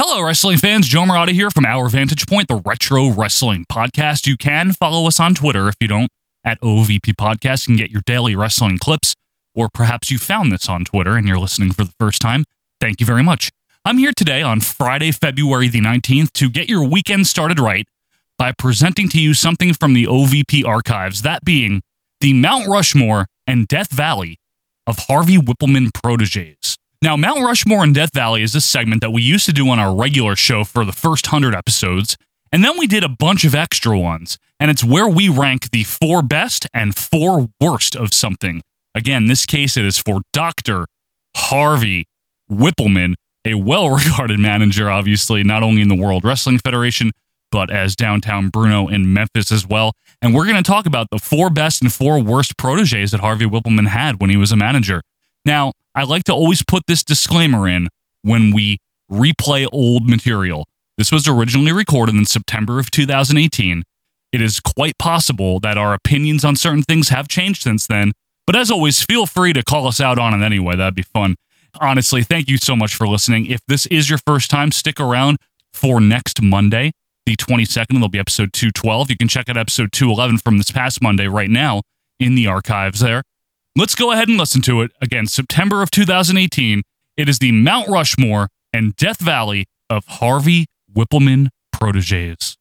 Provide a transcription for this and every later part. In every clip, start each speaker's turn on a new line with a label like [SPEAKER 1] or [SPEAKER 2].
[SPEAKER 1] Hello, wrestling fans. Joe Marotta here from Our Vantage Point, the Retro Wrestling Podcast. You can follow us on Twitter if you don't at OVP Podcast. You can get your daily wrestling clips, or perhaps you found this on Twitter and you're listening for the first time. Thank you very much. I'm here today on Friday, February the 19th to get your weekend started right by presenting to you something from the OVP archives, that being the Mount Rushmore and Death Valley of Harvey Whippleman proteges. Now, Mount Rushmore and Death Valley is a segment that we used to do on our regular show for the first 100 episodes, and then we did a bunch of extra ones, and it's where we rank the four best and four worst of something. Again, this case it is for Dr. Harvey Whippleman, a well regarded manager, obviously, not only in the World Wrestling Federation, but as downtown Bruno in Memphis as well. And we're going to talk about the four best and four worst proteges that Harvey Whippleman had when he was a manager. Now, I like to always put this disclaimer in when we replay old material. This was originally recorded in September of 2018. It is quite possible that our opinions on certain things have changed since then, but as always, feel free to call us out on it anyway. That'd be fun. Honestly, thank you so much for listening. If this is your first time, stick around for next Monday, the 22nd. There'll be episode 212. You can check out episode 211 from this past Monday right now in the archives there. Let's go ahead and listen to it. Again, September of 2018. It is the Mount Rushmore and Death Valley of Harvey Whippleman proteges.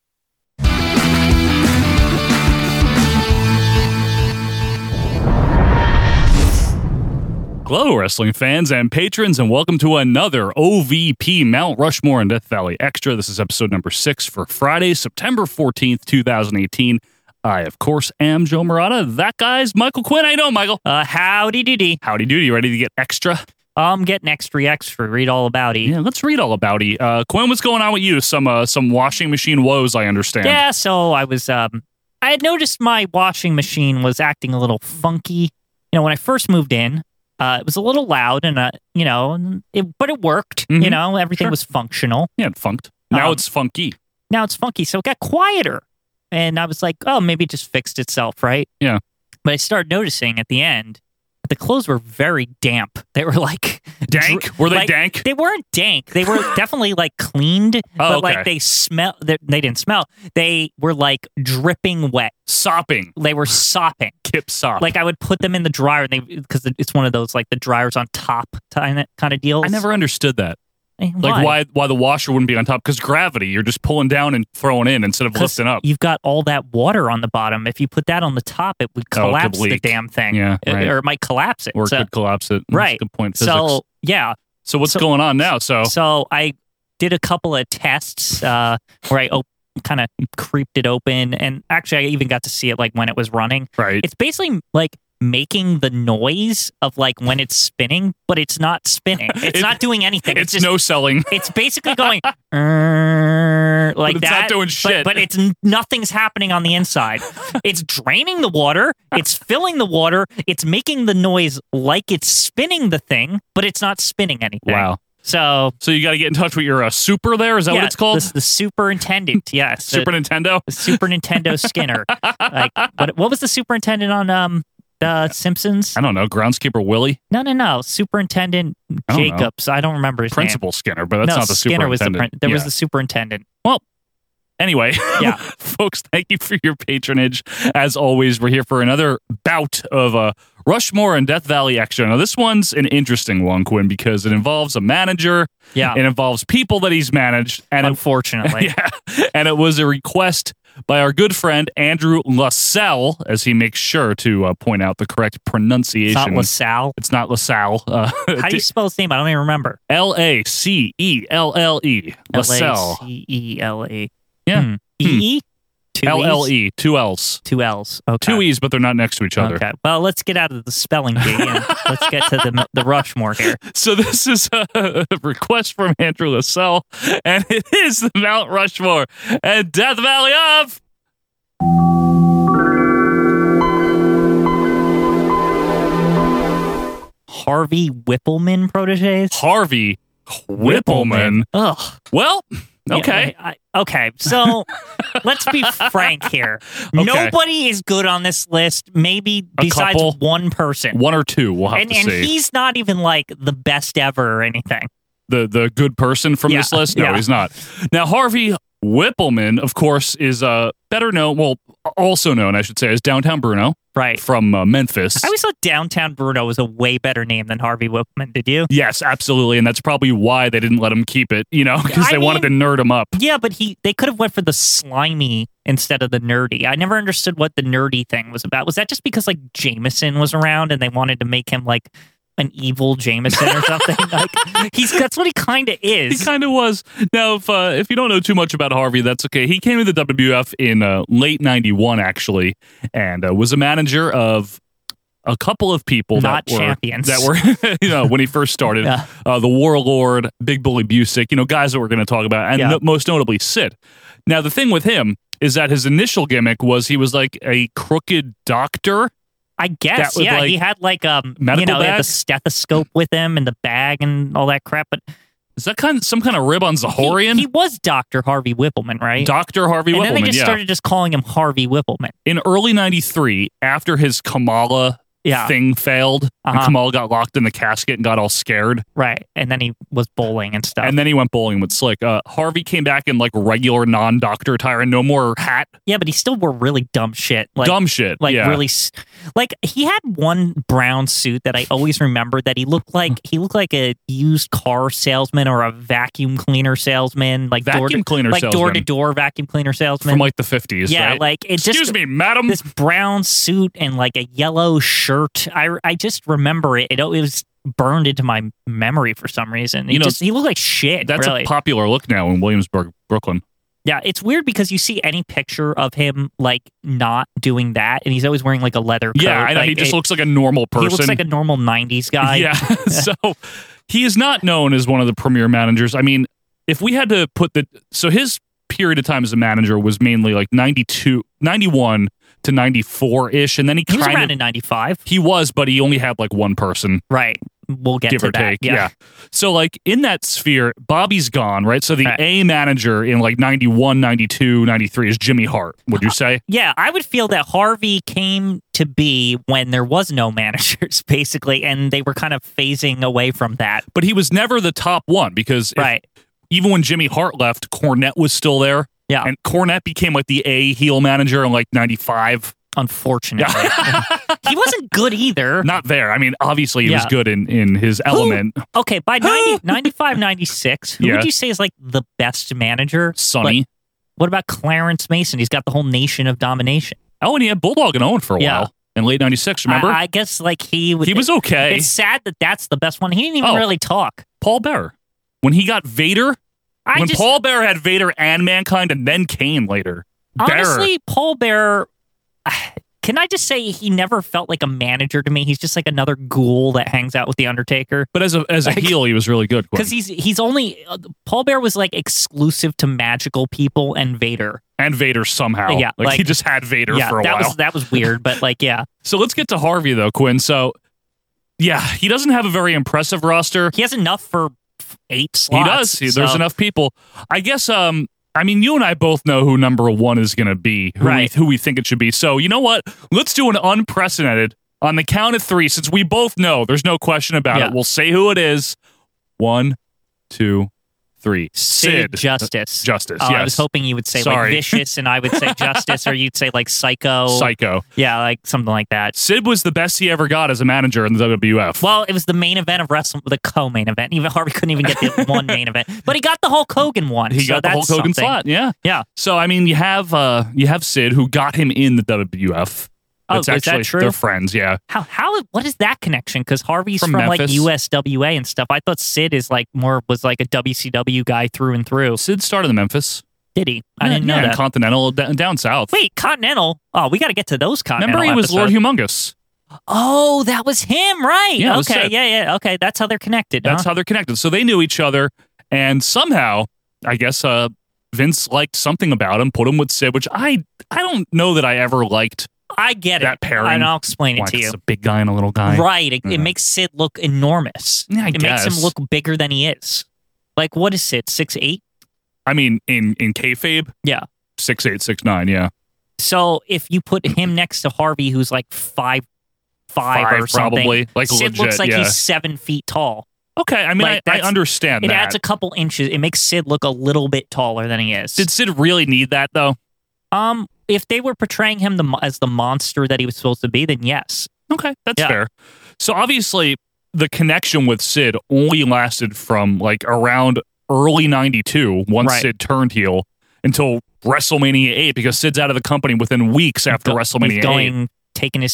[SPEAKER 1] Hello, wrestling fans and patrons, and welcome to another OVP Mount Rushmore and Death Valley Extra. This is episode number six for Friday, September 14th, 2018. I, of course, am Joe Murata. That guy's Michael Quinn. I know, Michael.
[SPEAKER 2] Uh, howdy doody.
[SPEAKER 1] Howdy doody. You ready to get extra?
[SPEAKER 2] I'm getting extra extra. Read all about E. it.
[SPEAKER 1] Yeah, let's read all about it. Uh, Quinn, what's going on with you? Some uh, some washing machine woes, I understand.
[SPEAKER 2] Yeah, so I was um I had noticed my washing machine was acting a little funky. You know, when I first moved in, uh, it was a little loud and uh, you know, and it, but it worked.
[SPEAKER 1] Mhm.
[SPEAKER 2] You know, everything
[SPEAKER 1] Sure.
[SPEAKER 2] was functional.
[SPEAKER 1] Yeah, it funked. Now
[SPEAKER 2] Um,
[SPEAKER 1] it's funky.
[SPEAKER 2] Now it's funky, so it got quieter. And I was like, oh, maybe it just fixed itself, right?
[SPEAKER 1] Yeah.
[SPEAKER 2] But I started noticing at the end that the clothes were very damp. They were like
[SPEAKER 1] Dank? Were they
[SPEAKER 2] like-
[SPEAKER 1] dank?
[SPEAKER 2] They weren't dank. They were definitely like cleaned, but
[SPEAKER 1] Oh, okay.
[SPEAKER 2] like they smell. They, they didn't smell. They were like dripping wet.
[SPEAKER 1] Sopping.
[SPEAKER 2] They were sopping.
[SPEAKER 1] Kip sop.
[SPEAKER 2] Like I would put them in the dryer, and they because it's one of those like the dryers on top kind of deals.
[SPEAKER 1] I never understood that.
[SPEAKER 2] Eh,
[SPEAKER 1] Like why why the washer wouldn't be on top? Because gravity. You're just pulling down and throwing in instead of
[SPEAKER 2] 'Cause
[SPEAKER 1] lifting up.
[SPEAKER 2] You've got all that water on the bottom. If you put that on the top, it would
[SPEAKER 1] Oh, it could
[SPEAKER 2] collapse the
[SPEAKER 1] leak.
[SPEAKER 2] damn thing,
[SPEAKER 1] Yeah,
[SPEAKER 2] It-
[SPEAKER 1] right.
[SPEAKER 2] or it might collapse it.
[SPEAKER 1] Or it
[SPEAKER 2] so,
[SPEAKER 1] could collapse it. That's a
[SPEAKER 2] Right.
[SPEAKER 1] Good point. Physics. Oh.
[SPEAKER 2] so yeah,
[SPEAKER 1] So what's
[SPEAKER 2] so-
[SPEAKER 1] going on now? So
[SPEAKER 2] So I did a couple of tests uh, where I op- kind of creeped it open, and actually, I even got to see it like when it was running.
[SPEAKER 1] right.
[SPEAKER 2] It's basically like making the noise of like when it's spinning, but it's not spinning. It's
[SPEAKER 1] It-
[SPEAKER 2] not doing anything.
[SPEAKER 1] It's,
[SPEAKER 2] It's, just
[SPEAKER 1] no selling.
[SPEAKER 2] it's basically going "Err," like
[SPEAKER 1] it's not
[SPEAKER 2] that.
[SPEAKER 1] doing
[SPEAKER 2] but-
[SPEAKER 1] shit.
[SPEAKER 2] But, it's n- nothing's happening on the inside. it's draining the water. It's filling the water. It's making the noise like it's spinning the thing, but it's not spinning anything.
[SPEAKER 1] Wow.
[SPEAKER 2] So
[SPEAKER 1] So you got to get in touch with your uh, super there. Is that
[SPEAKER 2] yeah,
[SPEAKER 1] what it's called?
[SPEAKER 2] The, the superintendent. Yes. the-
[SPEAKER 1] super Nintendo.
[SPEAKER 2] the Super Nintendo Skinner. Like, what, what was the superintendent on um the Simpsons?
[SPEAKER 1] I don't know. Groundskeeper Willie,
[SPEAKER 2] No, no, no. Superintendent
[SPEAKER 1] I don't know.
[SPEAKER 2] Jacobs. I don't remember his
[SPEAKER 1] Principal Skinner, but
[SPEAKER 2] name.
[SPEAKER 1] that's
[SPEAKER 2] no,
[SPEAKER 1] not the
[SPEAKER 2] Skinner was the
[SPEAKER 1] superintendent.
[SPEAKER 2] prin- there was
[SPEAKER 1] Yeah.
[SPEAKER 2] the superintendent.
[SPEAKER 1] Anyway,
[SPEAKER 2] Yeah.
[SPEAKER 1] folks, thank you for your patronage. As always, we're here for another bout of uh, Rushmore and Death Valley extra. Now, this one's an interesting one, Quinn, because it involves a manager,
[SPEAKER 2] Yeah.
[SPEAKER 1] it involves people that he's managed, and it,
[SPEAKER 2] unfortunately.
[SPEAKER 1] yeah, and it was a request by our good friend Andrew Lassell, as he makes sure to uh, point out the correct
[SPEAKER 2] It's
[SPEAKER 1] pronunciation.
[SPEAKER 2] not LaSalle.
[SPEAKER 1] It's not LaSalle. Uh,
[SPEAKER 2] How do you spell his name? I don't even remember.
[SPEAKER 1] L A C E L L E. LaSalle.
[SPEAKER 2] L-A-C-E-L-E.
[SPEAKER 1] Yeah.
[SPEAKER 2] E Hmm. E-E? Two
[SPEAKER 1] L L
[SPEAKER 2] E's?
[SPEAKER 1] E. Two L's.
[SPEAKER 2] Two L's. Okay.
[SPEAKER 1] Two E's, but they're not next to each other.
[SPEAKER 2] Okay. Well, let's get out of the spelling bee and let's get to the the Rushmore here.
[SPEAKER 1] So this is a request from Andrew Lassell, and it is the Mount Rushmore and Death Valley of.
[SPEAKER 2] Harvey Whippleman proteges.
[SPEAKER 1] Harvey Whippleman.
[SPEAKER 2] Ugh.
[SPEAKER 1] Well,
[SPEAKER 2] Yeah,
[SPEAKER 1] okay.
[SPEAKER 2] I- I- okay. So let's be frank here.
[SPEAKER 1] Okay.
[SPEAKER 2] Nobody is good on this list, maybe
[SPEAKER 1] A
[SPEAKER 2] besides
[SPEAKER 1] couple.
[SPEAKER 2] one person.
[SPEAKER 1] One or two, we'll have
[SPEAKER 2] and
[SPEAKER 1] to
[SPEAKER 2] and
[SPEAKER 1] see.
[SPEAKER 2] he's not even like the best ever or anything.
[SPEAKER 1] the the good person from
[SPEAKER 2] Yeah,
[SPEAKER 1] this list? No,
[SPEAKER 2] yeah.
[SPEAKER 1] he's not. Now Harvey Whippleman, of course, is uh better known, well, also known, I should say, as Downtown Bruno
[SPEAKER 2] Right.
[SPEAKER 1] from uh, Memphis.
[SPEAKER 2] I always thought Downtown Bruno was a way better name than Harvey Whippleman. Did you?
[SPEAKER 1] yes, absolutely, and that's probably why they didn't let him keep it, you know, because
[SPEAKER 2] I
[SPEAKER 1] they wanted to nerd him up.
[SPEAKER 2] Yeah, but he they could have went for the slimy instead of the nerdy. I never understood what the nerdy thing was about. Was that just because like Jameson was around and they wanted to make him like an evil Jameson or something? like he's that's what he kind of
[SPEAKER 1] He
[SPEAKER 2] is.
[SPEAKER 1] kind of was. Now, if uh, if you don't know too much about Harvey, that's okay. He came to the WWF in uh, late '91, actually, and uh, was a manager of a couple of people
[SPEAKER 2] Not
[SPEAKER 1] that were
[SPEAKER 2] champions.
[SPEAKER 1] that were you know when he first started,
[SPEAKER 2] Yeah.
[SPEAKER 1] uh, the Warlord, Big Bully Busick, you know, guys that we're going to talk about, and
[SPEAKER 2] Yeah.
[SPEAKER 1] no- most notably Sid. Now, the thing with him is that his initial gimmick was he was like a crooked doctor.
[SPEAKER 2] I guess.
[SPEAKER 1] That was,
[SPEAKER 2] Yeah,
[SPEAKER 1] like,
[SPEAKER 2] he had like um
[SPEAKER 1] medical
[SPEAKER 2] you know, he had
[SPEAKER 1] bag?
[SPEAKER 2] the stethoscope with him and the bag and all that crap. But
[SPEAKER 1] Is that kind of some kind of rib on
[SPEAKER 2] he-
[SPEAKER 1] Zahorian?
[SPEAKER 2] he, was Doctor Harvey Whippleman, right?
[SPEAKER 1] Doctor Harvey
[SPEAKER 2] and then they
[SPEAKER 1] Whippleman,
[SPEAKER 2] just
[SPEAKER 1] yeah.
[SPEAKER 2] started just calling him Harvey Whippleman.
[SPEAKER 1] in early 93 after his kamala
[SPEAKER 2] Yeah,
[SPEAKER 1] thing failed and
[SPEAKER 2] Uh-huh.
[SPEAKER 1] kamala got locked in the casket and got all scared
[SPEAKER 2] right. And then he was bowling and stuff.
[SPEAKER 1] and then he went bowling with slick uh, harvey came back in like regular non-doctor attire and no more hat
[SPEAKER 2] yeah, but he still wore really dumb shit. Like,
[SPEAKER 1] dumb shit
[SPEAKER 2] like
[SPEAKER 1] yeah.
[SPEAKER 2] really s- like he had one brown suit that i always remember that he looked like he looked like a used car salesman or a vacuum cleaner salesman like door
[SPEAKER 1] vacuum
[SPEAKER 2] to,
[SPEAKER 1] cleaner
[SPEAKER 2] like door
[SPEAKER 1] salesman
[SPEAKER 2] to door vacuum cleaner salesman
[SPEAKER 1] from like the 50s
[SPEAKER 2] yeah
[SPEAKER 1] right?
[SPEAKER 2] like it
[SPEAKER 1] excuse
[SPEAKER 2] just
[SPEAKER 1] me madam
[SPEAKER 2] this brown suit and like a yellow shirt i i just remember it it, it was burned into my memory for some reason he
[SPEAKER 1] You know,
[SPEAKER 2] just he looked like shit
[SPEAKER 1] that's
[SPEAKER 2] really
[SPEAKER 1] a popular look now in williamsburg brooklyn
[SPEAKER 2] yeah it's weird because you see any picture of him like not doing that and he's always wearing like a leather coat
[SPEAKER 1] yeah i know
[SPEAKER 2] like,
[SPEAKER 1] he just
[SPEAKER 2] it-
[SPEAKER 1] looks like a normal person
[SPEAKER 2] He looks like a normal '90s guy.
[SPEAKER 1] yeah. so he is not known as one of the premier managers. I mean, if we had to put the so his period of time as a manager was mainly like 92 91 to 94 ish and then he
[SPEAKER 2] he was
[SPEAKER 1] kind
[SPEAKER 2] around
[SPEAKER 1] of
[SPEAKER 2] in '95,
[SPEAKER 1] he was but he only had like one person
[SPEAKER 2] right? We'll get
[SPEAKER 1] give
[SPEAKER 2] to
[SPEAKER 1] or
[SPEAKER 2] that.
[SPEAKER 1] take so like in that sphere bobby's gone right so the
[SPEAKER 2] Right.
[SPEAKER 1] a manager in like 91 92 93 is jimmy hart would
[SPEAKER 2] Uh-huh.
[SPEAKER 1] you say
[SPEAKER 2] yeah. I would feel that Harvey came to be when there was no managers, basically, and they were kind of phasing away from that,
[SPEAKER 1] but he was never the top one because if-
[SPEAKER 2] right?
[SPEAKER 1] even when Jimmy Hart left, Cornette was still there.
[SPEAKER 2] Yeah.
[SPEAKER 1] And Cornette became like the A heel manager in like 95.
[SPEAKER 2] Unfortunately, he wasn't good either.
[SPEAKER 1] Not there. I mean, obviously he was
[SPEAKER 2] Yeah.
[SPEAKER 1] good in, in his element.
[SPEAKER 2] Okay, by 90, 95, 96, who
[SPEAKER 1] Yeah.
[SPEAKER 2] would you say is like the best manager?
[SPEAKER 1] Sonny.
[SPEAKER 2] Like, what about Clarence Mason? He's got the whole nation of domination.
[SPEAKER 1] oh, and he had Bulldog and Owen for a
[SPEAKER 2] Yeah.
[SPEAKER 1] while in late 96. Remember?
[SPEAKER 2] I, I guess like he would.
[SPEAKER 1] he was okay.
[SPEAKER 2] It's sad that that's the best one. He didn't even
[SPEAKER 1] Oh.
[SPEAKER 2] really talk.
[SPEAKER 1] Paul Bear. When he got Vader,
[SPEAKER 2] I
[SPEAKER 1] when
[SPEAKER 2] just
[SPEAKER 1] Paul Bear had Vader and Mankind and then Kane later. Bear.
[SPEAKER 2] honestly, Paul Bear. Can I just say he never felt like a manager to me? He's just like another ghoul that hangs out with the Undertaker.
[SPEAKER 1] But as a, as a
[SPEAKER 2] Like-
[SPEAKER 1] heel, he was really good. Quinn.
[SPEAKER 2] Because he's he's only uh, Paul Bear was like exclusive to magical people and Vader.
[SPEAKER 1] And Vader somehow.
[SPEAKER 2] Yeah,
[SPEAKER 1] Like,
[SPEAKER 2] like-
[SPEAKER 1] he just had Vader
[SPEAKER 2] yeah,
[SPEAKER 1] for a
[SPEAKER 2] that
[SPEAKER 1] while.
[SPEAKER 2] was that was weird, but like yeah,
[SPEAKER 1] so let's get to Harvey, though, Quinn. So, yeah, he doesn't have a very impressive roster.
[SPEAKER 2] he has enough for eight slots.
[SPEAKER 1] He does. He- There's
[SPEAKER 2] so-
[SPEAKER 1] enough people. I guess. Um. I mean, you and I both know who number one is going to be. Who
[SPEAKER 2] Right.
[SPEAKER 1] We, who we think it should be. So you know what? Let's do an unprecedented on the count of three, since we both know there's no question about
[SPEAKER 2] Yeah.
[SPEAKER 1] it. We'll say who it is. One, two, three.
[SPEAKER 2] Sid
[SPEAKER 1] Sid Uh,
[SPEAKER 2] Justice.
[SPEAKER 1] Justice.
[SPEAKER 2] Oh,
[SPEAKER 1] yes.
[SPEAKER 2] I was hoping you would say
[SPEAKER 1] Sorry.
[SPEAKER 2] like vicious, and I would say justice, or you'd say like psycho.
[SPEAKER 1] Psycho.
[SPEAKER 2] Yeah, like something like that.
[SPEAKER 1] Sid was the best he ever got as a manager in the WWF.
[SPEAKER 2] Well, it was the main event of wrestling, the co-main event. Even Harvey couldn't even get the one main event, but he got the Hulk Hogan one.
[SPEAKER 1] He
[SPEAKER 2] so
[SPEAKER 1] got the
[SPEAKER 2] that's
[SPEAKER 1] Hulk Hogan
[SPEAKER 2] something.
[SPEAKER 1] slot. Yeah.
[SPEAKER 2] Yeah.
[SPEAKER 1] So I mean, you have uh, you have Sid who got him in the WWF.
[SPEAKER 2] Oh,
[SPEAKER 1] That's
[SPEAKER 2] is that
[SPEAKER 1] actually
[SPEAKER 2] true?
[SPEAKER 1] They're friends. Yeah.
[SPEAKER 2] How how what is that connection? Because Harvey's
[SPEAKER 1] From
[SPEAKER 2] from, like
[SPEAKER 1] Memphis.
[SPEAKER 2] USWA and stuff. I thought Sid is like more was like a WCW guy through and through.
[SPEAKER 1] Sid started in Memphis.
[SPEAKER 2] Did he? I
[SPEAKER 1] Yeah,
[SPEAKER 2] didn't know
[SPEAKER 1] yeah, in
[SPEAKER 2] that.
[SPEAKER 1] Continental d- down south.
[SPEAKER 2] Wait, Continental. Oh, we got to get to those Continental.
[SPEAKER 1] Remember, he was Lord
[SPEAKER 2] episodes.
[SPEAKER 1] Humongous.
[SPEAKER 2] Oh, that was him, right?
[SPEAKER 1] Yeah, it was
[SPEAKER 2] okay,
[SPEAKER 1] Sid.
[SPEAKER 2] yeah, yeah, okay. That's how they're connected.
[SPEAKER 1] That's
[SPEAKER 2] huh?
[SPEAKER 1] how they're connected. So they knew each other, and somehow, I guess, uh, Vince liked something about him, put him with Sid, which I I don't know that I ever liked.
[SPEAKER 2] I get
[SPEAKER 1] that
[SPEAKER 2] it.
[SPEAKER 1] pairing-
[SPEAKER 2] and I'll explain it
[SPEAKER 1] Like,
[SPEAKER 2] to you.
[SPEAKER 1] It's a big guy and a little guy.
[SPEAKER 2] Right. It, it
[SPEAKER 1] Mhm.
[SPEAKER 2] makes Sid look enormous.
[SPEAKER 1] Yeah, I
[SPEAKER 2] it makes
[SPEAKER 1] guess.
[SPEAKER 2] him look bigger than he is. Like what is Sid? Six eight?
[SPEAKER 1] I mean, in in kayfabe,
[SPEAKER 2] Yeah.
[SPEAKER 1] six eight six nine, yeah,
[SPEAKER 2] So if you put him next to Harvey who's like five five, or something.
[SPEAKER 1] probably, like
[SPEAKER 2] Sid
[SPEAKER 1] legit,
[SPEAKER 2] looks like
[SPEAKER 1] yeah.
[SPEAKER 2] he's seven feet tall.
[SPEAKER 1] Okay, I mean,
[SPEAKER 2] Like,
[SPEAKER 1] I, I
[SPEAKER 2] that's-
[SPEAKER 1] understand
[SPEAKER 2] It
[SPEAKER 1] that.
[SPEAKER 2] adds a couple inches. It makes Sid look a little bit taller than he is.
[SPEAKER 1] Did Sid really need that though?
[SPEAKER 2] um, if they were portraying him the, mo- as the monster that he was supposed to be, then yes.
[SPEAKER 1] Okay, that's
[SPEAKER 2] Yeah.
[SPEAKER 1] fair. So obviously, the connection with Sid only lasted from like around early '92, once
[SPEAKER 2] Right.
[SPEAKER 1] Sid turned heel, until WrestleMania Eight, because Sid's out of the company within weeks after
[SPEAKER 2] Go-
[SPEAKER 1] WrestleMania
[SPEAKER 2] he's going taking his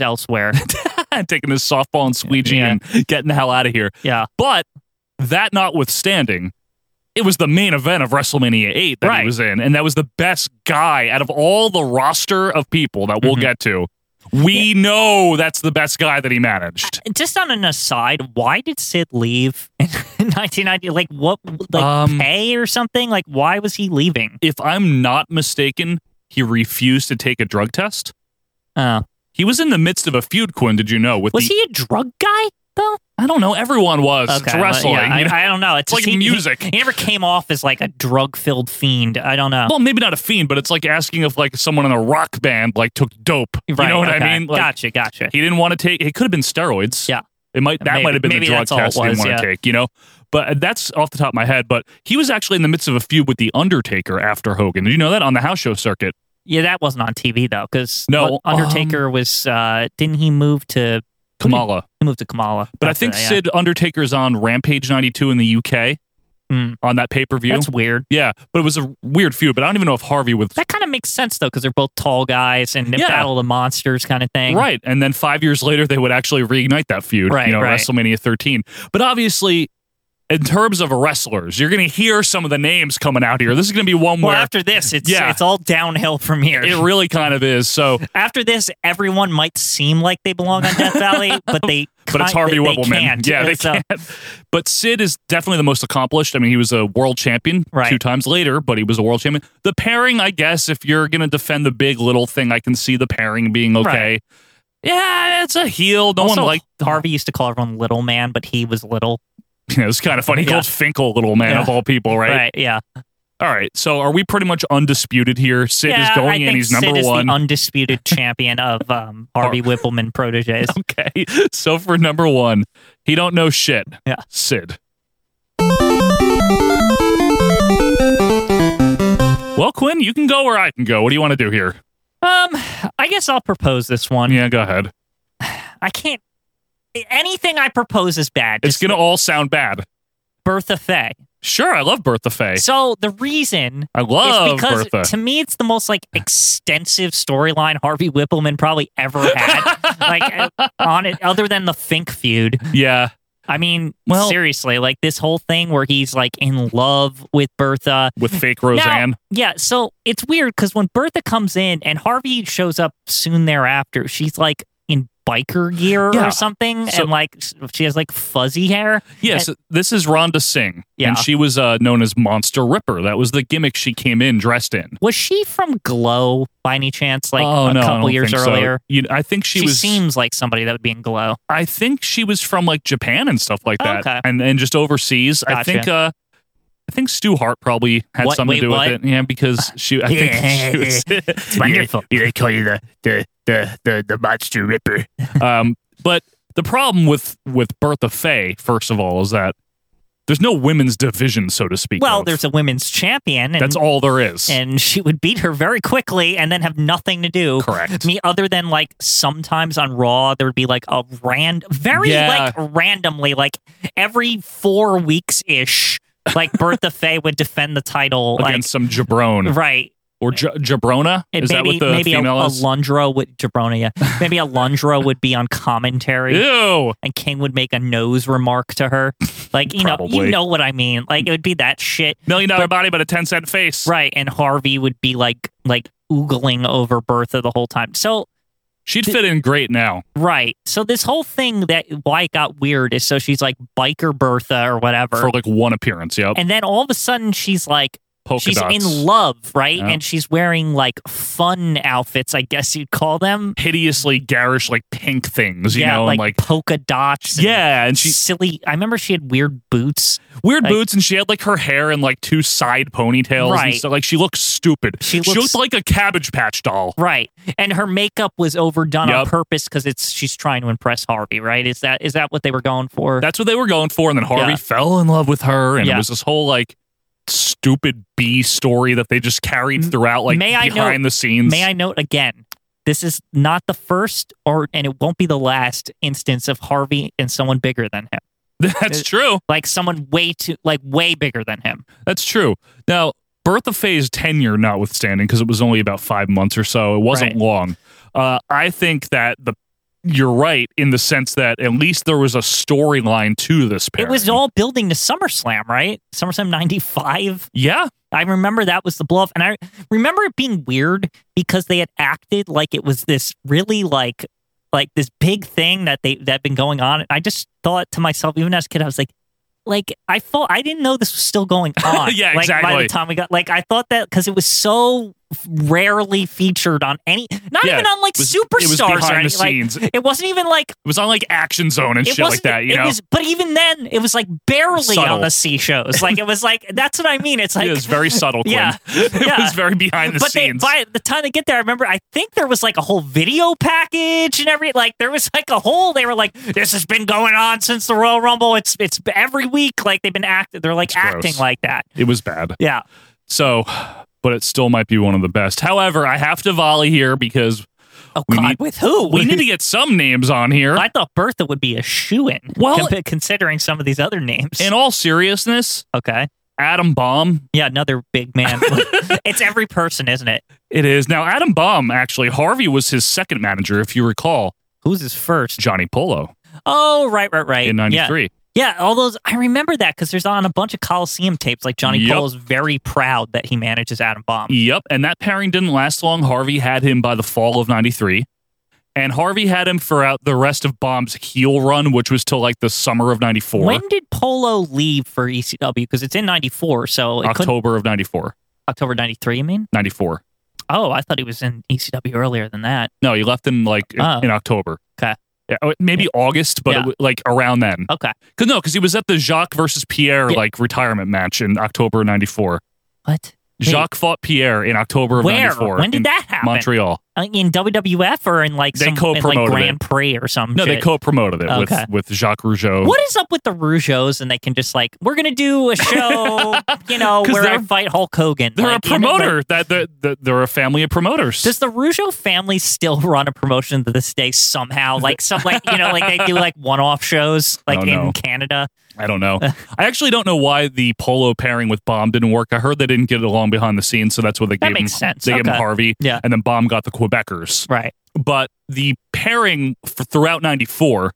[SPEAKER 2] elsewhere.
[SPEAKER 1] Eight, taking his softball and squeegee
[SPEAKER 2] Yeah.
[SPEAKER 1] and getting the hell out of here.
[SPEAKER 2] yeah,
[SPEAKER 1] But that notwithstanding, it was the main event of WrestleMania 8 that
[SPEAKER 2] Right.
[SPEAKER 1] he was in, and that was the best guy out of all the roster of people that we'll
[SPEAKER 2] Mhm.
[SPEAKER 1] get to. We know that's the best guy that he managed.
[SPEAKER 2] just on an aside, why did Sid leave in 1990? Like what? Like
[SPEAKER 1] Um,
[SPEAKER 2] pay or something? Like why was he leaving?
[SPEAKER 1] If I'm not mistaken, he refused to take a drug test.
[SPEAKER 2] Uh,
[SPEAKER 1] He was in the midst of a feud, Quinn. Did you know? With
[SPEAKER 2] was
[SPEAKER 1] the,
[SPEAKER 2] he a drug guy though?
[SPEAKER 1] I don't know. Everyone was. It's
[SPEAKER 2] well,
[SPEAKER 1] wrestling.
[SPEAKER 2] yeah,
[SPEAKER 1] you know?
[SPEAKER 2] I, I don't know.
[SPEAKER 1] it's
[SPEAKER 2] It's,
[SPEAKER 1] like
[SPEAKER 2] just he-
[SPEAKER 1] music.
[SPEAKER 2] He, he never came off as like a drug filled fiend. I don't know.
[SPEAKER 1] well, maybe not a fiend, but it's like asking if like someone in a rock band like took dope.
[SPEAKER 2] Right,
[SPEAKER 1] you know what
[SPEAKER 2] okay.
[SPEAKER 1] I mean? Like,
[SPEAKER 2] gotcha, gotcha.
[SPEAKER 1] He didn't want to take. It could have been steroids.
[SPEAKER 2] Yeah.
[SPEAKER 1] It might that
[SPEAKER 2] Maybe-
[SPEAKER 1] might have been the
[SPEAKER 2] maybe
[SPEAKER 1] drug
[SPEAKER 2] that's all it
[SPEAKER 1] test he didn't
[SPEAKER 2] was,
[SPEAKER 1] want
[SPEAKER 2] yeah.
[SPEAKER 1] to take. You know, but that's off the top of my head. But he was actually in the midst of a feud with the Undertaker after Hogan. Did you know that on the house show circuit?
[SPEAKER 2] Yeah, that wasn't on TV though, because
[SPEAKER 1] No, um,
[SPEAKER 2] Undertaker was. uh Didn't he move to?
[SPEAKER 1] Kamala.
[SPEAKER 2] He moved to Kamala.
[SPEAKER 1] But I
[SPEAKER 2] after
[SPEAKER 1] think
[SPEAKER 2] that, yeah.
[SPEAKER 1] Sid Undertaker's on Rampage '92 in the UK
[SPEAKER 2] Hmm.
[SPEAKER 1] on that pay per view.
[SPEAKER 2] That's weird.
[SPEAKER 1] Yeah, but it was a weird feud. But I don't even know if Harvey was
[SPEAKER 2] That kind of makes sense though, because they're both tall guys and they
[SPEAKER 1] Yeah.
[SPEAKER 2] battle the monsters kind of thing.
[SPEAKER 1] Right. And then five years later, they would actually reignite that feud.
[SPEAKER 2] Right,
[SPEAKER 1] You know,
[SPEAKER 2] right.
[SPEAKER 1] WrestleMania 13. But obviously, in terms of wrestlers, you're going to hear some of the names coming out here. This is going to be one
[SPEAKER 2] Well,
[SPEAKER 1] where
[SPEAKER 2] after this, it's
[SPEAKER 1] Yeah.
[SPEAKER 2] it's all downhill from here.
[SPEAKER 1] it really kind of is. So,
[SPEAKER 2] after this, everyone might seem like they belong on Death Valley, but they
[SPEAKER 1] but it's
[SPEAKER 2] ki-
[SPEAKER 1] Harvey
[SPEAKER 2] they, they
[SPEAKER 1] Wibbleman.
[SPEAKER 2] can't. uh,
[SPEAKER 1] Yeah, they
[SPEAKER 2] So-
[SPEAKER 1] can't. But Sid is definitely the most accomplished. I mean, he was a world champion
[SPEAKER 2] Right.
[SPEAKER 1] two times later, but he was a world champion. The pairing, I guess, if you're going to defend the big little thing, I can see the pairing being okay.
[SPEAKER 2] Right.
[SPEAKER 1] Yeah, it's a heel. No
[SPEAKER 2] also,
[SPEAKER 1] one liked
[SPEAKER 2] Harvey used to call everyone Little Man, but he was little.
[SPEAKER 1] You know, it's kind of funny. He
[SPEAKER 2] Yeah.
[SPEAKER 1] called Finkel little man
[SPEAKER 2] Yeah.
[SPEAKER 1] of all people, right?
[SPEAKER 2] yeah.
[SPEAKER 1] All right. So are we pretty much undisputed here? Sid
[SPEAKER 2] yeah,
[SPEAKER 1] is
[SPEAKER 2] I
[SPEAKER 1] going in.
[SPEAKER 2] think
[SPEAKER 1] He's
[SPEAKER 2] Sid
[SPEAKER 1] number
[SPEAKER 2] is
[SPEAKER 1] one.
[SPEAKER 2] the undisputed champion of um, Harvey Whippleman proteges.
[SPEAKER 1] okay. So for number one, he don't know shit.
[SPEAKER 2] Yeah.
[SPEAKER 1] Sid. Well, Quinn, you can go where I can go. What do you want to do here?
[SPEAKER 2] Um, I guess I'll propose this one.
[SPEAKER 1] Yeah, go ahead.
[SPEAKER 2] I can't. Anything I propose is bad.
[SPEAKER 1] It's
[SPEAKER 2] Just
[SPEAKER 1] going to all sound bad.
[SPEAKER 2] Bertha Faye.
[SPEAKER 1] Sure, I love Bertha Faye.
[SPEAKER 2] So the reason
[SPEAKER 1] I
[SPEAKER 2] is
[SPEAKER 1] love
[SPEAKER 2] because
[SPEAKER 1] Bertha.
[SPEAKER 2] to me it's the most like extensive storyline Harvey Whippleman probably ever had. like uh, on it, other than the Fink feud.
[SPEAKER 1] yeah.
[SPEAKER 2] I mean,
[SPEAKER 1] Well-
[SPEAKER 2] seriously, like this whole thing where he's like in love with Bertha.
[SPEAKER 1] With fake Roseanne.
[SPEAKER 2] Yeah, so it's weird because when Bertha comes in and Harvey shows up soon thereafter, she's like in biker gear
[SPEAKER 1] Yeah.
[SPEAKER 2] or something,
[SPEAKER 1] So-
[SPEAKER 2] and like s- she has like fuzzy hair.
[SPEAKER 1] Yes, this is Rhonda Singh.
[SPEAKER 2] Yeah.
[SPEAKER 1] And she was uh, known as Monster Ripper. That was the gimmick she came in dressed in.
[SPEAKER 2] Was she from Glow by any chance? Like
[SPEAKER 1] oh,
[SPEAKER 2] a
[SPEAKER 1] no, I
[SPEAKER 2] couple
[SPEAKER 1] don't
[SPEAKER 2] years
[SPEAKER 1] think so.
[SPEAKER 2] earlier.
[SPEAKER 1] You know, I think she,
[SPEAKER 2] She,
[SPEAKER 1] was.
[SPEAKER 2] seems like somebody that would be in Glow.
[SPEAKER 1] I think she was from like Japan and stuff like
[SPEAKER 2] Oh,
[SPEAKER 1] that,
[SPEAKER 2] okay.
[SPEAKER 1] and and just overseas. I
[SPEAKER 2] Gotcha.
[SPEAKER 1] think. uh I think Stu Hart probably had
[SPEAKER 2] What?
[SPEAKER 1] something
[SPEAKER 2] Wait,
[SPEAKER 1] to do
[SPEAKER 2] what? Uh,
[SPEAKER 1] with it. Yeah, because she. I think she was.
[SPEAKER 2] It's wonderful.
[SPEAKER 3] They call you the the the the, the monster ripper.
[SPEAKER 1] um, but the problem with with Bertha Faye, first of all, is that there's no women's division, so to speak.
[SPEAKER 2] Well,
[SPEAKER 1] of.
[SPEAKER 2] there's a women's champion, and,
[SPEAKER 1] that's all there is.
[SPEAKER 2] and she would beat her very quickly and then have nothing to do.
[SPEAKER 1] Correct.
[SPEAKER 2] Me, other than like sometimes on Raw, there would be like a random, very
[SPEAKER 1] Yeah.
[SPEAKER 2] like randomly, like every four weeks ish, like Bertha Faye would defend the title.
[SPEAKER 1] Against some jabron
[SPEAKER 2] like, right.
[SPEAKER 1] or j- jabrona,
[SPEAKER 2] And
[SPEAKER 1] is
[SPEAKER 2] maybe
[SPEAKER 1] that what the
[SPEAKER 2] maybe a,
[SPEAKER 1] female
[SPEAKER 2] a
[SPEAKER 1] is?
[SPEAKER 2] Lundra would Jabronia. Maybe a Lundra would be on commentary,
[SPEAKER 1] Ew.
[SPEAKER 2] and King would make a nose remark to her, like you know, you
[SPEAKER 1] Probably.
[SPEAKER 2] know what I mean. Like it would be that shit,
[SPEAKER 1] Million dollar body, but a ten cent face.
[SPEAKER 2] right? And Harvey would be like like oogling over Bertha the whole time. So
[SPEAKER 1] She'd fit in great now.
[SPEAKER 2] Right. So this whole thing that why it got weird is so she's like biker Bertha or whatever.
[SPEAKER 1] for like one appearance. Yep.
[SPEAKER 2] and then all of a sudden she's like
[SPEAKER 1] polka
[SPEAKER 2] she's
[SPEAKER 1] dots.
[SPEAKER 2] in love, right?
[SPEAKER 1] Yeah.
[SPEAKER 2] And she's wearing like fun outfits, I guess you'd call them.
[SPEAKER 1] Hideously garish, like pink things, you
[SPEAKER 2] yeah,
[SPEAKER 1] know,
[SPEAKER 2] like,
[SPEAKER 1] and like
[SPEAKER 2] polka dots. and
[SPEAKER 1] yeah, and she
[SPEAKER 2] silly. I remember she had weird boots.
[SPEAKER 1] weird
[SPEAKER 2] Like-
[SPEAKER 1] boots and she had like her hair in like two side ponytails
[SPEAKER 2] Right.
[SPEAKER 1] and stuff. Like she looked stupid.
[SPEAKER 2] She
[SPEAKER 1] she looked
[SPEAKER 2] looks-
[SPEAKER 1] like a cabbage patch doll.
[SPEAKER 2] Right. And her makeup was overdone on
[SPEAKER 1] Yup.
[SPEAKER 2] purpose because it's she's trying to impress Harvey, right? Is that is that what they were going for?
[SPEAKER 1] That's what they were going for. And then Harvey
[SPEAKER 2] Yeah.
[SPEAKER 1] fell in love with her and
[SPEAKER 2] Yeah.
[SPEAKER 1] it was this whole like stupid B story that they just carried
[SPEAKER 2] M-
[SPEAKER 1] throughout like
[SPEAKER 2] may I
[SPEAKER 1] behind the scenes.
[SPEAKER 2] May I note again, this is not the first or and it won't be the last instance of Harvey and someone bigger than him.
[SPEAKER 1] That's
[SPEAKER 2] Uh,
[SPEAKER 1] true.
[SPEAKER 2] Like someone way too like way bigger than him.
[SPEAKER 1] That's true. Now, Bertha Faye's tenure notwithstanding, because it was only about five months or so, it wasn't
[SPEAKER 2] Right.
[SPEAKER 1] long. Uh, I think that the you're right in the sense that at least there was a storyline to this pairing.
[SPEAKER 2] It was all building to SummerSlam, right? SummerSlam 95.
[SPEAKER 1] yeah,
[SPEAKER 2] I remember that was the bluff. And I remember it being weird because they had acted like it was this really like like this big thing that they that had been going on. And I just thought to myself, even as a kid, I was like, like I thought I didn't know this was still going on.
[SPEAKER 1] Yeah,
[SPEAKER 2] like, By
[SPEAKER 1] exactly.
[SPEAKER 2] the time we got like I thought that because it was so rarely featured on any not
[SPEAKER 1] Yeah,
[SPEAKER 2] even on like
[SPEAKER 1] it was- it was
[SPEAKER 2] superstars or
[SPEAKER 1] behind the
[SPEAKER 2] anything. Like,
[SPEAKER 1] scenes. It
[SPEAKER 2] it wasn't even like
[SPEAKER 1] was on like Action Zone and shit like
[SPEAKER 2] wasn't-
[SPEAKER 1] that. You
[SPEAKER 2] it
[SPEAKER 1] know,
[SPEAKER 2] was, but even then, it was like barely
[SPEAKER 1] Subtle.
[SPEAKER 2] on the C shows. Like it was like that's what I mean. It's like
[SPEAKER 1] it was very subtle. Quinn.
[SPEAKER 2] Yeah.
[SPEAKER 1] it
[SPEAKER 2] Yeah.
[SPEAKER 1] was very behind the
[SPEAKER 2] but they,
[SPEAKER 1] scenes.
[SPEAKER 2] by the time they get there, I remember I think there was like a whole video package and every like there was like a whole. They were like, "This has been going on since the Royal Rumble. It's it's every week. Like they've been acting. They're like
[SPEAKER 1] It's gross.
[SPEAKER 2] acting like that.
[SPEAKER 1] it was bad.
[SPEAKER 2] Yeah,
[SPEAKER 1] So, but it still might be one of the best. However, I have to volley here because
[SPEAKER 2] oh
[SPEAKER 1] We
[SPEAKER 2] god,
[SPEAKER 1] need-
[SPEAKER 2] with who?
[SPEAKER 1] we need to get some names on here.
[SPEAKER 2] I thought Bertha would be a shoe in.
[SPEAKER 1] Well-
[SPEAKER 2] considering some of these other names.
[SPEAKER 1] In all seriousness,
[SPEAKER 2] okay,
[SPEAKER 1] Adam Baum
[SPEAKER 2] yeah, another big man. it's every person, isn't it?
[SPEAKER 1] It is. Now, Adam Baum, actually, Harvey was his second manager, if you recall,
[SPEAKER 2] Who's his first?
[SPEAKER 1] Johnny Polo
[SPEAKER 2] Oh, right, right, right.
[SPEAKER 1] in
[SPEAKER 2] Yeah.
[SPEAKER 1] 93.
[SPEAKER 2] Yeah, all those I remember that because there's on a bunch of Coliseum tapes. Like Johnny
[SPEAKER 1] Yep. E
[SPEAKER 2] Polo's very proud that he manages Adam Bomb.
[SPEAKER 1] Yep. And that pairing didn't last long. Harvey had him by the fall of 93. And Harvey had him throughout the rest of Baum's heel run, which was till like the summer of 94,
[SPEAKER 2] When did Polo leave for E ECW? Because it's in '94, so it could
[SPEAKER 1] October of 94.
[SPEAKER 2] October '93. I mean,
[SPEAKER 1] 94.
[SPEAKER 2] oh, I thought he was in ECW earlier than that.
[SPEAKER 1] No, he left in like in-
[SPEAKER 2] Oh.
[SPEAKER 1] in October.
[SPEAKER 2] 'Kay.
[SPEAKER 1] Yeah, oh, maybe August, but it
[SPEAKER 2] Yeah.
[SPEAKER 1] w- like around then.
[SPEAKER 2] Okay,
[SPEAKER 1] Cause no, because he was at the Jacques versus Pierre
[SPEAKER 2] Yeah.
[SPEAKER 1] like retirement match in October of 94.
[SPEAKER 2] what? Wait,
[SPEAKER 1] Jacques fought Pierre in October of
[SPEAKER 2] where?
[SPEAKER 1] 94.
[SPEAKER 2] When did
[SPEAKER 1] in
[SPEAKER 2] that happen?
[SPEAKER 1] Montreal.
[SPEAKER 2] Uh, In WWF or in like
[SPEAKER 1] They
[SPEAKER 2] some in, like
[SPEAKER 1] co-promoted
[SPEAKER 2] Grand Prix or something?
[SPEAKER 1] No, they co-promoted it
[SPEAKER 2] Okay.
[SPEAKER 1] with with Jacques Rougeau.
[SPEAKER 2] What is up with the Rougeos and they can just like we're gonna do a show, you know,
[SPEAKER 1] 'Cause
[SPEAKER 2] where I
[SPEAKER 1] they're-
[SPEAKER 2] fight Hulk Hogan.
[SPEAKER 1] They're
[SPEAKER 2] Like,
[SPEAKER 1] a
[SPEAKER 2] you know, like-
[SPEAKER 1] promoter. That they're, they're- they're a family of promoters.
[SPEAKER 2] Does the Rougeau family still run a promotion to this day somehow? Like some, like you know, like they do like one-off shows, like
[SPEAKER 1] Oh,
[SPEAKER 2] in
[SPEAKER 1] no.
[SPEAKER 2] Canada.
[SPEAKER 1] I don't know. I actually don't know why the polo pairing with Bomb didn't work. I heard they didn't get along behind the scenes, so that's what they
[SPEAKER 2] That
[SPEAKER 1] gave
[SPEAKER 2] makes
[SPEAKER 1] him.
[SPEAKER 2] sense.
[SPEAKER 1] They gave him
[SPEAKER 2] Okay.
[SPEAKER 1] Harvey,
[SPEAKER 2] Yeah.
[SPEAKER 1] and then Bomb got the Quebecers.
[SPEAKER 2] Right.
[SPEAKER 1] But the pairing for, throughout '94,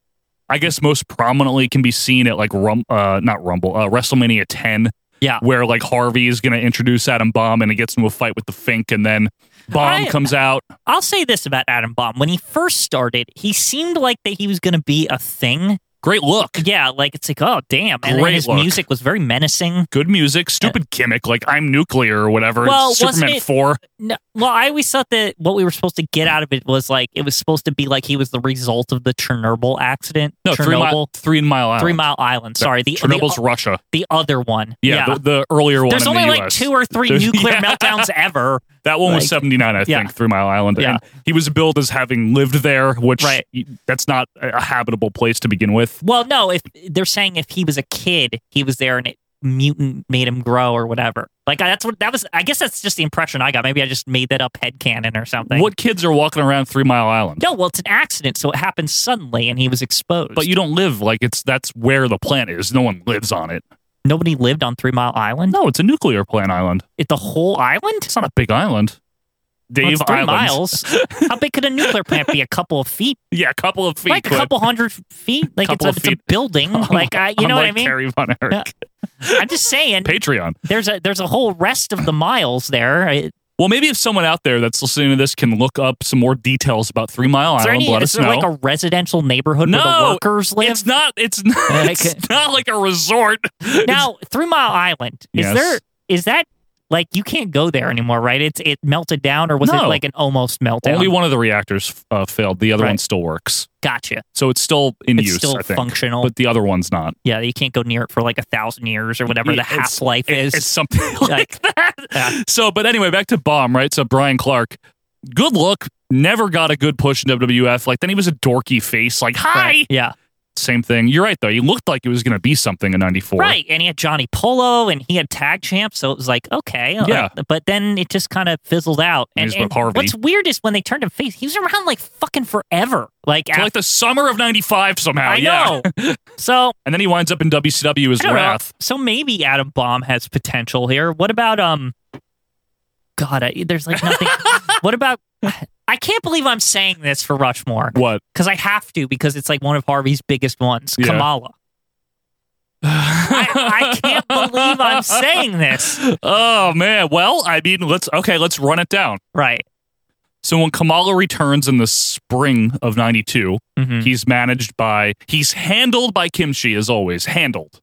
[SPEAKER 1] I guess most prominently can be seen at like Rum, uh, not Rumble, uh, WrestleMania 10.
[SPEAKER 2] Yeah.
[SPEAKER 1] where like Harvey is going to introduce Adam Bomb, and it gets into a fight with the Fink, and then Bomb
[SPEAKER 2] I-
[SPEAKER 1] comes out.
[SPEAKER 2] I'll say this about Adam Bomb: when he first started, he seemed like that he was going to be a thing.
[SPEAKER 1] Great look.
[SPEAKER 2] Yeah, like it's like oh damn, and then
[SPEAKER 1] Great
[SPEAKER 2] his
[SPEAKER 1] look.
[SPEAKER 2] music was very menacing.
[SPEAKER 1] good music, stupid gimmick like I'm nuclear or whatever.
[SPEAKER 2] Well,
[SPEAKER 1] it's Superman
[SPEAKER 2] wasn't it-
[SPEAKER 1] four.
[SPEAKER 2] No, well, I always thought that what we were supposed to get out of it was like it was supposed to be like he was the result of the Chernobyl accident.
[SPEAKER 1] No,
[SPEAKER 2] Chernobyl,
[SPEAKER 1] three mile, three mile island.
[SPEAKER 2] Three Mile Island. Sorry, the,
[SPEAKER 1] Chernobyl's
[SPEAKER 2] the
[SPEAKER 1] Russia.
[SPEAKER 2] the other one.
[SPEAKER 1] Yeah, The, the earlier one.
[SPEAKER 2] There's
[SPEAKER 1] in
[SPEAKER 2] only
[SPEAKER 1] the
[SPEAKER 2] like
[SPEAKER 1] US.
[SPEAKER 2] two or three
[SPEAKER 1] There's-
[SPEAKER 2] nuclear
[SPEAKER 1] yeah.
[SPEAKER 2] meltdowns ever.
[SPEAKER 1] That one was
[SPEAKER 2] like-
[SPEAKER 1] 79, I
[SPEAKER 2] yeah.
[SPEAKER 1] think. Three Mile Island.
[SPEAKER 2] Yeah.
[SPEAKER 1] And he was billed as having lived there, which
[SPEAKER 2] Right.
[SPEAKER 1] y- that's not a a habitable place to begin with.
[SPEAKER 2] Well, no, if they're saying if he was a kid, he was there and it mutant made him grow or whatever. Like I- that's what that was. I guess that's just the impression I got. Maybe I just made that up headcanon or something.
[SPEAKER 1] What kids are walking around Three Mile Island?
[SPEAKER 2] No, well, it's an accident, so it happened suddenly, and he was exposed.
[SPEAKER 1] But you don't live like it's that's where the plant is. No one lives on it.
[SPEAKER 2] nobody lived on Three Mile Island.
[SPEAKER 1] No, it's a nuclear plant island.
[SPEAKER 2] It, the whole island.
[SPEAKER 1] It's not a big island. Dave
[SPEAKER 2] Well, it's three
[SPEAKER 1] Island.
[SPEAKER 2] miles. How big could a nuclear plant be? A couple of feet,
[SPEAKER 1] Yeah, a couple of feet.
[SPEAKER 2] like a
[SPEAKER 1] Cliff.
[SPEAKER 2] couple hundred feet. Like it's
[SPEAKER 1] Couple
[SPEAKER 2] a,
[SPEAKER 1] of
[SPEAKER 2] it's a
[SPEAKER 1] feet. Oh
[SPEAKER 2] building. Like I, you know what I
[SPEAKER 1] Unlike
[SPEAKER 2] mean.
[SPEAKER 1] Carrie Von Erich.
[SPEAKER 2] Yeah. I'm just saying.
[SPEAKER 1] Patreon.
[SPEAKER 2] there's a there's a whole rest of the miles there. I- Is
[SPEAKER 1] Well, maybe if someone out there that's listening to this can look up some more details about Three Mile
[SPEAKER 2] there
[SPEAKER 1] Island,
[SPEAKER 2] any
[SPEAKER 1] let
[SPEAKER 2] is
[SPEAKER 1] us
[SPEAKER 2] there
[SPEAKER 1] know.
[SPEAKER 2] like a residential neighborhood where the
[SPEAKER 1] No,
[SPEAKER 2] workers live?
[SPEAKER 1] it's not. It's not.
[SPEAKER 2] Like-
[SPEAKER 1] it's not like a resort. It's-
[SPEAKER 2] now, Three Mile Island. Is
[SPEAKER 1] Yes.
[SPEAKER 2] there is that Like you can't go there anymore, right? It's it melted down, or was it
[SPEAKER 1] No.
[SPEAKER 2] like an almost meltdown?
[SPEAKER 1] Only one of the reactors uh, failed. The other one
[SPEAKER 2] Right.
[SPEAKER 1] still works,
[SPEAKER 2] gotcha.
[SPEAKER 1] so it's still in
[SPEAKER 2] It's
[SPEAKER 1] use.
[SPEAKER 2] still
[SPEAKER 1] I think,
[SPEAKER 2] functional.
[SPEAKER 1] but the other one's not.
[SPEAKER 2] yeah, you can't go near it for like a thousand years or whatever
[SPEAKER 1] Yeah,
[SPEAKER 2] the
[SPEAKER 1] it's-
[SPEAKER 2] half life is.
[SPEAKER 1] It's something like that.
[SPEAKER 2] Yeah.
[SPEAKER 1] So, but anyway, back to Bomb, right? So Brian Clark, good look, never got a good push in WWF. Like then he was a dorky face, like hi.
[SPEAKER 2] Right. Yeah.
[SPEAKER 1] Same thing. You're right though. He looked like he was going to be something in '94.
[SPEAKER 2] Right. And he had Johnny Polo and he had tag champs. So it was like, okay. uh,
[SPEAKER 1] Yeah.
[SPEAKER 2] But then it just kind of fizzled out.
[SPEAKER 1] He
[SPEAKER 2] And,
[SPEAKER 1] was
[SPEAKER 2] and
[SPEAKER 1] with Harvey.
[SPEAKER 2] what's weird is when they turned him face, he was around like fucking forever. Like,
[SPEAKER 1] To,
[SPEAKER 2] after,
[SPEAKER 1] like the summer of '95 somehow.
[SPEAKER 2] I
[SPEAKER 1] yeah.
[SPEAKER 2] know. so
[SPEAKER 1] And then he winds up in WCW as
[SPEAKER 2] I don't know.
[SPEAKER 1] Wrath.
[SPEAKER 2] So maybe Adam Bomb has potential here. What about um? God, I, there's like nothing. what about? I can't believe I'm saying this for Rushmore
[SPEAKER 1] What?
[SPEAKER 2] because I have to because it's like one of Harvey's biggest ones,
[SPEAKER 1] Yeah.
[SPEAKER 2] Kamala. I, I can't believe I'm saying this.
[SPEAKER 1] Oh man. Well, I mean, let's okay. Let's run it down.
[SPEAKER 2] Right.
[SPEAKER 1] So when Kamala returns in the spring of '92,
[SPEAKER 2] Mhm.
[SPEAKER 1] he's managed by he's handled by Kimchi as always. Handled.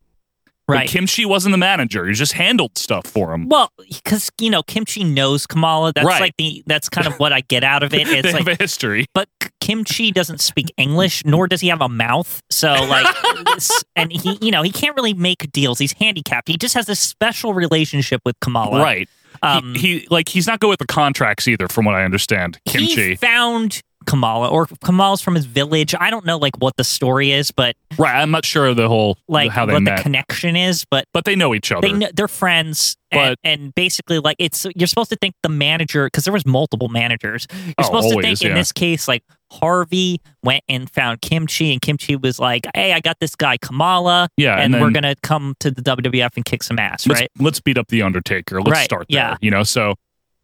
[SPEAKER 2] Right.
[SPEAKER 1] But Kimchi wasn't the manager. He just handled stuff for him.
[SPEAKER 2] well, because you know Kimchi knows Kamala. That's
[SPEAKER 1] Right.
[SPEAKER 2] like the that's kind of what I get out of it.
[SPEAKER 1] they
[SPEAKER 2] It's
[SPEAKER 1] have
[SPEAKER 2] like,
[SPEAKER 1] a history.
[SPEAKER 2] but K- Kimchi doesn't speak English, nor does he have a mouth. So like, this- and he, you know, he can't really make deals. He's handicapped. He just has this special relationship with Kamala.
[SPEAKER 1] Right.
[SPEAKER 2] Um,
[SPEAKER 1] he, he like he's not good with the contracts either, from what I understand.
[SPEAKER 2] he
[SPEAKER 1] Kimchi.
[SPEAKER 2] found Kamala, or Kamala's from his village. I don't know like what the story is, but
[SPEAKER 1] right. I'm not sure the whole
[SPEAKER 2] like
[SPEAKER 1] how they
[SPEAKER 2] what
[SPEAKER 1] met,
[SPEAKER 2] the connection is. But
[SPEAKER 1] but they know each other.
[SPEAKER 2] they know, they're friends,
[SPEAKER 1] But-
[SPEAKER 2] and, and basically like it's you're supposed to think the manager because there was multiple managers. You're
[SPEAKER 1] Oh,
[SPEAKER 2] supposed to
[SPEAKER 1] always,
[SPEAKER 2] think in
[SPEAKER 1] yeah.
[SPEAKER 2] this case like Harvey went and found Kimchi, and Kimchi was like, "Hey, I got this guy Kamala,
[SPEAKER 1] yeah,
[SPEAKER 2] and, we're
[SPEAKER 1] then-
[SPEAKER 2] gonna come to the WWF and kick some ass,
[SPEAKER 1] let's,
[SPEAKER 2] right?"
[SPEAKER 1] Let's beat up the Undertaker. Let's
[SPEAKER 2] Right,
[SPEAKER 1] start there.
[SPEAKER 2] yeah.
[SPEAKER 1] You know, so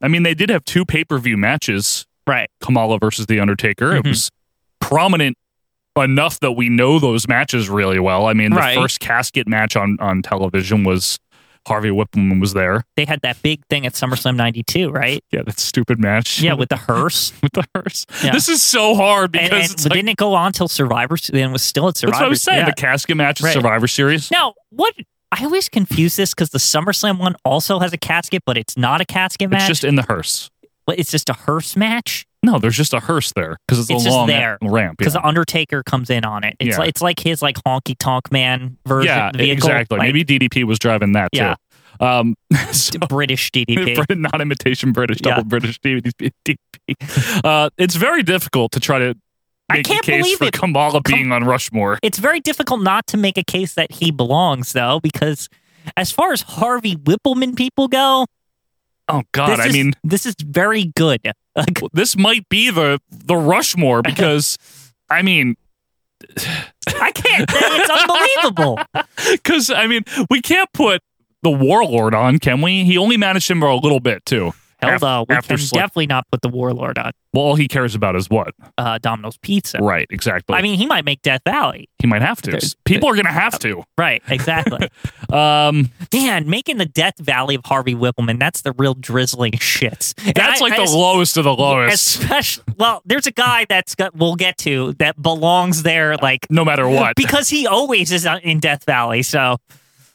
[SPEAKER 1] I mean, they did have two pay per view matches.
[SPEAKER 2] Right.
[SPEAKER 1] Kamala versus the Undertaker. It
[SPEAKER 2] Mhm.
[SPEAKER 1] was prominent enough that we know those matches really well. I mean, the
[SPEAKER 2] Right.
[SPEAKER 1] first casket match on on television was Harvey Whippleman was there.
[SPEAKER 2] They had that big thing at SummerSlam '92, right?
[SPEAKER 1] Yeah, that stupid match.
[SPEAKER 2] Yeah, with the hearse,
[SPEAKER 1] with the hearse.
[SPEAKER 2] Yeah.
[SPEAKER 1] This is so hard because
[SPEAKER 2] and, and
[SPEAKER 1] it's like,
[SPEAKER 2] didn't it go on till Survivor? Se- Then it was still at Survivor.
[SPEAKER 1] that's what I was saying.
[SPEAKER 2] yeah.
[SPEAKER 1] The casket match at
[SPEAKER 2] Right.
[SPEAKER 1] Survivor Series.
[SPEAKER 2] Now, what I always confuse this because the SummerSlam one also has a casket, but it's not a casket match.
[SPEAKER 1] It's just in the hearse.
[SPEAKER 2] What, it's just a hearse match
[SPEAKER 1] No, there's just a hearse there because it's,
[SPEAKER 2] It's
[SPEAKER 1] a
[SPEAKER 2] just
[SPEAKER 1] long
[SPEAKER 2] there.
[SPEAKER 1] ramp.
[SPEAKER 2] because
[SPEAKER 1] yeah.
[SPEAKER 2] the Undertaker comes in on it. It's
[SPEAKER 1] Yeah.
[SPEAKER 2] like it's like his like honky tonk man version.
[SPEAKER 1] yeah,
[SPEAKER 2] vehicle,
[SPEAKER 1] exactly.
[SPEAKER 2] like,
[SPEAKER 1] Maybe DDP was driving that
[SPEAKER 2] Yeah.
[SPEAKER 1] too. Um, so,
[SPEAKER 2] British DDP.
[SPEAKER 1] Brit- not imitation British,
[SPEAKER 2] Yeah.
[SPEAKER 1] double British DDP. Uh, it's very difficult to try to
[SPEAKER 2] I
[SPEAKER 1] make a
[SPEAKER 2] can't
[SPEAKER 1] case
[SPEAKER 2] believe
[SPEAKER 1] for
[SPEAKER 2] it.
[SPEAKER 1] Kamala being on Rushmore.
[SPEAKER 2] it's very difficult not to make a case that he belongs though because as far as Harvey Whippleman people go,
[SPEAKER 1] Oh God,
[SPEAKER 2] this
[SPEAKER 1] I
[SPEAKER 2] is,
[SPEAKER 1] mean,
[SPEAKER 2] this is very good. Like,
[SPEAKER 1] this might be the the Rushmore because. I mean,
[SPEAKER 2] I can't. It's unbelievable.
[SPEAKER 1] because I mean, we can't put the Warlord on, can we? He only managed him for a little bit too.
[SPEAKER 2] Hell
[SPEAKER 1] Af-
[SPEAKER 2] no, we
[SPEAKER 1] after
[SPEAKER 2] can
[SPEAKER 1] Slick-
[SPEAKER 2] definitely not put the Warlord on
[SPEAKER 1] Well, all he cares about is what,
[SPEAKER 2] uh, Domino's Pizza.
[SPEAKER 1] right? Exactly.
[SPEAKER 2] I mean, he might make Death Valley.
[SPEAKER 1] he might have to.
[SPEAKER 2] There-
[SPEAKER 1] People are going to have to.
[SPEAKER 2] Right, exactly.
[SPEAKER 1] Um,
[SPEAKER 2] Man, making the Death Valley of Harvey Whippleman, that's the real drizzling shit. And
[SPEAKER 1] That's
[SPEAKER 2] I-
[SPEAKER 1] like
[SPEAKER 2] I
[SPEAKER 1] the
[SPEAKER 2] es-
[SPEAKER 1] lowest of the lowest,
[SPEAKER 2] Especially, well, there's a guy that's got, we'll get to that belongs there, like,
[SPEAKER 1] no matter what.
[SPEAKER 2] because he always is on- in Death Valley. So,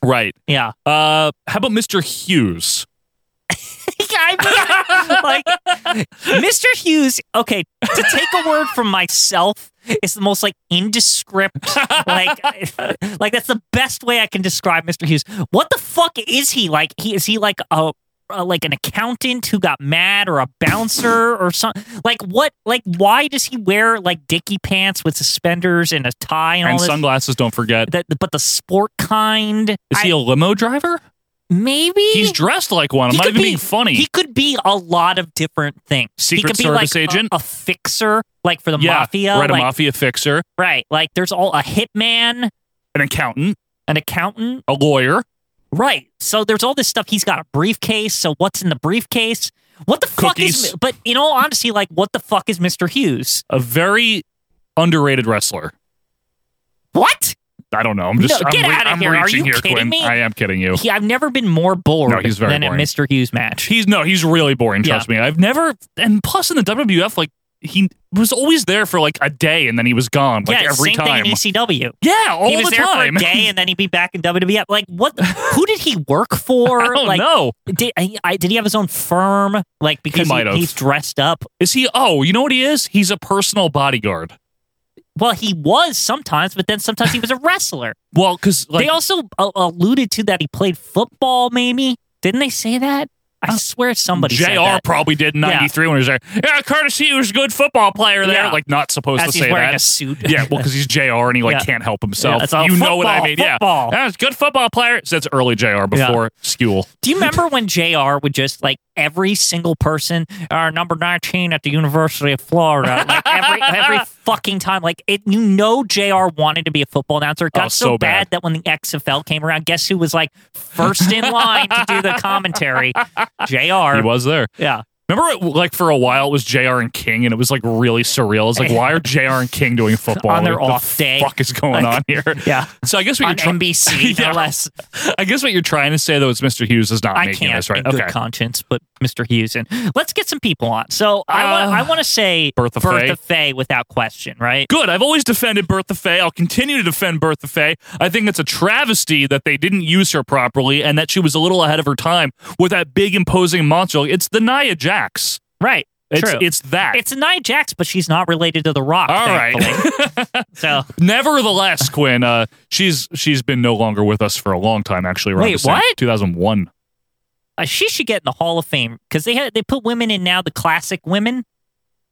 [SPEAKER 1] right.
[SPEAKER 2] yeah.
[SPEAKER 1] Uh, how about Mr. Hughes?
[SPEAKER 2] I mean, like, Mr. Hughes, okay, to take a word from myself is the most, like, indescript, like, like, that's the best way I can describe Mr. Hughes. What the fuck is he? Like, he is he like a. Uh, like an accountant who got mad or a bouncer or something like what like why does he wear like dicky pants with suspenders and a tie and, all
[SPEAKER 1] And
[SPEAKER 2] this
[SPEAKER 1] sunglasses, don't forget.
[SPEAKER 2] that, but the sport kind
[SPEAKER 1] Is he a limo driver?
[SPEAKER 2] maybe
[SPEAKER 1] He's dressed like one. I'm
[SPEAKER 2] He
[SPEAKER 1] not
[SPEAKER 2] could
[SPEAKER 1] even being
[SPEAKER 2] be-
[SPEAKER 1] funny.
[SPEAKER 2] He could be a lot of different things. he
[SPEAKER 1] Secret
[SPEAKER 2] could be
[SPEAKER 1] Service
[SPEAKER 2] like a-
[SPEAKER 1] agent?
[SPEAKER 2] a, fixer, like for the
[SPEAKER 1] yeah,
[SPEAKER 2] mafia,
[SPEAKER 1] right?
[SPEAKER 2] like,
[SPEAKER 1] a mafia fixer,
[SPEAKER 2] right? Like there's all a hitman,
[SPEAKER 1] an accountant,
[SPEAKER 2] an accountant,
[SPEAKER 1] a lawyer,
[SPEAKER 2] right? So there's all this stuff. He's got a briefcase. So what's in the briefcase? What the fuck
[SPEAKER 1] Cookies.
[SPEAKER 2] is? But in all honesty, like what the fuck is Mister Hughes?
[SPEAKER 1] a very underrated wrestler.
[SPEAKER 2] What?
[SPEAKER 1] I don't know. I'm just.
[SPEAKER 2] No,
[SPEAKER 1] I'm
[SPEAKER 2] get
[SPEAKER 1] re-
[SPEAKER 2] outta
[SPEAKER 1] I'm
[SPEAKER 2] here. Are
[SPEAKER 1] reaching
[SPEAKER 2] you
[SPEAKER 1] here,
[SPEAKER 2] kidding
[SPEAKER 1] Quinn.
[SPEAKER 2] me?
[SPEAKER 1] I am kidding you.
[SPEAKER 2] He, I've never been more bored
[SPEAKER 1] No, he's very
[SPEAKER 2] than at
[SPEAKER 1] boring.
[SPEAKER 2] Mister Hughes match.
[SPEAKER 1] He's no, he's really boring. Trust me. I've never, and plus in the WWF, like he was always there for like a day and then he was gone like
[SPEAKER 2] yeah,
[SPEAKER 1] every
[SPEAKER 2] same
[SPEAKER 1] time.
[SPEAKER 2] thing in ECW.
[SPEAKER 1] yeah, all
[SPEAKER 2] he was
[SPEAKER 1] the
[SPEAKER 2] there
[SPEAKER 1] time.
[SPEAKER 2] for a day, and then he'd be back in WWF. Like, what? Who did he work for?
[SPEAKER 1] I don't
[SPEAKER 2] like,
[SPEAKER 1] know.
[SPEAKER 2] did I, I, did he have his own firm? Like, because he
[SPEAKER 1] might have.
[SPEAKER 2] he's dressed up.
[SPEAKER 1] Is he? Oh, you know what he is? He's a personal bodyguard.
[SPEAKER 2] Well, he was sometimes, but then sometimes he was a wrestler.
[SPEAKER 1] Well, because like
[SPEAKER 2] they also a- alluded to that he played football. Maybe didn't they say that? I swear somebody
[SPEAKER 1] Jr.
[SPEAKER 2] said that.
[SPEAKER 1] probably did in
[SPEAKER 2] Yeah.
[SPEAKER 1] '93 when he was there. Yeah, Curtis Hughes was a good football player there.
[SPEAKER 2] Yeah.
[SPEAKER 1] Like not supposed
[SPEAKER 2] As
[SPEAKER 1] to
[SPEAKER 2] he's
[SPEAKER 1] say
[SPEAKER 2] wearing
[SPEAKER 1] that.
[SPEAKER 2] a suit.
[SPEAKER 1] yeah, well, because he's Jr. and he like
[SPEAKER 2] Yeah.
[SPEAKER 1] can't help himself.
[SPEAKER 2] Yeah, it's all
[SPEAKER 1] you know what I
[SPEAKER 2] football,
[SPEAKER 1] mean?
[SPEAKER 2] football.
[SPEAKER 1] Yeah, that's good football player. Since early Jr. before Skule.
[SPEAKER 2] Do you remember when JR would just like every single person are number 19 at the University of Florida? Like every every fucking time. Like it you know JR wanted to be a football announcer. It got
[SPEAKER 1] Oh,
[SPEAKER 2] so,
[SPEAKER 1] so bad.
[SPEAKER 2] bad. that when the XFL came around, guess who was like first in line to do the commentary?
[SPEAKER 1] He
[SPEAKER 2] JR.
[SPEAKER 1] was there.
[SPEAKER 2] Yeah.
[SPEAKER 1] Remember, it, like for a while, it was Jr. and King, and it was like really surreal. It's like, why are Jr. and King doing football
[SPEAKER 2] On their
[SPEAKER 1] What the
[SPEAKER 2] off day.
[SPEAKER 1] Fuck is going on here?
[SPEAKER 2] Yeah.
[SPEAKER 1] So I guess what
[SPEAKER 2] On
[SPEAKER 1] you're trying.
[SPEAKER 2] NBC, no
[SPEAKER 1] Yeah.
[SPEAKER 2] less.
[SPEAKER 1] I guess what you're trying to say though is Mr. Hughes is not
[SPEAKER 2] I
[SPEAKER 1] making
[SPEAKER 2] can't
[SPEAKER 1] this right.
[SPEAKER 2] in good
[SPEAKER 1] okay.
[SPEAKER 2] conscience, but Mr. Hughes. And let's get some people on. So I,
[SPEAKER 1] Uh,
[SPEAKER 2] wa- I want to say
[SPEAKER 1] Bertha Faye.
[SPEAKER 2] Faye without question, right?
[SPEAKER 1] Good. I've always defended Bertha Faye. I'll continue to defend Bertha Faye. I think it's a travesty that they didn't use her properly and that she was a little ahead of her time with that big imposing monster. It's the Nia Jax.
[SPEAKER 2] Right.
[SPEAKER 1] It's
[SPEAKER 2] True.
[SPEAKER 1] it's that.
[SPEAKER 2] It's Nia Jax, but she's not related to The Rock.
[SPEAKER 1] all right.
[SPEAKER 2] thankfully. so
[SPEAKER 1] Nevertheless, Quinn, uh, she's she's been no longer with us for a long time. Actually, around
[SPEAKER 2] Wait,
[SPEAKER 1] the same-
[SPEAKER 2] what?
[SPEAKER 1] 2001.
[SPEAKER 2] uh, she should get in the Hall of Fame because they had they put women in now the classic women.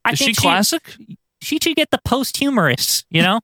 [SPEAKER 2] I
[SPEAKER 1] Is she
[SPEAKER 2] think
[SPEAKER 1] classic?
[SPEAKER 2] She, should get the posthumous. You know,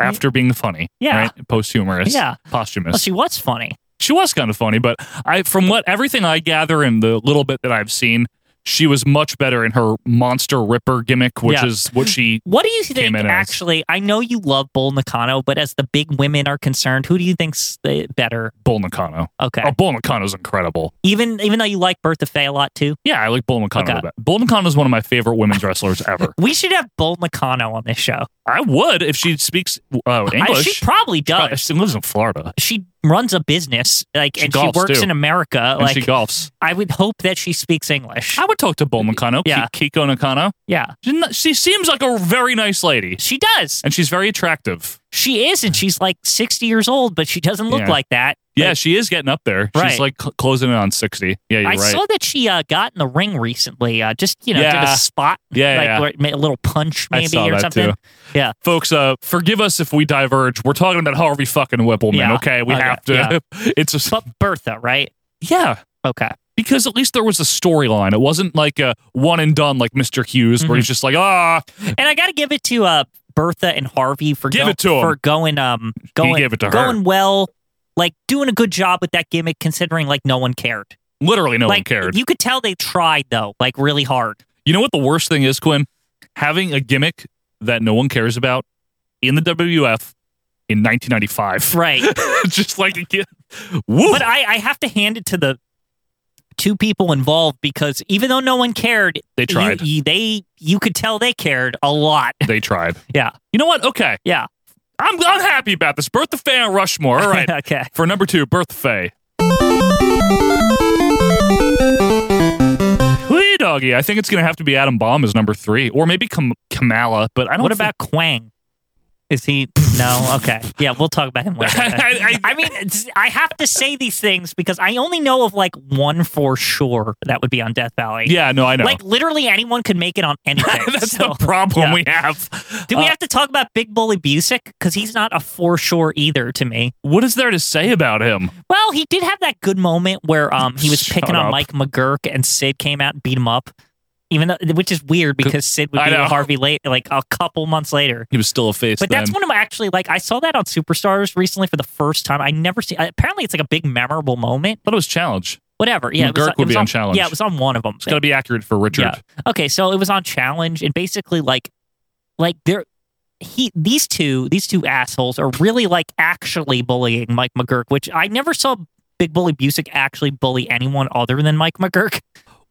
[SPEAKER 1] After being funny,
[SPEAKER 2] Yeah.
[SPEAKER 1] right? posthumous,
[SPEAKER 2] Yeah.
[SPEAKER 1] posthumous.
[SPEAKER 2] well, she was funny.
[SPEAKER 1] she was kind of funny, but I from what everything I gather and the little bit that I've seen, she was much better in her monster ripper gimmick, which
[SPEAKER 2] Yeah.
[SPEAKER 1] is what she
[SPEAKER 2] What do you think?
[SPEAKER 1] Came in as-
[SPEAKER 2] Actually, I know you love Bull Nakano, but as the big women are concerned, who do you think's the better?
[SPEAKER 1] Bull Nakano.
[SPEAKER 2] Okay,
[SPEAKER 1] Oh, Bull Nakano's incredible.
[SPEAKER 2] even even though you like Bertha Faye a lot too,
[SPEAKER 1] Yeah, I like Bull Nakano.
[SPEAKER 2] Okay.
[SPEAKER 1] Okay. Bull Nakano's one of my favorite women's wrestlers ever.
[SPEAKER 2] we should have Bull Nakano on this show.
[SPEAKER 1] I would if she speaks uh,
[SPEAKER 2] I-
[SPEAKER 1] English.
[SPEAKER 2] she probably does.
[SPEAKER 1] Probably- she lives in Florida.
[SPEAKER 2] she runs a business, like,
[SPEAKER 1] She
[SPEAKER 2] and she
[SPEAKER 1] golfs,
[SPEAKER 2] works
[SPEAKER 1] too.
[SPEAKER 2] in America.
[SPEAKER 1] And
[SPEAKER 2] Like,
[SPEAKER 1] she golfs.
[SPEAKER 2] I would hope that she speaks English.
[SPEAKER 1] I would talk to Bull Nakano, Ki-
[SPEAKER 2] Yeah.
[SPEAKER 1] Kiko Nakano.
[SPEAKER 2] Yeah,
[SPEAKER 1] She's not- She seems like a very nice lady,
[SPEAKER 2] she does.
[SPEAKER 1] and she's very attractive.
[SPEAKER 2] She is, and she's like 60 years old, but she doesn't look
[SPEAKER 1] Yeah.
[SPEAKER 2] like that.
[SPEAKER 1] Yeah,
[SPEAKER 2] Like,
[SPEAKER 1] she is getting up there.
[SPEAKER 2] Right.
[SPEAKER 1] She's like cl- closing in on 60. Yeah, you're
[SPEAKER 2] I
[SPEAKER 1] right.
[SPEAKER 2] saw that she uh, got in the ring recently. Uh, just you know, did
[SPEAKER 1] Yeah.
[SPEAKER 2] a spot,
[SPEAKER 1] Yeah,
[SPEAKER 2] like
[SPEAKER 1] yeah.
[SPEAKER 2] where it made a little punch
[SPEAKER 1] I
[SPEAKER 2] maybe
[SPEAKER 1] saw
[SPEAKER 2] or
[SPEAKER 1] that,
[SPEAKER 2] something.
[SPEAKER 1] too.
[SPEAKER 2] Yeah,
[SPEAKER 1] Folks, uh, forgive us if we diverge. We're talking about Harvey fucking Whippleman,
[SPEAKER 2] Yeah.
[SPEAKER 1] okay? We
[SPEAKER 2] Oh, yeah,
[SPEAKER 1] have to. It's a,
[SPEAKER 2] but Bertha, right?
[SPEAKER 1] yeah,
[SPEAKER 2] Okay,
[SPEAKER 1] because at least there was a storyline. It wasn't like a one and done like Mr. Hughes,
[SPEAKER 2] Mm-hmm.
[SPEAKER 1] where he's just like, ah,
[SPEAKER 2] and I got to give it to uh, Bertha and Harvey for
[SPEAKER 1] Give
[SPEAKER 2] go-
[SPEAKER 1] it to 'em.
[SPEAKER 2] for going um going
[SPEAKER 1] gave it to her.
[SPEAKER 2] going well, like doing a good job with that gimmick, considering like no one cared.
[SPEAKER 1] literally no
[SPEAKER 2] like
[SPEAKER 1] one cared. You-,
[SPEAKER 2] you could tell they tried though, like really hard.
[SPEAKER 1] know what the worst thing is, Quinn? Having a gimmick that no one cares about in the WWF in 1995.
[SPEAKER 2] Right.
[SPEAKER 1] just like a kid. Woo!
[SPEAKER 2] but I, I have to hand it to the two people involved because even though no one cared,
[SPEAKER 1] They tried.
[SPEAKER 2] You, you- they you could tell they cared a lot.
[SPEAKER 1] they tried.
[SPEAKER 2] Yeah.
[SPEAKER 1] You know what? Okay.
[SPEAKER 2] Yeah.
[SPEAKER 1] I'm, I'm happy about this. Bertha Faye and Rushmore. All right.
[SPEAKER 2] okay.
[SPEAKER 1] For number two, Bertha Faye. Wee doggy. I think it's going to have to be Adam Bomb as number three, or maybe Kam- Kamala. But I don't.
[SPEAKER 2] What
[SPEAKER 1] think-
[SPEAKER 2] about Quang? Is he no? Okay. Yeah, we'll talk about him later.
[SPEAKER 1] I- I-
[SPEAKER 2] I mean, it's- I have to say these things because I only know of like one for sure that would be on Death Valley.
[SPEAKER 1] Yeah. No, I know.
[SPEAKER 2] Like literally anyone could make it on anything.
[SPEAKER 1] That's
[SPEAKER 2] so.
[SPEAKER 1] the problem
[SPEAKER 2] yeah.
[SPEAKER 1] we have.
[SPEAKER 2] do we
[SPEAKER 1] Uh,
[SPEAKER 2] have to talk about Big Bully Busick? Because he's not a for sure either to me.
[SPEAKER 1] what is there to say about him?
[SPEAKER 2] Well, he did have that good moment where um he was
[SPEAKER 1] Shut
[SPEAKER 2] picking on
[SPEAKER 1] up.
[SPEAKER 2] Mike McGurk and Sid came out and beat him up. Even though, which is weird because Sid would
[SPEAKER 1] I
[SPEAKER 2] be
[SPEAKER 1] know.
[SPEAKER 2] Harvey late like a couple months later.
[SPEAKER 1] He was still a face.
[SPEAKER 2] But
[SPEAKER 1] then.
[SPEAKER 2] that's one of my actually like I saw that on Superstars recently for the first time. I never see. Apparently, it's like a big memorable moment.
[SPEAKER 1] I thought it was challenge.
[SPEAKER 2] Whatever. Yeah, it was,
[SPEAKER 1] McGurk
[SPEAKER 2] it
[SPEAKER 1] would
[SPEAKER 2] was
[SPEAKER 1] be on
[SPEAKER 2] on
[SPEAKER 1] Challenge.
[SPEAKER 2] Yeah, it was on one of them.
[SPEAKER 1] It's got to be accurate for Richard.
[SPEAKER 2] Okay, so it was on challenge and basically like like they're he these two these two assholes are really like actually bullying Mike McGurk, which I never saw Big Bully Busick actually bully anyone other than Mike McGurk.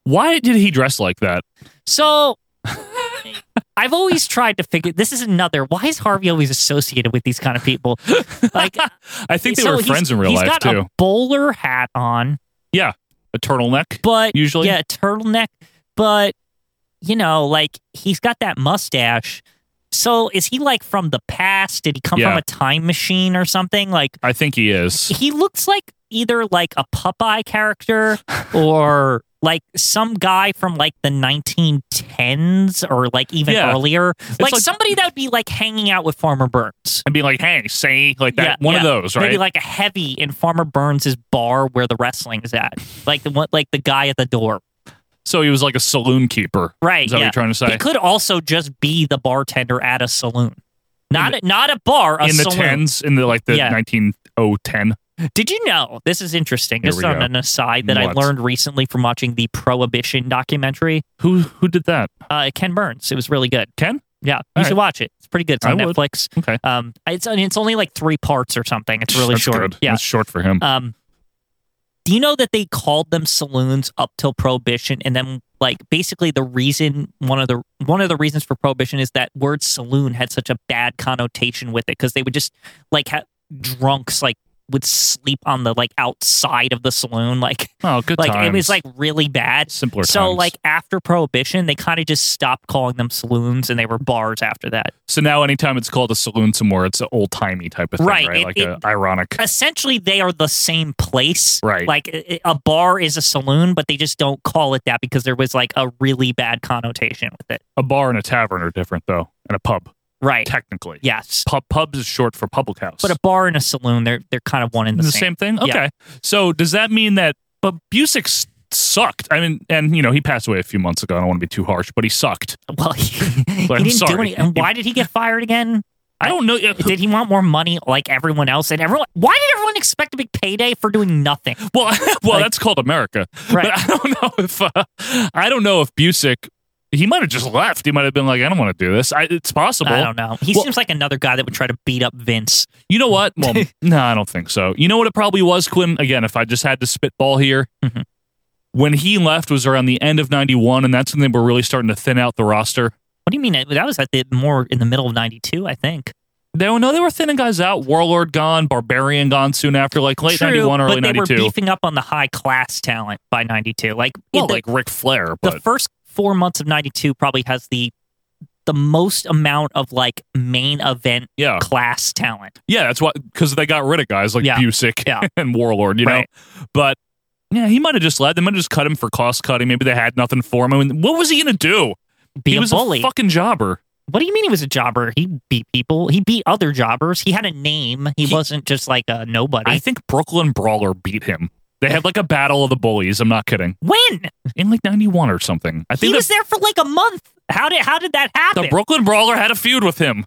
[SPEAKER 1] Why did he dress like that?
[SPEAKER 2] So I've always tried to figure this is another why is Harvey always associated with these kind of people? Like
[SPEAKER 1] I think they
[SPEAKER 2] so
[SPEAKER 1] were
[SPEAKER 2] he's-
[SPEAKER 1] friends in real
[SPEAKER 2] he's
[SPEAKER 1] life
[SPEAKER 2] got
[SPEAKER 1] too.
[SPEAKER 2] A bowler hat on,
[SPEAKER 1] A turtleneck.
[SPEAKER 2] but
[SPEAKER 1] Usually?
[SPEAKER 2] yeah, turtleneck, but you know, like he's got that mustache. So is he like from the past? Did he come
[SPEAKER 1] Yeah.
[SPEAKER 2] from a time machine or something? Like
[SPEAKER 1] I think he is.
[SPEAKER 2] he looks like either like a Popeye character or like some guy from like the 1910s or like even
[SPEAKER 1] Yeah.
[SPEAKER 2] earlier. Like,
[SPEAKER 1] like-
[SPEAKER 2] somebody that would be like hanging out with Farmer Burns.
[SPEAKER 1] And be like, hey, say like that.
[SPEAKER 2] Yeah,
[SPEAKER 1] one of
[SPEAKER 2] yeah.
[SPEAKER 1] those, right?
[SPEAKER 2] Maybe like a heavy in Farmer Burns' bar where the wrestling is at. Like the one like the guy at the door.
[SPEAKER 1] so he was like a saloon keeper.
[SPEAKER 2] Right.
[SPEAKER 1] Is that what
[SPEAKER 2] yeah.
[SPEAKER 1] you're trying to say?
[SPEAKER 2] He could also just be the bartender at a saloon. Not a, not a bar, a
[SPEAKER 1] in the
[SPEAKER 2] saloon.
[SPEAKER 1] tens, in the like the
[SPEAKER 2] Yeah.
[SPEAKER 1] 19010.
[SPEAKER 2] Did you know? This is interesting.
[SPEAKER 1] Here
[SPEAKER 2] Just
[SPEAKER 1] we
[SPEAKER 2] on
[SPEAKER 1] go.
[SPEAKER 2] an aside that
[SPEAKER 1] What?
[SPEAKER 2] I learned recently from watching the Prohibition documentary.
[SPEAKER 1] Who who did that?
[SPEAKER 2] Uh, Ken Burns. It was really good.
[SPEAKER 1] Ken?
[SPEAKER 2] Yeah, you
[SPEAKER 1] All
[SPEAKER 2] should watch it. It's pretty good. It's on
[SPEAKER 1] I would.
[SPEAKER 2] Netflix.
[SPEAKER 1] Okay.
[SPEAKER 2] Um, it's it's only like three parts or something. It's really
[SPEAKER 1] That's
[SPEAKER 2] short.
[SPEAKER 1] Good.
[SPEAKER 2] Yeah.
[SPEAKER 1] That's short for him.
[SPEAKER 2] Um, do you know that they called them saloons up till prohibition, and then like basically the reason one of the one of the reasons for prohibition is that word saloon had such a bad connotation with it because they would just like ha- drunks like would sleep on the like outside of the saloon like
[SPEAKER 1] oh, good
[SPEAKER 2] like
[SPEAKER 1] times.
[SPEAKER 2] it was like really bad.
[SPEAKER 1] simpler
[SPEAKER 2] so
[SPEAKER 1] times.
[SPEAKER 2] like after prohibition, they kind of just stopped calling them saloons, and they were bars after that.
[SPEAKER 1] so now anytime it's called a saloon somewhere, it's an old timey type of thing,
[SPEAKER 2] Right,
[SPEAKER 1] right?
[SPEAKER 2] it-
[SPEAKER 1] like
[SPEAKER 2] it-
[SPEAKER 1] a ironic.
[SPEAKER 2] essentially they are the same place.
[SPEAKER 1] Right.
[SPEAKER 2] Like i- i- a bar is a saloon, but they just don't call it that because there was like a really bad connotation with it.
[SPEAKER 1] A bar and a tavern are different though, and a pub
[SPEAKER 2] Right.
[SPEAKER 1] technically.
[SPEAKER 2] Yes.
[SPEAKER 1] Pub pubs is short for public house.
[SPEAKER 2] But a bar and a saloon, they're they're kind of one in the,
[SPEAKER 1] the,
[SPEAKER 2] same.
[SPEAKER 1] same. thing.
[SPEAKER 2] Yeah.
[SPEAKER 1] Okay. So does that mean that? But Busick s- sucked. I mean, and you know he passed away a few months ago. I don't want to be too harsh, but he sucked.
[SPEAKER 2] Well, he, he
[SPEAKER 1] I'm
[SPEAKER 2] didn't do
[SPEAKER 1] sorry.
[SPEAKER 2] any. And why did he get fired again?
[SPEAKER 1] I don't know. uh,
[SPEAKER 2] Did he want more money like everyone else? And everyone, why did everyone expect a big payday for doing nothing?
[SPEAKER 1] Well, well,
[SPEAKER 2] Like-
[SPEAKER 1] that's called America.
[SPEAKER 2] Right.
[SPEAKER 1] But I don't know if uh, I don't know if Busick. He might have just left. He might have been like, I don't want to do this. I, it's possible.
[SPEAKER 2] I don't know. He
[SPEAKER 1] Well-
[SPEAKER 2] seems like another guy that would try to beat up Vince.
[SPEAKER 1] You know what? Well, no, I don't think so. You know what it probably was, Quinn? Again, if I just had to spitball here,
[SPEAKER 2] Mhm.
[SPEAKER 1] when he left was around the end of 91, and that's when they were really starting to thin out the roster.
[SPEAKER 2] What do you mean? That was at the more in the middle of '92, I think.
[SPEAKER 1] They were, no, they were thinning guys out. Warlord gone, Barbarian gone soon after, like late
[SPEAKER 2] True,
[SPEAKER 1] 91, early
[SPEAKER 2] but they
[SPEAKER 1] 92.
[SPEAKER 2] were beefing up on the high class talent by 92 like,
[SPEAKER 1] well,
[SPEAKER 2] the,
[SPEAKER 1] like Ric Flair,
[SPEAKER 2] the
[SPEAKER 1] but
[SPEAKER 2] first four months of 92 probably has the the most amount of like main event
[SPEAKER 1] yeah.
[SPEAKER 2] class talent
[SPEAKER 1] Yeah, that's why, because they got rid of guys like
[SPEAKER 2] Yeah.
[SPEAKER 1] Busick
[SPEAKER 2] Yeah.
[SPEAKER 1] and Warlord, you
[SPEAKER 2] Right.
[SPEAKER 1] know? But yeah, he might have just left. They might have just cut him for cost cutting. Maybe they had nothing for him. I mean, what was he going to do?
[SPEAKER 2] be
[SPEAKER 1] he
[SPEAKER 2] a
[SPEAKER 1] was
[SPEAKER 2] bully
[SPEAKER 1] a fucking jobber.
[SPEAKER 2] what do you mean he was a jobber he beat people he beat other jobbers he had a name he,
[SPEAKER 1] He-
[SPEAKER 2] wasn't just like a nobody
[SPEAKER 1] I think Brooklyn Brawler beat him. They had like a battle of the bullies. I'm not kidding.
[SPEAKER 2] when
[SPEAKER 1] In like 91 or something. I
[SPEAKER 2] he
[SPEAKER 1] think
[SPEAKER 2] was
[SPEAKER 1] the,
[SPEAKER 2] there for like a month how did how did that happen
[SPEAKER 1] the Brooklyn Brawler had a feud with him.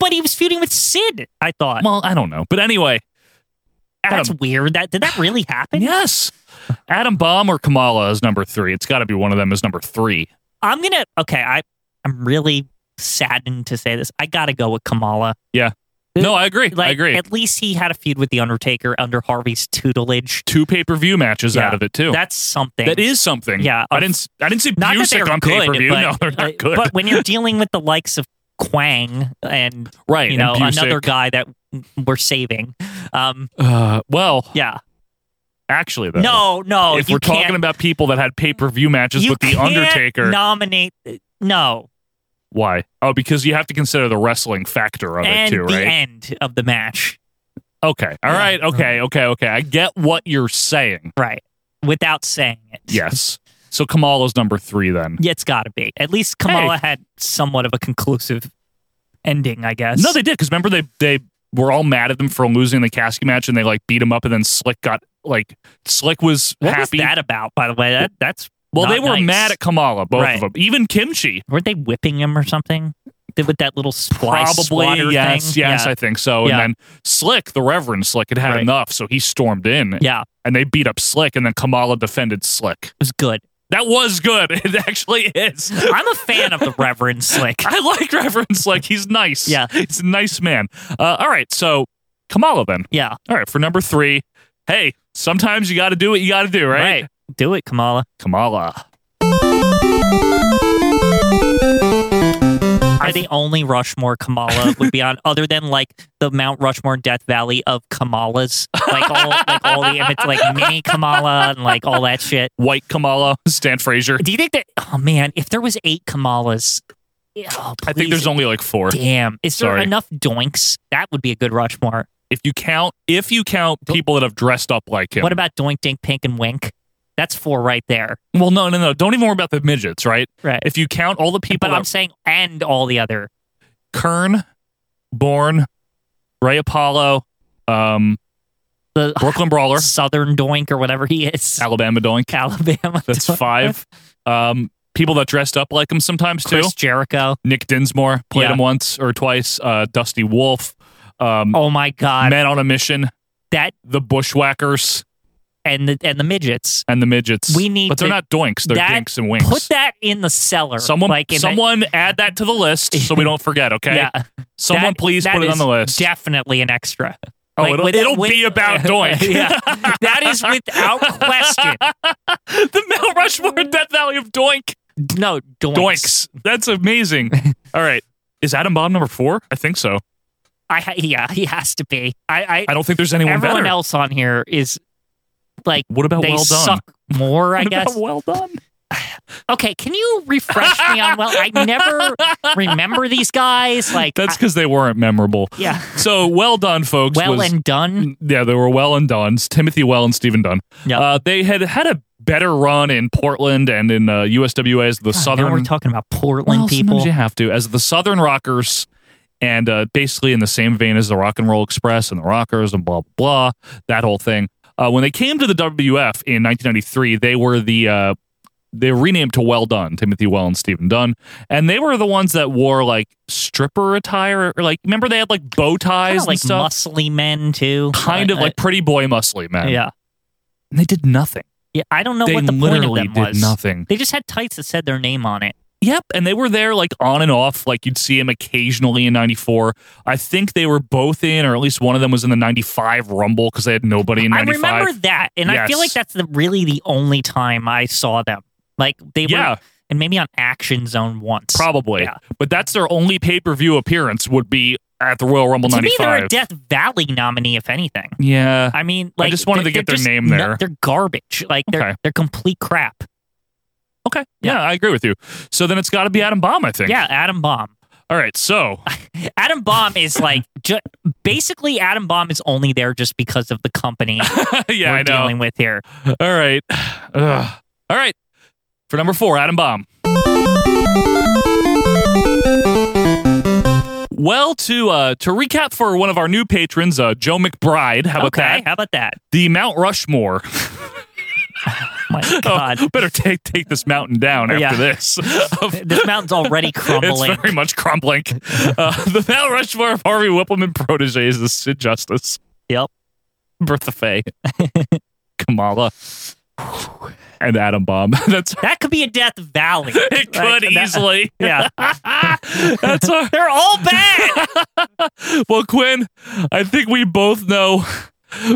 [SPEAKER 2] but he was feuding with sid i thought
[SPEAKER 1] Well, I don't know. But anyway,
[SPEAKER 2] that's
[SPEAKER 1] Adam.
[SPEAKER 2] weird that did that really happen
[SPEAKER 1] Yes. Adam Bomb or Kamala is number three. It's got to be one of them is number three.
[SPEAKER 2] I'm gonna okay. I I'm really saddened to say this. I gotta go with Kamala.
[SPEAKER 1] No, I agree.
[SPEAKER 2] Like,
[SPEAKER 1] I agree.
[SPEAKER 2] At least he had a feud with the Undertaker under Harvey's tutelage.
[SPEAKER 1] Two pay per view matches
[SPEAKER 2] Yeah.
[SPEAKER 1] out of it, too.
[SPEAKER 2] That's something.
[SPEAKER 1] That is something.
[SPEAKER 2] Yeah,
[SPEAKER 1] I
[SPEAKER 2] um,
[SPEAKER 1] didn't. s- I didn't see
[SPEAKER 2] not that
[SPEAKER 1] music
[SPEAKER 2] they're
[SPEAKER 1] on
[SPEAKER 2] good,
[SPEAKER 1] pay per view.
[SPEAKER 2] but,
[SPEAKER 1] No, they're not
[SPEAKER 2] uh,
[SPEAKER 1] good.
[SPEAKER 2] But when you're dealing with the likes of Quang and
[SPEAKER 1] right,
[SPEAKER 2] you
[SPEAKER 1] and
[SPEAKER 2] know
[SPEAKER 1] Busick.
[SPEAKER 2] another guy that we're saving, um,
[SPEAKER 1] Uh, well,
[SPEAKER 2] yeah.
[SPEAKER 1] actually, though,
[SPEAKER 2] no, no.
[SPEAKER 1] if
[SPEAKER 2] you
[SPEAKER 1] we're
[SPEAKER 2] can't,
[SPEAKER 1] talking about people that had pay per view matches
[SPEAKER 2] you
[SPEAKER 1] with the
[SPEAKER 2] can't
[SPEAKER 1] Undertaker,
[SPEAKER 2] nominate. No,
[SPEAKER 1] why? Oh, because you have to consider the wrestling factor of
[SPEAKER 2] and
[SPEAKER 1] it too,
[SPEAKER 2] the
[SPEAKER 1] Oh, right?
[SPEAKER 2] end of the match,
[SPEAKER 1] Okay, all
[SPEAKER 2] Yeah.
[SPEAKER 1] right, okay, okay, okay. I get what you're saying.
[SPEAKER 2] right? Without saying it.
[SPEAKER 1] Yes. So Kamala's number three then.
[SPEAKER 2] Yeah, it's got to be. At least Kamala had somewhat of a conclusive ending, I guess.
[SPEAKER 1] No, they did because remember they they were all mad at them for losing the casket match and they like beat him up and then Slick got like Slick was
[SPEAKER 2] what
[SPEAKER 1] happy.
[SPEAKER 2] was that about? By the way, that that's
[SPEAKER 1] well,
[SPEAKER 2] not
[SPEAKER 1] they were
[SPEAKER 2] nice.
[SPEAKER 1] mad at Kamala, both
[SPEAKER 2] Right.
[SPEAKER 1] of them, even Kimchi.
[SPEAKER 2] Weren't they whipping him or something? Did with that little splice swatter
[SPEAKER 1] probably yes
[SPEAKER 2] thing?
[SPEAKER 1] yes
[SPEAKER 2] yeah.
[SPEAKER 1] i think so
[SPEAKER 2] Yeah.
[SPEAKER 1] and then slick the reverend slick had had
[SPEAKER 2] Right.
[SPEAKER 1] enough so he stormed in
[SPEAKER 2] yeah, it
[SPEAKER 1] and they beat up slick and then kamala defended slick
[SPEAKER 2] was good.
[SPEAKER 1] that was good it actually is
[SPEAKER 2] I'm a fan of the Reverend Slick.
[SPEAKER 1] i like reverend slick he's nice
[SPEAKER 2] Yeah.
[SPEAKER 1] he's a nice man uh, all right so kamala then
[SPEAKER 2] Yeah,
[SPEAKER 1] all right for number three hey sometimes you gotta do what you gotta do right,
[SPEAKER 2] Right. do it, Kamala.
[SPEAKER 1] kamala
[SPEAKER 2] probably the only Rushmore Kamala would be on, other than like the Mount Rushmore Death Valley of Kamalas, like all like all the it's like mini Kamala and like all that shit.
[SPEAKER 1] White Kamala, Stan Fraser.
[SPEAKER 2] Do you think that? Oh man, if there was eight Kamalas, oh,
[SPEAKER 1] I think
[SPEAKER 2] please,
[SPEAKER 1] there's only like four.
[SPEAKER 2] damn. Is there
[SPEAKER 1] Sorry.
[SPEAKER 2] enough doinks? That would be a good Rushmore.
[SPEAKER 1] If you count, if you count people that have dressed up like him.
[SPEAKER 2] What about Doink, Dink, Pink, and Wink? That's four right there.
[SPEAKER 1] well, no, no, no. Don't even worry about the midgets, right?
[SPEAKER 2] Right.
[SPEAKER 1] If you count all the people,
[SPEAKER 2] but I'm
[SPEAKER 1] that,
[SPEAKER 2] saying and all the other.
[SPEAKER 1] Kern, Bourne, Ray Apollo, um,
[SPEAKER 2] The
[SPEAKER 1] Brooklyn Brawler,
[SPEAKER 2] Southern Doink or whatever he is.
[SPEAKER 1] Alabama Doink.
[SPEAKER 2] Alabama.
[SPEAKER 1] That's
[SPEAKER 2] Doink.
[SPEAKER 1] five. Um, people that dressed up like him sometimes too.
[SPEAKER 2] Chris Jericho.
[SPEAKER 1] Nick Dinsmore played
[SPEAKER 2] Yeah.
[SPEAKER 1] him once or twice. Uh, Dusty Wolf, um,
[SPEAKER 2] Oh my God.
[SPEAKER 1] Men on a Mission,
[SPEAKER 2] That
[SPEAKER 1] The Bushwhackers,
[SPEAKER 2] and the and the midgets.
[SPEAKER 1] and the Midgets.
[SPEAKER 2] We need
[SPEAKER 1] but they're
[SPEAKER 2] to-
[SPEAKER 1] not doinks. They're
[SPEAKER 2] that-
[SPEAKER 1] dinks and winks.
[SPEAKER 2] Put that in the cellar.
[SPEAKER 1] someone,
[SPEAKER 2] like in that-
[SPEAKER 1] someone, add that to the list so we don't forget. Okay,
[SPEAKER 2] yeah.
[SPEAKER 1] someone,
[SPEAKER 2] That-
[SPEAKER 1] please
[SPEAKER 2] that
[SPEAKER 1] put it on
[SPEAKER 2] is
[SPEAKER 1] the list.
[SPEAKER 2] Definitely an extra.
[SPEAKER 1] oh,
[SPEAKER 2] like,
[SPEAKER 1] it'll,
[SPEAKER 2] with-
[SPEAKER 1] it'll
[SPEAKER 2] with-
[SPEAKER 1] be about doink.
[SPEAKER 2] yeah. That is without question.
[SPEAKER 1] the Mount Rushmore Death Valley of doink.
[SPEAKER 2] No doinks.
[SPEAKER 1] Doinks. That's amazing. All right. Is Adam Bomb number four? I think so.
[SPEAKER 2] I ha- yeah, he has to be. I,
[SPEAKER 1] I don't think there's
[SPEAKER 2] I
[SPEAKER 1] anyone
[SPEAKER 2] everyone
[SPEAKER 1] better.
[SPEAKER 2] else on here is like
[SPEAKER 1] What about
[SPEAKER 2] they
[SPEAKER 1] well done?
[SPEAKER 2] suck more. I
[SPEAKER 1] What about
[SPEAKER 2] guess.
[SPEAKER 1] well done.
[SPEAKER 2] Okay, can you refresh me on well? I never remember these guys. Like
[SPEAKER 1] That's
[SPEAKER 2] I-
[SPEAKER 1] because they weren't memorable.
[SPEAKER 2] yeah,
[SPEAKER 1] So well done, folks.
[SPEAKER 2] well
[SPEAKER 1] was-
[SPEAKER 2] and done.
[SPEAKER 1] Mm, yeah, they were well and Dunn's Timothy Well and Stephen Dunn.
[SPEAKER 2] Yeah.
[SPEAKER 1] Uh, they had had a better run in Portland and in uh, USWA as the
[SPEAKER 2] God,
[SPEAKER 1] Southern.
[SPEAKER 2] Now we're talking about Portland
[SPEAKER 1] Well,
[SPEAKER 2] people.
[SPEAKER 1] sometimes you have to as the Southern Rockers, and uh, basically in the same vein as the Rock and Roll Express and the Rockers and blah blah blah that whole thing. Uh, when they came to the WF in 1993, they were the uh, they were renamed to Well Done, Timothy Well and Stephen Dunn, and they were the ones that wore like stripper attire. Or, like remember they had like bow
[SPEAKER 2] Kinda
[SPEAKER 1] ties and
[SPEAKER 2] like
[SPEAKER 1] stuff,
[SPEAKER 2] muscly men too.
[SPEAKER 1] kind of
[SPEAKER 2] I-
[SPEAKER 1] like pretty boy muscly
[SPEAKER 2] I-
[SPEAKER 1] men.
[SPEAKER 2] yeah,
[SPEAKER 1] and they did nothing.
[SPEAKER 2] yeah. I don't know
[SPEAKER 1] they
[SPEAKER 2] what the point
[SPEAKER 1] literally
[SPEAKER 2] of them
[SPEAKER 1] did
[SPEAKER 2] was.
[SPEAKER 1] nothing.
[SPEAKER 2] They just had tights that said their name on it.
[SPEAKER 1] Yep, and they were there like on and off. Like you'd see him occasionally in '94. I think they were both in, or at least one of them was in the '95 Rumble because they had nobody in
[SPEAKER 2] I
[SPEAKER 1] '95.
[SPEAKER 2] remember that, and I feel
[SPEAKER 1] Yes.
[SPEAKER 2] like that's the, really the only time I saw them. Like they
[SPEAKER 1] Yeah.
[SPEAKER 2] were, and maybe on Action Zone once.
[SPEAKER 1] probably,
[SPEAKER 2] Yeah.
[SPEAKER 1] but that's their only pay per view appearance would be at the Royal Rumble
[SPEAKER 2] to me, they're
[SPEAKER 1] '95.
[SPEAKER 2] a Death Valley nominee, if anything.
[SPEAKER 1] yeah,
[SPEAKER 2] I mean, like
[SPEAKER 1] just wanted
[SPEAKER 2] they're-
[SPEAKER 1] to get their
[SPEAKER 2] they're just
[SPEAKER 1] name
[SPEAKER 2] no-
[SPEAKER 1] there.
[SPEAKER 2] they're garbage. Like they're
[SPEAKER 1] Okay.
[SPEAKER 2] they're complete crap.
[SPEAKER 1] okay, yeah. I agree with you. So then it's got to be Adam Bomb, I think.
[SPEAKER 2] Yeah, Adam Bomb.
[SPEAKER 1] All right, so
[SPEAKER 2] Adam Bomb is like ju- basically Adam Bomb is only there just because of the company
[SPEAKER 1] yeah,
[SPEAKER 2] we're
[SPEAKER 1] I know.
[SPEAKER 2] dealing with here.
[SPEAKER 1] All right, Ugh. all right. For number four, Adam Bomb. Well, to uh, to recap for one of our new patrons, uh, Joe McBride. How about
[SPEAKER 2] okay,
[SPEAKER 1] that?
[SPEAKER 2] how about that?
[SPEAKER 1] The Mount Rushmore.
[SPEAKER 2] My God,
[SPEAKER 1] Oh, better take take this mountain down after
[SPEAKER 2] Yeah.
[SPEAKER 1] this. Of-
[SPEAKER 2] this mountain's already crumbling.
[SPEAKER 1] It's very much crumbling. Uh, the Mount Rushmore of Harvey Whippleman proteges is Sid Justice.
[SPEAKER 2] Yep.
[SPEAKER 1] Bertha Faye. Kamala. And Adam Bomb. That's
[SPEAKER 2] That could be a Death Valley.
[SPEAKER 1] it could
[SPEAKER 2] Like, that-
[SPEAKER 1] easily.
[SPEAKER 2] yeah,
[SPEAKER 1] That's our
[SPEAKER 2] they're all bad.
[SPEAKER 1] well, Quinn. I think we both know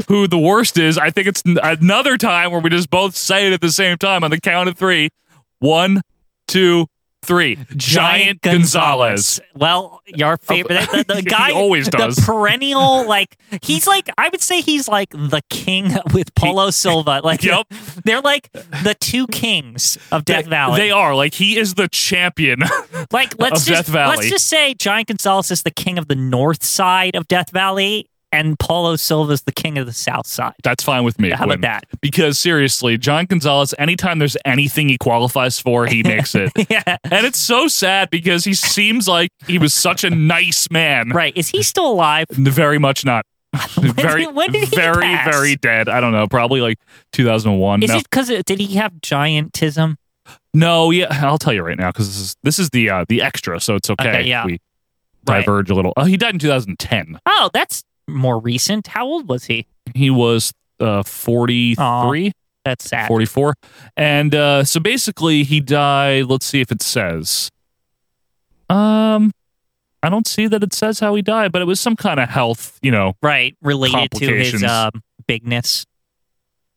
[SPEAKER 1] who the worst is. I think it's n- another time where we just both say it at the same time on the count of three. One, two, three. Giant, Gonzalez.
[SPEAKER 2] Well, your favorite, the, the- the
[SPEAKER 1] He
[SPEAKER 2] guy
[SPEAKER 1] always does.
[SPEAKER 2] The perennial, like he's like, I would say he's like the king with Paulo Silva. Like,
[SPEAKER 1] Yep.
[SPEAKER 2] they're like the two kings of Death
[SPEAKER 1] They-
[SPEAKER 2] Valley.
[SPEAKER 1] They are like he is the champion.
[SPEAKER 2] Like let's
[SPEAKER 1] of
[SPEAKER 2] just
[SPEAKER 1] Death Valley.
[SPEAKER 2] let's just say Giant Gonzalez is the king of the north side of Death Valley, and Paulo Silva is the king of the south side.
[SPEAKER 1] That's fine with me.
[SPEAKER 2] How
[SPEAKER 1] Quinn.
[SPEAKER 2] about that?
[SPEAKER 1] Because seriously, John Gonzalez. Anytime there's anything he qualifies for, he makes it.
[SPEAKER 2] yeah,
[SPEAKER 1] And it's so sad because he seems like he was such a nice man.
[SPEAKER 2] right. Is he still alive?
[SPEAKER 1] Very much not. very,
[SPEAKER 2] when did he
[SPEAKER 1] very,
[SPEAKER 2] pass?
[SPEAKER 1] very dead. I don't know. Probably like 2001.
[SPEAKER 2] Is
[SPEAKER 1] no,
[SPEAKER 2] it because did he have giantism?
[SPEAKER 1] no, yeah. I'll tell you right now because this is this is the uh, the extra, so it's okay.
[SPEAKER 2] Okay, yeah.
[SPEAKER 1] if We
[SPEAKER 2] Right.
[SPEAKER 1] diverge a little. Oh, he died in 2010.
[SPEAKER 2] Oh, that's more recent. How old was he?
[SPEAKER 1] He was uh, 43,
[SPEAKER 2] That's sad.
[SPEAKER 1] 44, and uh, so basically he died. Let's see if it says. Um, I don't see that it says how he died, but it was some kind of health, you know,
[SPEAKER 2] Right, related to his
[SPEAKER 1] Complications.
[SPEAKER 2] um, bigness.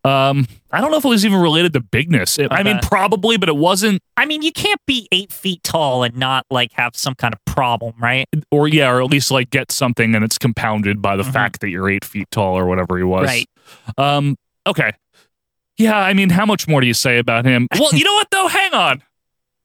[SPEAKER 1] Um, I don't know if it was even related to bigness. It- I mean,
[SPEAKER 2] Okay.
[SPEAKER 1] probably, but it wasn't.
[SPEAKER 2] I mean, you can't be eight feet tall and not like have some kind of problem, right?
[SPEAKER 1] or yeah, or at least like get something, and it's compounded by the
[SPEAKER 2] Mhm.
[SPEAKER 1] fact that you're eight feet tall or whatever he was.
[SPEAKER 2] Right.
[SPEAKER 1] Um. Okay. Yeah, I mean, how much more do you say about him? Well, you know what though? Hang on.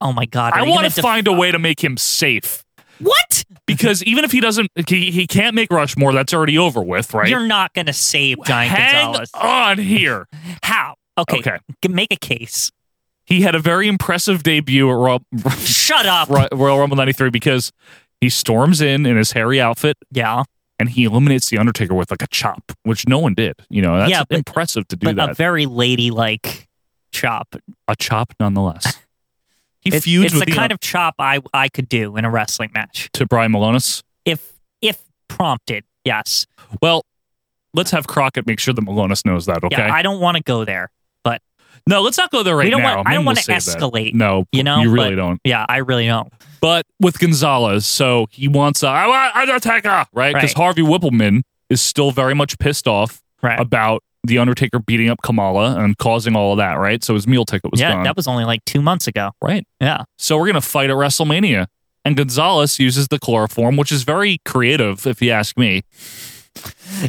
[SPEAKER 2] Oh my god! are
[SPEAKER 1] I
[SPEAKER 2] you
[SPEAKER 1] want
[SPEAKER 2] gonna
[SPEAKER 1] to
[SPEAKER 2] def-
[SPEAKER 1] find a way to make him safe
[SPEAKER 2] what?
[SPEAKER 1] because even if he doesn't, he, he can't make Rushmore. That's already over with, right?
[SPEAKER 2] You're not gonna save Giant
[SPEAKER 1] Hang
[SPEAKER 2] Gonzalez.
[SPEAKER 1] on here.
[SPEAKER 2] How? Okay,
[SPEAKER 1] Okay.
[SPEAKER 2] g- make a case.
[SPEAKER 1] He had a very impressive debut at Royal,
[SPEAKER 2] Shut up.
[SPEAKER 1] Royal Rumble 93 because he storms in in his hairy outfit
[SPEAKER 2] Yeah,
[SPEAKER 1] and he eliminates The Undertaker with like a chop, which no one did. You know, that's
[SPEAKER 2] Yeah, but-
[SPEAKER 1] impressive to do
[SPEAKER 2] but
[SPEAKER 1] that.
[SPEAKER 2] a very ladylike chop.
[SPEAKER 1] a chop nonetheless. He
[SPEAKER 2] It's-
[SPEAKER 1] feuds
[SPEAKER 2] it's
[SPEAKER 1] with
[SPEAKER 2] the kind of chop I I could do in a wrestling match
[SPEAKER 1] to Brian Malonis.
[SPEAKER 2] if if prompted. Yes.
[SPEAKER 1] Well, let's have Crockett make sure that Malonis knows that. Okay.
[SPEAKER 2] Yeah. I don't want to go there.
[SPEAKER 1] no, let's not go there right
[SPEAKER 2] we don't
[SPEAKER 1] now.
[SPEAKER 2] want. I
[SPEAKER 1] Maybe
[SPEAKER 2] don't
[SPEAKER 1] we'll
[SPEAKER 2] want to
[SPEAKER 1] save that.
[SPEAKER 2] escalate.
[SPEAKER 1] No,
[SPEAKER 2] You know,
[SPEAKER 1] you really
[SPEAKER 2] but-
[SPEAKER 1] don't.
[SPEAKER 2] Yeah, I really don't.
[SPEAKER 1] But with Gonzalez, so he wants a, I want Undertaker, right? Because
[SPEAKER 2] Right.
[SPEAKER 1] Harvey Whippleman is still very much pissed off
[SPEAKER 2] Right.
[SPEAKER 1] about the Undertaker beating up Kamala and causing all of that, right? So his meal ticket was
[SPEAKER 2] yeah,
[SPEAKER 1] gone,
[SPEAKER 2] that was only like two months ago.
[SPEAKER 1] right?
[SPEAKER 2] Yeah.
[SPEAKER 1] So we're gonna fight at WrestleMania, and Gonzalez uses the chloroform, which is very creative, if you ask me.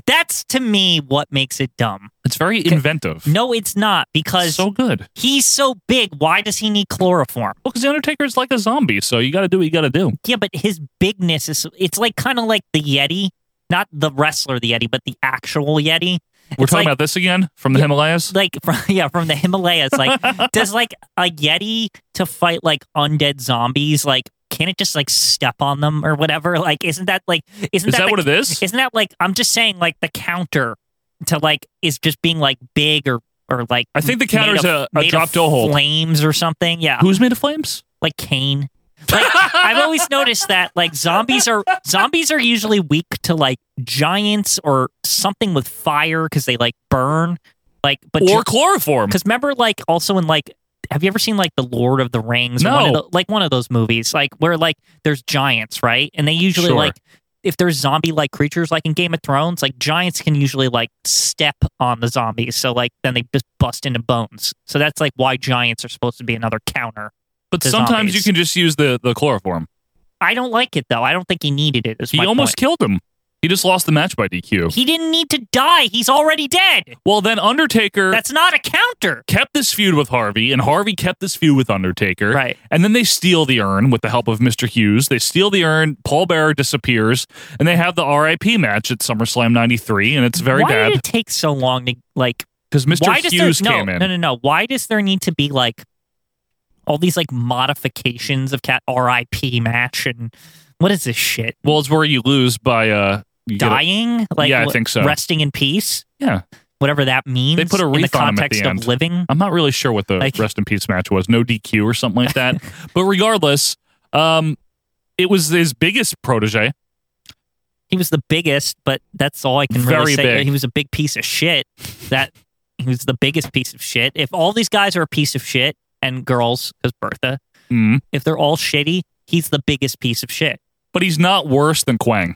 [SPEAKER 2] That's to me what makes it dumb.
[SPEAKER 1] It's very inventive.
[SPEAKER 2] No, it's not because
[SPEAKER 1] so good.
[SPEAKER 2] he's so big. Why does he need chloroform?
[SPEAKER 1] Well, because the Undertaker's like a zombie, so you got to do what you got to do.
[SPEAKER 2] Yeah, but his bigness is it's like kind of like the Yeti, not the wrestler the Yeti, but the actual Yeti.
[SPEAKER 1] We're
[SPEAKER 2] It's
[SPEAKER 1] talking
[SPEAKER 2] like-
[SPEAKER 1] about this again from the Himalayas.
[SPEAKER 2] Like from, yeah, from the Himalayas. Like does like a Yeti to fight like undead zombies like can it just like step on them or whatever? Like isn't that like isn't
[SPEAKER 1] Is that
[SPEAKER 2] the
[SPEAKER 1] what it is?
[SPEAKER 2] Isn't that like I'm just saying like the counter to like is just being like big or or like
[SPEAKER 1] I think the counter
[SPEAKER 2] made
[SPEAKER 1] is
[SPEAKER 2] of-
[SPEAKER 1] a- a
[SPEAKER 2] made
[SPEAKER 1] drop
[SPEAKER 2] of
[SPEAKER 1] toe hold.
[SPEAKER 2] flames or something. Yeah,
[SPEAKER 1] Who's made of flames?
[SPEAKER 2] like Kane. Like, I've always noticed that like zombies are zombies are usually weak to like giants or something with fire because they like burn. Like, but
[SPEAKER 1] or chloroform.
[SPEAKER 2] because remember like also in like. Have you ever seen like the Lord of the Rings? Or one of
[SPEAKER 1] No.
[SPEAKER 2] the, like one of those movies, like where like there's giants, right? And they usually
[SPEAKER 1] Sure.
[SPEAKER 2] like if there's zombie like creatures, like in Game of Thrones, like giants can usually like step on the zombies, so like then they just bust into bones. So that's like why giants are supposed to be another counter.
[SPEAKER 1] But
[SPEAKER 2] to
[SPEAKER 1] sometimes
[SPEAKER 2] zombies.
[SPEAKER 1] you can just use the, the chloroform.
[SPEAKER 2] I don't like it though. I don't think he needed it. is
[SPEAKER 1] He
[SPEAKER 2] my
[SPEAKER 1] almost killed him. He just lost the match by
[SPEAKER 2] point.
[SPEAKER 1] DQ.
[SPEAKER 2] he didn't need to die. He's already dead.
[SPEAKER 1] Well, then Undertaker
[SPEAKER 2] That's not a counter.
[SPEAKER 1] kept this feud with Harvey, and Harvey kept this feud with Undertaker.
[SPEAKER 2] Right.
[SPEAKER 1] And then they steal the urn with the help of Mr. Hughes. They steal the urn. Paul Bearer disappears, and they have the RIP match at SummerSlam 93, and it's very
[SPEAKER 2] why
[SPEAKER 1] bad
[SPEAKER 2] did it take so long to like?
[SPEAKER 1] because Mr.
[SPEAKER 2] Why
[SPEAKER 1] Hughes
[SPEAKER 2] does there, no,
[SPEAKER 1] came in.
[SPEAKER 2] no no no? Why does there need to be like all these like modifications of cat R.I.P. match and what is this shit?
[SPEAKER 1] Well, it's where you lose by uh you get a-
[SPEAKER 2] dying, like
[SPEAKER 1] Yeah, I
[SPEAKER 2] wh-
[SPEAKER 1] think so.
[SPEAKER 2] resting in peace,
[SPEAKER 1] yeah.
[SPEAKER 2] whatever that means.
[SPEAKER 1] They put a
[SPEAKER 2] in the
[SPEAKER 1] wreath on 'em at
[SPEAKER 2] context
[SPEAKER 1] the
[SPEAKER 2] of
[SPEAKER 1] end.
[SPEAKER 2] living.
[SPEAKER 1] I'm not really sure what the
[SPEAKER 2] Like-
[SPEAKER 1] rest in peace match was. No DQ or something like that. but regardless, um it was his biggest protege.
[SPEAKER 2] He was the biggest, but that's all I can
[SPEAKER 1] Very
[SPEAKER 2] really say.
[SPEAKER 1] big.
[SPEAKER 2] He was a big piece of shit. That he was the biggest piece of shit. If all these guys are a piece of shit and girls, because Bertha,
[SPEAKER 1] Mm.
[SPEAKER 2] if they're all shitty, he's the biggest piece of shit.
[SPEAKER 1] But he's not worse than Quang.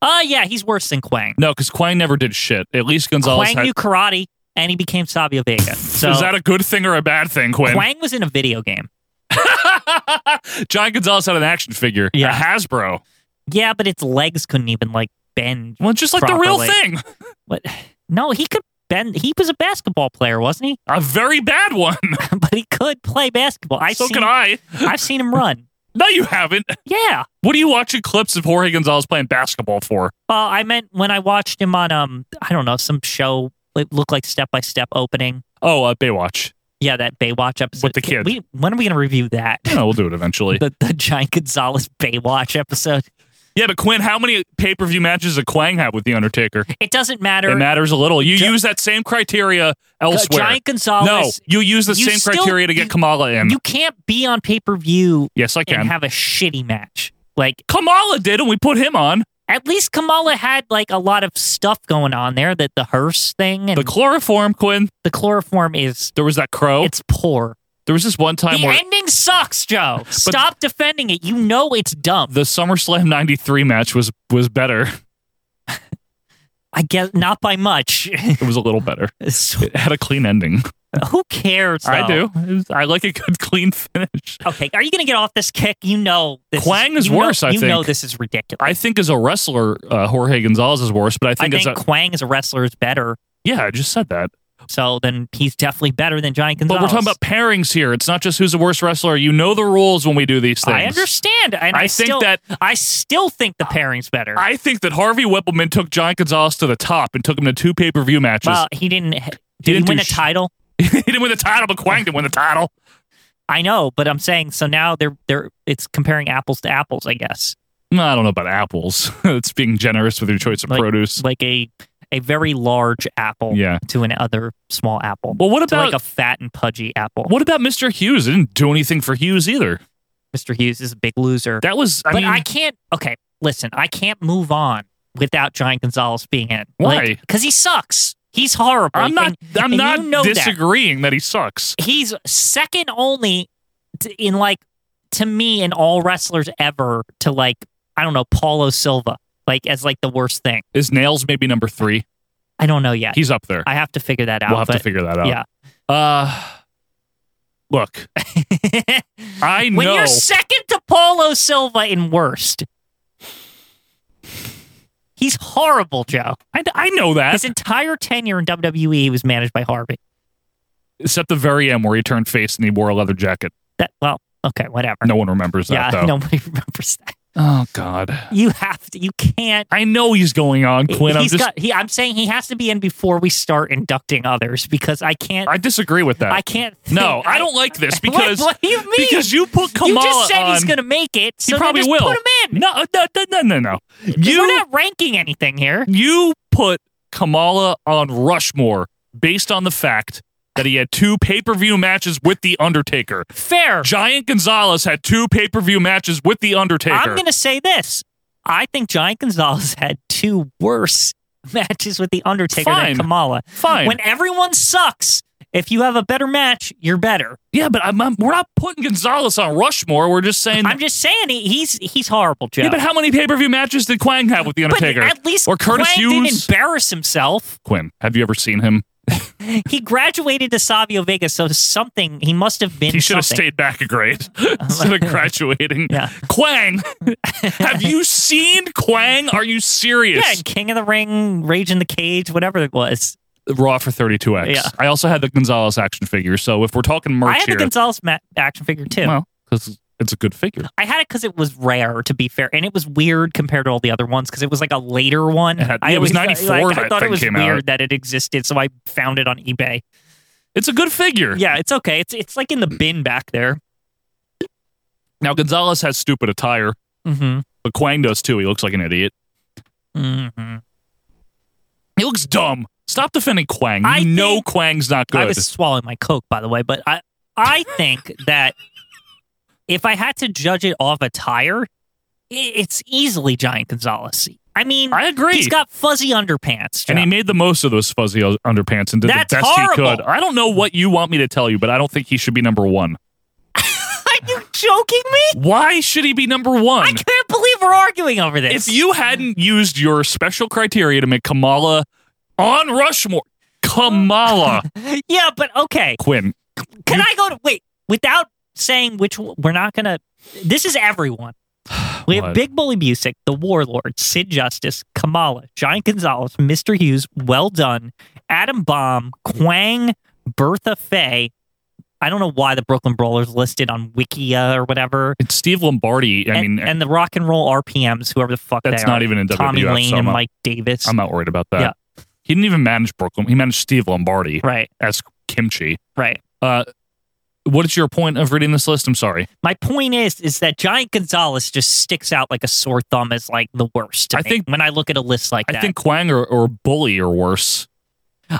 [SPEAKER 2] Oh yeah, he's worse than Quang.
[SPEAKER 1] No, because Quang never did shit. At least Gonzalez
[SPEAKER 2] Quang
[SPEAKER 1] had.
[SPEAKER 2] knew karate and he became Savio Vega. So
[SPEAKER 1] Is that a good thing or a bad thing, Quinn?
[SPEAKER 2] Quang was in a video game.
[SPEAKER 1] John Gonzalez had an action figure.
[SPEAKER 2] Yeah.
[SPEAKER 1] A Hasbro.
[SPEAKER 2] Yeah, but its legs couldn't even like bend
[SPEAKER 1] Well, it's just like the real
[SPEAKER 2] Properly.
[SPEAKER 1] thing.
[SPEAKER 2] What? No, he could bend. He was a basketball player, wasn't he?
[SPEAKER 1] A very bad one.
[SPEAKER 2] but he could play basketball. I
[SPEAKER 1] so
[SPEAKER 2] seen,
[SPEAKER 1] can I.
[SPEAKER 2] have seen him run.
[SPEAKER 1] No, you haven't.
[SPEAKER 2] Yeah.
[SPEAKER 1] What are you watching clips of Jorge Gonzalez playing basketball for?
[SPEAKER 2] Uh, I meant when I watched him on um, I don't know, some show. It looked like step by step opening.
[SPEAKER 1] Oh, uh, Baywatch.
[SPEAKER 2] Yeah, that Baywatch episode.
[SPEAKER 1] With the kid.
[SPEAKER 2] We, when are we gonna review that?
[SPEAKER 1] Yeah, we'll do it eventually.
[SPEAKER 2] the the Giant Gonzalez Baywatch episode.
[SPEAKER 1] Yeah, but Quinn, how many pay per view matches did Quang have with The Undertaker?
[SPEAKER 2] It doesn't matter.
[SPEAKER 1] It matters a little. You
[SPEAKER 2] Gi-
[SPEAKER 1] use that same criteria
[SPEAKER 2] Uh,
[SPEAKER 1] elsewhere.
[SPEAKER 2] Giant
[SPEAKER 1] no,
[SPEAKER 2] Gonzalez.
[SPEAKER 1] you use the
[SPEAKER 2] you
[SPEAKER 1] same
[SPEAKER 2] still-
[SPEAKER 1] criteria to get
[SPEAKER 2] you-
[SPEAKER 1] Kamala in.
[SPEAKER 2] you can't be on pay per view
[SPEAKER 1] yes, I
[SPEAKER 2] and
[SPEAKER 1] can.
[SPEAKER 2] have a shitty match. Like
[SPEAKER 1] Kamala did, and we put him on
[SPEAKER 2] at least Kamala had like a lot of stuff going on there. That the hearse thing and
[SPEAKER 1] the chloroform. Quinn,
[SPEAKER 2] the chloroform is
[SPEAKER 1] there was that crow.
[SPEAKER 2] it's poor.
[SPEAKER 1] there was this one time
[SPEAKER 2] The
[SPEAKER 1] where
[SPEAKER 2] ending sucks, Joe. Stop defending it. You know it's dumb.
[SPEAKER 1] the SummerSlam '93 match was was better.
[SPEAKER 2] I guess not by much.
[SPEAKER 1] It was a little better.
[SPEAKER 2] So-
[SPEAKER 1] It had a clean ending.
[SPEAKER 2] Who cares?
[SPEAKER 1] I
[SPEAKER 2] though?
[SPEAKER 1] do. It was- I like a good clean finish.
[SPEAKER 2] Okay, are you going to get off this kick? You know, this
[SPEAKER 1] Kwang is
[SPEAKER 2] you know-
[SPEAKER 1] worse, I
[SPEAKER 2] you know
[SPEAKER 1] think.
[SPEAKER 2] this is ridiculous.
[SPEAKER 1] I think as a wrestler, uh, Jorge Gonzalez is worse, but I
[SPEAKER 2] I
[SPEAKER 1] think, as
[SPEAKER 2] think,
[SPEAKER 1] a
[SPEAKER 2] Kwang as a wrestler is better,
[SPEAKER 1] yeah, I just said that.
[SPEAKER 2] so then he's definitely better than Johnny
[SPEAKER 1] But
[SPEAKER 2] Gonzalez.
[SPEAKER 1] we're talking about pairings here. It's not just who's the worst wrestler. You know the rules when we do these things.
[SPEAKER 2] I understand, and I,
[SPEAKER 1] I think
[SPEAKER 2] still,
[SPEAKER 1] that-
[SPEAKER 2] I still think the pairing's better.
[SPEAKER 1] I think that Harvey Whippleman took John Gonzalez to the top and took him to two pay per view matches.
[SPEAKER 2] well, he didn't. Did he,
[SPEAKER 1] didn't
[SPEAKER 2] win
[SPEAKER 1] do
[SPEAKER 2] the
[SPEAKER 1] sh-
[SPEAKER 2] title?
[SPEAKER 1] he didn't win the title, but Quang didn't win the title.
[SPEAKER 2] I know, but I'm saying so now they're they're it's comparing apples to apples, I guess.
[SPEAKER 1] No, I don't know about apples. it's being generous with your choice of
[SPEAKER 2] Like-
[SPEAKER 1] produce.
[SPEAKER 2] Like a a very large apple
[SPEAKER 1] Yeah.
[SPEAKER 2] to an other small apple.
[SPEAKER 1] Well, what
[SPEAKER 2] to
[SPEAKER 1] about
[SPEAKER 2] like a fat and pudgy apple.
[SPEAKER 1] what about Mr. Hughes? It didn't do anything for Hughes either.
[SPEAKER 2] Mr. Hughes is a big loser.
[SPEAKER 1] That was I
[SPEAKER 2] but
[SPEAKER 1] mean,
[SPEAKER 2] I can't. Okay, listen, I can't move on without John Gonzalez being in.
[SPEAKER 1] Why?
[SPEAKER 2] Because he sucks. He's horrible.
[SPEAKER 1] I'm not
[SPEAKER 2] And
[SPEAKER 1] I'm
[SPEAKER 2] you
[SPEAKER 1] not
[SPEAKER 2] know that.
[SPEAKER 1] disagreeing that. he sucks.
[SPEAKER 2] he's second only to, in like to me in all wrestlers ever to like I don't know Paulo Silva like as like the worst thing.
[SPEAKER 1] His nails maybe number three.
[SPEAKER 2] I don't know yet.
[SPEAKER 1] He's up there.
[SPEAKER 2] I have to figure that out.
[SPEAKER 1] we'll have to
[SPEAKER 2] but
[SPEAKER 1] figure that out.
[SPEAKER 2] yeah.
[SPEAKER 1] Uh look, I know
[SPEAKER 2] when you're second to Paulo Silva in worst, he's horrible, Joe.
[SPEAKER 1] I, I know that.
[SPEAKER 2] His entire tenure in WWE he was managed by Harvey.
[SPEAKER 1] Except the very end where he turned face and he wore a leather jacket.
[SPEAKER 2] That well, okay, whatever.
[SPEAKER 1] No one remembers
[SPEAKER 2] yeah,
[SPEAKER 1] that though.
[SPEAKER 2] nobody remembers that.
[SPEAKER 1] Oh God.
[SPEAKER 2] You have to. You can't.
[SPEAKER 1] I know he's going on, Quinn. I'm
[SPEAKER 2] He's
[SPEAKER 1] just
[SPEAKER 2] got- he- I'm saying he has to be in before we start inducting others because I can't. I,
[SPEAKER 1] I disagree with that.
[SPEAKER 2] can't. Think,
[SPEAKER 1] no, I don't like this because
[SPEAKER 2] what, what do you mean?
[SPEAKER 1] because you put Kamala
[SPEAKER 2] you just said
[SPEAKER 1] on,
[SPEAKER 2] he's going to make it. So
[SPEAKER 1] he
[SPEAKER 2] then
[SPEAKER 1] probably
[SPEAKER 2] just
[SPEAKER 1] will.
[SPEAKER 2] Put him in.
[SPEAKER 1] No, no, no, no, no, no.
[SPEAKER 2] We're
[SPEAKER 1] You
[SPEAKER 2] not ranking anything here.
[SPEAKER 1] you put Kamala on Rushmore based on the fact that he had two pay per view matches with the Undertaker.
[SPEAKER 2] Fair.
[SPEAKER 1] Giant Gonzalez had two pay per view matches with the Undertaker.
[SPEAKER 2] I'm going to say this. I think Giant Gonzalez had two worse matches with the Undertaker
[SPEAKER 1] Fine.
[SPEAKER 2] than Kamala.
[SPEAKER 1] Fine.
[SPEAKER 2] When everyone sucks, if you have a better match, you're better.
[SPEAKER 1] yeah, but I'm, I'm- we're not putting Gonzalez on Rushmore. We're just saying.
[SPEAKER 2] I'm just saying he, he's he's horrible, Joe.
[SPEAKER 1] yeah, but how many pay per view matches did Quang have with the
[SPEAKER 2] But
[SPEAKER 1] Undertaker?
[SPEAKER 2] at least
[SPEAKER 1] Or Curtis
[SPEAKER 2] Quang didn't
[SPEAKER 1] Hughes?
[SPEAKER 2] embarrass himself.
[SPEAKER 1] Quinn, have you ever seen him?
[SPEAKER 2] He graduated to Savio Vega, so something he must have been.
[SPEAKER 1] He should have
[SPEAKER 2] something.
[SPEAKER 1] stayed back a grade instead of graduating.
[SPEAKER 2] Yeah.
[SPEAKER 1] Quang, have you seen Quang? Are you serious?
[SPEAKER 2] Yeah, and King of the Ring, Rage in the Cage, whatever it was.
[SPEAKER 1] Raw for 32X.
[SPEAKER 2] Yeah.
[SPEAKER 1] I also had the Gonzalez action figure. So if we're talking merch
[SPEAKER 2] I had
[SPEAKER 1] here,
[SPEAKER 2] the Gonzalez ma- action figure too.
[SPEAKER 1] well, because it's a good figure.
[SPEAKER 2] I had it because it was rare, to be fair, and it was weird compared to all the other ones because it was like a later one.
[SPEAKER 1] It had-
[SPEAKER 2] I
[SPEAKER 1] yeah, it was
[SPEAKER 2] always thought-
[SPEAKER 1] 94
[SPEAKER 2] Like, I
[SPEAKER 1] that
[SPEAKER 2] thought
[SPEAKER 1] thing
[SPEAKER 2] it was
[SPEAKER 1] came
[SPEAKER 2] weird
[SPEAKER 1] out.
[SPEAKER 2] that it existed, so I found it on eBay.
[SPEAKER 1] It's a good figure.
[SPEAKER 2] Yeah, it's okay. It's it's like in the bin back there.
[SPEAKER 1] Now, Gonzalez has stupid attire,
[SPEAKER 2] Mm-hmm.
[SPEAKER 1] but Quang does too. He looks like an idiot.
[SPEAKER 2] Mm-hmm.
[SPEAKER 1] He looks dumb. Stop defending Quang. You
[SPEAKER 2] I
[SPEAKER 1] know
[SPEAKER 2] think-
[SPEAKER 1] Quang's not
[SPEAKER 2] I
[SPEAKER 1] good.
[SPEAKER 2] was swallowing my coke, by the way, but I I think that if I had to judge it off attire, i- it's easily Giant Gonzalez. I mean,
[SPEAKER 1] I agree.
[SPEAKER 2] he's got fuzzy underpants.
[SPEAKER 1] and he
[SPEAKER 2] Jeff.
[SPEAKER 1] made the most of those fuzzy o- underpants and did
[SPEAKER 2] That's
[SPEAKER 1] the best he
[SPEAKER 2] horrible.
[SPEAKER 1] could. I don't know what you want me to tell you, but I don't think he should be number one.
[SPEAKER 2] Are you joking me?
[SPEAKER 1] Why should he be number one?
[SPEAKER 2] I can't believe we're arguing over this.
[SPEAKER 1] if you hadn't used your special criteria to make Kamala on Rushmore, Kamala
[SPEAKER 2] yeah, but okay.
[SPEAKER 1] Quinn,
[SPEAKER 2] Can I go to wait without saying which one- we're not gonna? This is everyone. We have
[SPEAKER 1] What?
[SPEAKER 2] Big Bully Music, The Warlord, Sid Justice, Kamala, Giant Gonzalez, Mr. Hughes, Well Done, Adam Bomb, Quang, Bertha Faye. I don't know why the Brooklyn Brawlers listed on Wikia or whatever.
[SPEAKER 1] it's Steve Lombardi. I
[SPEAKER 2] and,
[SPEAKER 1] mean,
[SPEAKER 2] and the Rock and Roll RPMs, whoever the fuck
[SPEAKER 1] that's
[SPEAKER 2] they
[SPEAKER 1] not
[SPEAKER 2] are.
[SPEAKER 1] even in WWF.
[SPEAKER 2] Tommy Lane
[SPEAKER 1] so I'm,
[SPEAKER 2] and
[SPEAKER 1] not,
[SPEAKER 2] Mike Davis.
[SPEAKER 1] I'm not worried about that.
[SPEAKER 2] Yeah.
[SPEAKER 1] He didn't even manage Brooklyn. He managed Steve Lombardi
[SPEAKER 2] right,
[SPEAKER 1] as Kimchi.
[SPEAKER 2] right.
[SPEAKER 1] Uh, what is your point of reading this list? I'm sorry.
[SPEAKER 2] My point is, is that Giant Gonzalez just sticks out like a sore thumb as like the worst. to
[SPEAKER 1] I
[SPEAKER 2] me
[SPEAKER 1] think-
[SPEAKER 2] when I look at a list like
[SPEAKER 1] I
[SPEAKER 2] that,
[SPEAKER 1] think Quang or, or Bully are worse.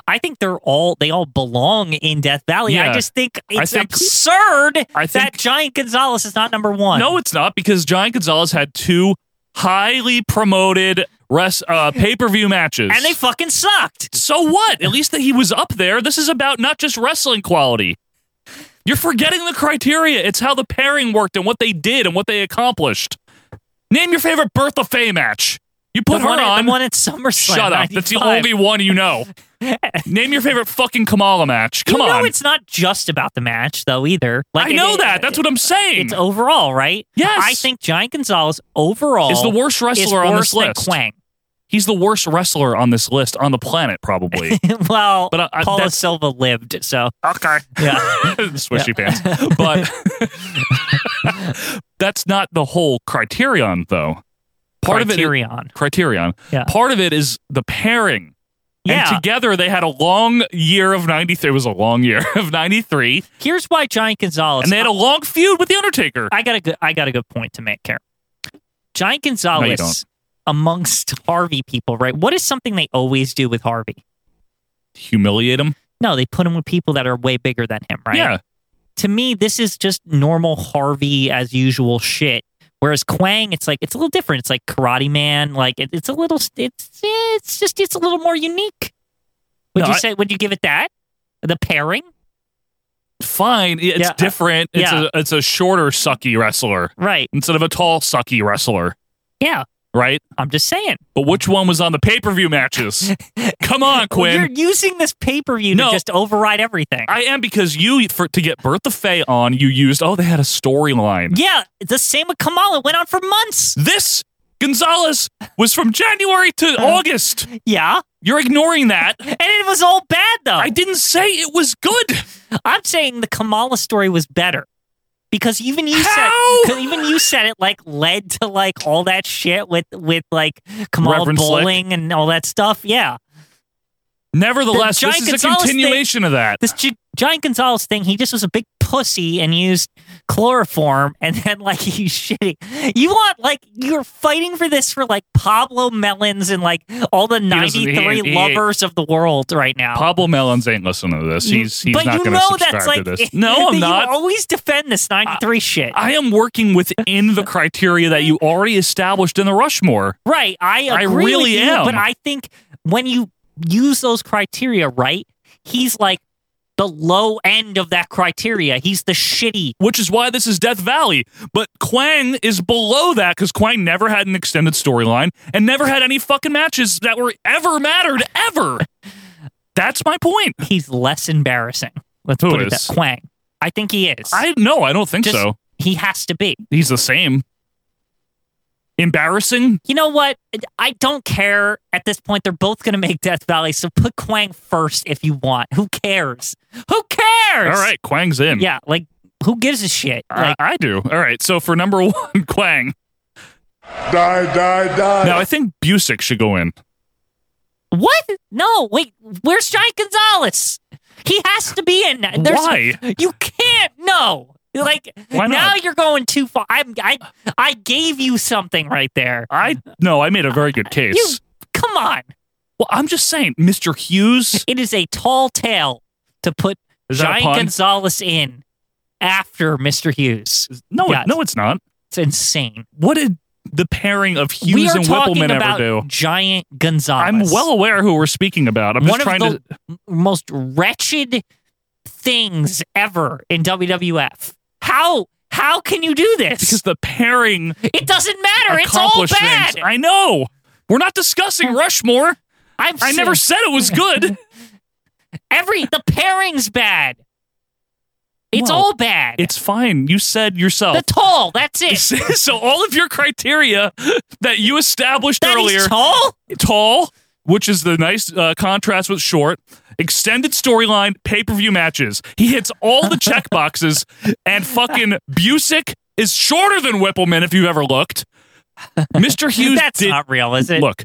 [SPEAKER 2] I think they're all they all belong in Death Valley.
[SPEAKER 1] Yeah.
[SPEAKER 2] I just think
[SPEAKER 1] I
[SPEAKER 2] it's
[SPEAKER 1] think-
[SPEAKER 2] absurd
[SPEAKER 1] I
[SPEAKER 2] that
[SPEAKER 1] think
[SPEAKER 2] Giant Gonzalez is not number one.
[SPEAKER 1] no, it's not because Giant Gonzalez had two highly promoted res- uh, pay per view matches,
[SPEAKER 2] and they fucking sucked.
[SPEAKER 1] So what? At least that he was up there. This is about not just wrestling quality. You're forgetting the criteria. It's how the pairing worked and what they did and what they accomplished. Name your favorite Bertha Faye match. You put
[SPEAKER 2] the
[SPEAKER 1] her
[SPEAKER 2] one, at-
[SPEAKER 1] on.
[SPEAKER 2] the one at SummerSlam.
[SPEAKER 1] Shut up. That's the
[SPEAKER 2] 95.
[SPEAKER 1] only one you know. Name your favorite fucking Kamala match.
[SPEAKER 2] You
[SPEAKER 1] Come
[SPEAKER 2] know
[SPEAKER 1] on.
[SPEAKER 2] it's not just about the match though either. Like
[SPEAKER 1] I
[SPEAKER 2] it-
[SPEAKER 1] know
[SPEAKER 2] it-
[SPEAKER 1] that. That's what I'm saying.
[SPEAKER 2] it's overall, right?
[SPEAKER 1] Yes.
[SPEAKER 2] I think Giant Gonzalez overall
[SPEAKER 1] Is the worst
[SPEAKER 2] is
[SPEAKER 1] wrestler on this
[SPEAKER 2] worse than
[SPEAKER 1] list.
[SPEAKER 2] Quang.
[SPEAKER 1] He's the worst wrestler on this list on the planet, probably.
[SPEAKER 2] well,
[SPEAKER 1] But I- I-
[SPEAKER 2] Paulo
[SPEAKER 1] that's-
[SPEAKER 2] Silva lived, so
[SPEAKER 4] Okay.
[SPEAKER 2] yeah.
[SPEAKER 1] Swishy pants. But that's not the whole criterion, though. Part of it.
[SPEAKER 2] Criterion.
[SPEAKER 1] Criterion.
[SPEAKER 2] Yeah.
[SPEAKER 1] Part of it is the pairing.
[SPEAKER 2] yeah.
[SPEAKER 1] And together they had a long year of 93. It was a long year of 93.
[SPEAKER 2] Here's why Giant Gonzalez.
[SPEAKER 1] And they had a long feud with The Undertaker.
[SPEAKER 2] I got a good. I got a good point to make here. Giant Gonzalez
[SPEAKER 1] don't.
[SPEAKER 2] amongst Harvey people, right? What is something they always do with Harvey?
[SPEAKER 1] Humiliate him.
[SPEAKER 2] No, they put him with people that are way bigger than him, right?
[SPEAKER 1] Yeah.
[SPEAKER 2] To me, this is just normal Harvey as usual shit. Whereas Quang, it's like it's a little different. It's like Karate Man. Like it, it's a little. It's it's just it's a little more unique. Would
[SPEAKER 1] No,
[SPEAKER 2] you
[SPEAKER 1] I-
[SPEAKER 2] say? Would you give it that? The pairing,
[SPEAKER 1] Fine. It's
[SPEAKER 2] Yeah.
[SPEAKER 1] different. It's,
[SPEAKER 2] Yeah.
[SPEAKER 1] a, it's a shorter, sucky wrestler
[SPEAKER 2] right?
[SPEAKER 1] instead of a tall, sucky wrestler,
[SPEAKER 2] Yeah,
[SPEAKER 1] right?
[SPEAKER 2] I'm just saying.
[SPEAKER 1] But which one was on the pay per view matches? Come on,
[SPEAKER 2] Well,
[SPEAKER 1] Quinn.
[SPEAKER 2] You're using this pay per view
[SPEAKER 1] No.
[SPEAKER 2] to just override everything.
[SPEAKER 1] I am because you for to get Bertha Faye on, you used oh they had a storyline.
[SPEAKER 2] yeah, the same with Kamala went on for months.
[SPEAKER 1] This Gonzalez was from January to
[SPEAKER 2] Uh-huh.
[SPEAKER 1] August.
[SPEAKER 2] Yeah,
[SPEAKER 1] You're ignoring that.
[SPEAKER 2] and it was all bad though.
[SPEAKER 1] I didn't say it was good.
[SPEAKER 2] I'm saying the Kamala story was better because even
[SPEAKER 1] How?
[SPEAKER 2] you said 'cause even you said it like led to like all that shit with with like Kamala
[SPEAKER 1] Reverend Slick.
[SPEAKER 2] bowling and all that stuff. Yeah,
[SPEAKER 1] Nevertheless,
[SPEAKER 2] The
[SPEAKER 1] this
[SPEAKER 2] Giant
[SPEAKER 1] is a
[SPEAKER 2] Gonzalez thing-
[SPEAKER 1] continuation of that.
[SPEAKER 2] this G- giant Gonzalez thing, he just was a big pussy and used chloroform, and then like he's shitty. You want like you're fighting for this for like Pablo Melons and like all the
[SPEAKER 1] doesn't- he-
[SPEAKER 2] '93
[SPEAKER 1] he-
[SPEAKER 2] lovers of the world right now.
[SPEAKER 1] Pablo Melons ain't listening to this.
[SPEAKER 2] You-
[SPEAKER 1] He's he's
[SPEAKER 2] but
[SPEAKER 1] not
[SPEAKER 2] you
[SPEAKER 1] going to
[SPEAKER 2] know
[SPEAKER 1] subscribe
[SPEAKER 2] that's like
[SPEAKER 1] to this. No, I'm
[SPEAKER 2] you
[SPEAKER 1] not. Uh,
[SPEAKER 2] always defend this '93 shit.
[SPEAKER 1] I am working within the criteria that you already established in the Rushmore.
[SPEAKER 2] Right. I
[SPEAKER 1] I
[SPEAKER 2] agree
[SPEAKER 1] really
[SPEAKER 2] with you,
[SPEAKER 1] am.
[SPEAKER 2] But I think when you use those criteria, right, he's like the low end of that criteria. He's the shitty.
[SPEAKER 1] which is why this is Death Valley. But Quang is below that because Quang never had an extended storyline and never had any fucking matches that were ever mattered ever. That's my point.
[SPEAKER 2] He's less embarrassing. Let's
[SPEAKER 1] Who
[SPEAKER 2] put it
[SPEAKER 1] is?
[SPEAKER 2] that Quang. I think he is.
[SPEAKER 1] I no, I don't think
[SPEAKER 2] Just-
[SPEAKER 1] so.
[SPEAKER 2] he has to be.
[SPEAKER 1] He's the same. Embarrassing.
[SPEAKER 2] You know what? I don't care at this point. They're both going to make Death Valley, so put Quang first if you want. Who cares? Who
[SPEAKER 1] All
[SPEAKER 2] cares?
[SPEAKER 1] right, Quang's in.
[SPEAKER 2] Yeah, like who gives a shit?
[SPEAKER 1] I-
[SPEAKER 2] Like,
[SPEAKER 1] I do. All right. So for number one, Quang.
[SPEAKER 4] Die, die, die.
[SPEAKER 1] Now I think Busick should go in.
[SPEAKER 2] What? No, wait. Where's Giant Gonzalez? He has to be in. that. There's,
[SPEAKER 1] Why?
[SPEAKER 2] You can't. No. Like
[SPEAKER 1] Why not?
[SPEAKER 2] now you're going too far. I'm, I I gave you something right there.
[SPEAKER 1] I no. I made a very good case.
[SPEAKER 2] You come on.
[SPEAKER 1] well, I'm just saying, Mr. Hughes.
[SPEAKER 2] It is a tall tale to put
[SPEAKER 1] Is that a
[SPEAKER 2] Giant
[SPEAKER 1] pun?
[SPEAKER 2] Gonzalez in after Mr. Hughes.
[SPEAKER 1] No,
[SPEAKER 2] Yeah.
[SPEAKER 1] it, no, it's not.
[SPEAKER 2] It's insane.
[SPEAKER 1] what did the pairing of
[SPEAKER 2] we
[SPEAKER 1] Hughes
[SPEAKER 2] are
[SPEAKER 1] and
[SPEAKER 2] talking
[SPEAKER 1] Whippleman ever
[SPEAKER 2] about
[SPEAKER 1] do?
[SPEAKER 2] Giant Gonzalez.
[SPEAKER 1] I'm well aware who we're speaking about. I'm just
[SPEAKER 2] one of
[SPEAKER 1] trying
[SPEAKER 2] the
[SPEAKER 1] to.
[SPEAKER 2] m- most wretched things ever in WWF. How how can you do this?
[SPEAKER 1] Because the pairing
[SPEAKER 2] it doesn't matter. It's all
[SPEAKER 1] accomplished
[SPEAKER 2] bad.
[SPEAKER 1] things. I know. We're not discussing Rushmore.
[SPEAKER 2] I'm
[SPEAKER 1] I never said it was good.
[SPEAKER 2] every the pairing's bad. It's
[SPEAKER 1] Well,
[SPEAKER 2] all bad.
[SPEAKER 1] It's fine. You said
[SPEAKER 2] the
[SPEAKER 1] yourself.
[SPEAKER 2] tall. That's it.
[SPEAKER 1] so all of your criteria that you established
[SPEAKER 2] That he's
[SPEAKER 1] earlier
[SPEAKER 2] tall.
[SPEAKER 1] tall, which is the nice uh, contrast with short, extended storyline, pay per view matches. He hits all the check boxes, and fucking Busick is shorter than Whippleman if you ever looked. Mr. Hughes
[SPEAKER 2] That's
[SPEAKER 1] did.
[SPEAKER 2] not real, is it?
[SPEAKER 1] Look,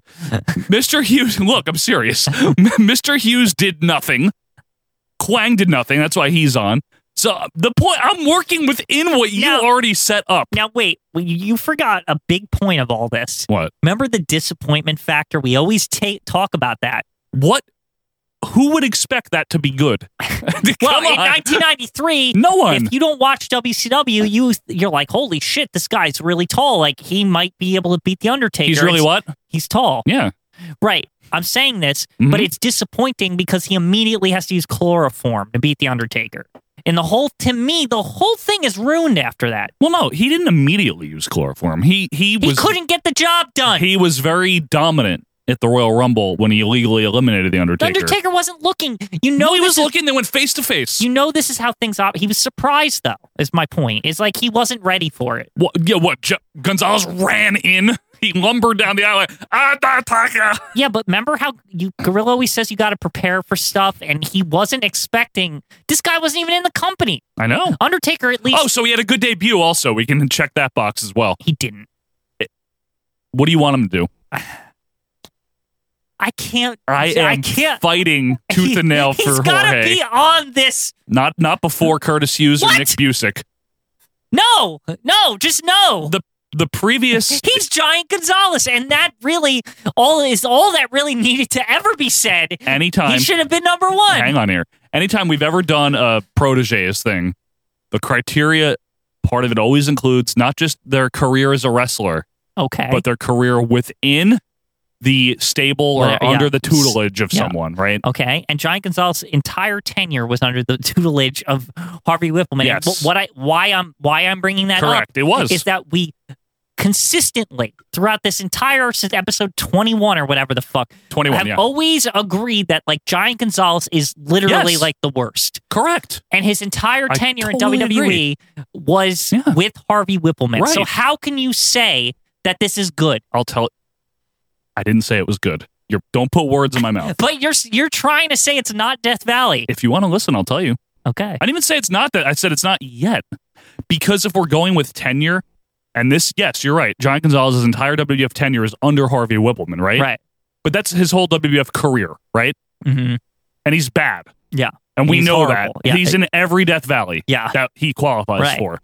[SPEAKER 1] Mr. Hughes, look, I'm serious. Mr. Hughes did nothing. Quang did nothing. That's why he's on. So the point, I'm working within what you
[SPEAKER 2] Now-
[SPEAKER 1] already set up.
[SPEAKER 2] Now wait, well, you- you forgot a big point of all this.
[SPEAKER 1] What?
[SPEAKER 2] Remember the disappointment factor? We always ta talk about that.
[SPEAKER 1] What? Who would expect that to be good?
[SPEAKER 2] Well,
[SPEAKER 1] Come
[SPEAKER 2] in
[SPEAKER 1] on.
[SPEAKER 2] 1993,
[SPEAKER 1] no one.
[SPEAKER 2] if you don't watch WCW, you you're like, holy shit, this guy's really tall. Like he might be able to beat the Undertaker.
[SPEAKER 1] He's really
[SPEAKER 2] It's-
[SPEAKER 1] what?
[SPEAKER 2] He's tall,
[SPEAKER 1] Yeah.
[SPEAKER 2] right? I'm saying this,
[SPEAKER 1] Mhm.
[SPEAKER 2] but it's disappointing because he immediately has to use chloroform to beat the Undertaker. And the whole, to me, the whole thing is ruined after that.
[SPEAKER 1] Well, no, he didn't immediately use chloroform. He he
[SPEAKER 2] He
[SPEAKER 1] was
[SPEAKER 2] couldn't get the job done.
[SPEAKER 1] he was very dominant at the Royal Rumble when he illegally eliminated the
[SPEAKER 2] the
[SPEAKER 1] Undertaker.
[SPEAKER 2] Undertaker wasn't looking. You know,
[SPEAKER 1] no, he
[SPEAKER 2] this
[SPEAKER 1] was
[SPEAKER 2] is-
[SPEAKER 1] looking. They went face to face.
[SPEAKER 2] You know, this is how things op. He was surprised, though. Is my point. It's like he wasn't ready for it.
[SPEAKER 1] What? Yeah, what? J- Gonzalez ran in. He lumbered down the aisle. like, Undertaker.
[SPEAKER 2] Yeah, but remember how you Gorilla always says you got to prepare for stuff, and he wasn't expecting. This guy wasn't even in the company.
[SPEAKER 1] I know.
[SPEAKER 2] Undertaker, at least
[SPEAKER 1] Oh, so he had a good debut. Also, we can check that box as well.
[SPEAKER 2] he didn't.
[SPEAKER 1] What do you want him to do?
[SPEAKER 2] I can't.
[SPEAKER 1] I am
[SPEAKER 2] I can't.
[SPEAKER 1] fighting tooth and nail
[SPEAKER 2] He-
[SPEAKER 1] for
[SPEAKER 2] He's gotta
[SPEAKER 1] Jorge.
[SPEAKER 2] be on this.
[SPEAKER 1] not not before Curtis Hughes
[SPEAKER 2] What?
[SPEAKER 1] or Nick Busick.
[SPEAKER 2] No, no, just no.
[SPEAKER 1] The the previous
[SPEAKER 2] He's Giant Gonzalez, and that really all is all that really needed to ever be said. He
[SPEAKER 1] anytime
[SPEAKER 2] should have been number one.
[SPEAKER 1] hang on here. Anytime we've ever done a proteges thing, the criteria part of it always includes not just their career as a wrestler,
[SPEAKER 2] Okay.
[SPEAKER 1] but their career within the stable or
[SPEAKER 2] Well, yeah.
[SPEAKER 1] under the tutelage of
[SPEAKER 2] Yeah.
[SPEAKER 1] someone, right?
[SPEAKER 2] Okay, and Giant Gonzalez's entire tenure was under the tutelage of Harvey Whippleman. And
[SPEAKER 1] Yes.
[SPEAKER 2] wh- What I why I'm why I'm bringing that
[SPEAKER 1] Correct. It
[SPEAKER 2] up
[SPEAKER 1] was.
[SPEAKER 2] is that we consistently throughout this entire since episode 21 or whatever the fuck
[SPEAKER 1] 21,
[SPEAKER 2] have
[SPEAKER 1] yeah.
[SPEAKER 2] always agreed that like Giant Gonzalez is literally
[SPEAKER 1] Yes.
[SPEAKER 2] like the worst.
[SPEAKER 1] Correct.
[SPEAKER 2] And his entire
[SPEAKER 1] I
[SPEAKER 2] tenure
[SPEAKER 1] totally
[SPEAKER 2] in WWE was
[SPEAKER 1] Yeah.
[SPEAKER 2] with Harvey Whippleman. So
[SPEAKER 1] Right.
[SPEAKER 2] how can you say that this is good?
[SPEAKER 1] I'll tell I didn't say it was good. You're don't put words in my mouth.
[SPEAKER 2] But you're s- you're trying to say it's not Death Valley.
[SPEAKER 1] If you want to listen, I'll tell you.
[SPEAKER 2] Okay.
[SPEAKER 1] I didn't even say it's not that. I said it's not yet. Because if we're going with tenure, and this, yes, you're right. John Gonzalez's entire WWF tenure is under Harvey Whippleman, right?
[SPEAKER 2] Right.
[SPEAKER 1] But that's his whole WWF career, right?
[SPEAKER 2] Mm-hmm.
[SPEAKER 1] And he's bad.
[SPEAKER 2] Yeah.
[SPEAKER 1] And we
[SPEAKER 2] He's
[SPEAKER 1] know
[SPEAKER 2] horrible.
[SPEAKER 1] that.
[SPEAKER 2] Yeah.
[SPEAKER 1] He's in every Death Valley
[SPEAKER 2] Yeah.
[SPEAKER 1] that he qualifies
[SPEAKER 2] Right.
[SPEAKER 1] for.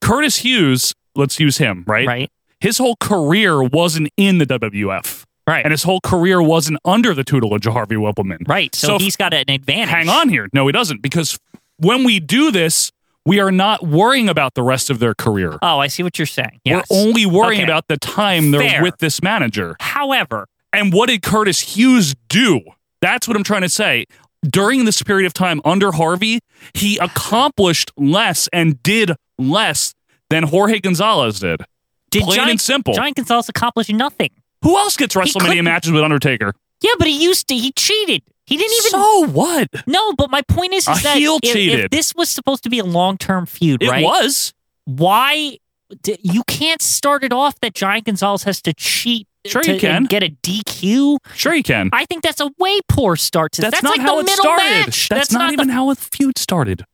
[SPEAKER 1] Curtis Hughes, let's use him, right?
[SPEAKER 2] Right.
[SPEAKER 1] His whole career wasn't in the WWF.
[SPEAKER 2] Right.
[SPEAKER 1] And his whole career wasn't under the tutelage of Harvey Whippleman.
[SPEAKER 2] Right. So,
[SPEAKER 1] So if-
[SPEAKER 2] he's got an advantage.
[SPEAKER 1] hang on here. No, he doesn't, because when we do this, we are not worrying about the rest of their career.
[SPEAKER 2] Oh, I see what you're saying. Yes.
[SPEAKER 1] We're only worrying
[SPEAKER 2] Okay.
[SPEAKER 1] about the time they're
[SPEAKER 2] Fair.
[SPEAKER 1] with this manager.
[SPEAKER 2] However,
[SPEAKER 1] And what did Curtis Hughes do? That's what I'm trying to say. During this period of time under Harvey, he accomplished less and did less than Jorge Gonzalez did.
[SPEAKER 2] did
[SPEAKER 1] Plain
[SPEAKER 2] Giant,
[SPEAKER 1] and simple.
[SPEAKER 2] Giant Gonzalez accomplish nothing?
[SPEAKER 1] Who else gets WrestleMania
[SPEAKER 2] couldn't-
[SPEAKER 1] matches with Undertaker?
[SPEAKER 2] Yeah, but he used to. He cheated. He didn't even.
[SPEAKER 1] so what?
[SPEAKER 2] no, but my point is, is
[SPEAKER 1] A
[SPEAKER 2] that
[SPEAKER 1] heel
[SPEAKER 2] if, if
[SPEAKER 1] cheated.
[SPEAKER 2] this was supposed to be a long term feud,
[SPEAKER 1] It
[SPEAKER 2] right?
[SPEAKER 1] was.
[SPEAKER 2] Why d- you can't start it off that Giant Gonzalez has to cheat?
[SPEAKER 1] Sure
[SPEAKER 2] to,
[SPEAKER 1] you can.
[SPEAKER 2] and get a DQ.
[SPEAKER 1] Sure, you can.
[SPEAKER 2] I think that's a way poor start to.
[SPEAKER 1] That's,
[SPEAKER 2] that's
[SPEAKER 1] not
[SPEAKER 2] like
[SPEAKER 1] how
[SPEAKER 2] the
[SPEAKER 1] it
[SPEAKER 2] middle
[SPEAKER 1] started.
[SPEAKER 2] match.
[SPEAKER 1] That's, not,
[SPEAKER 2] the-
[SPEAKER 1] even how a feud started.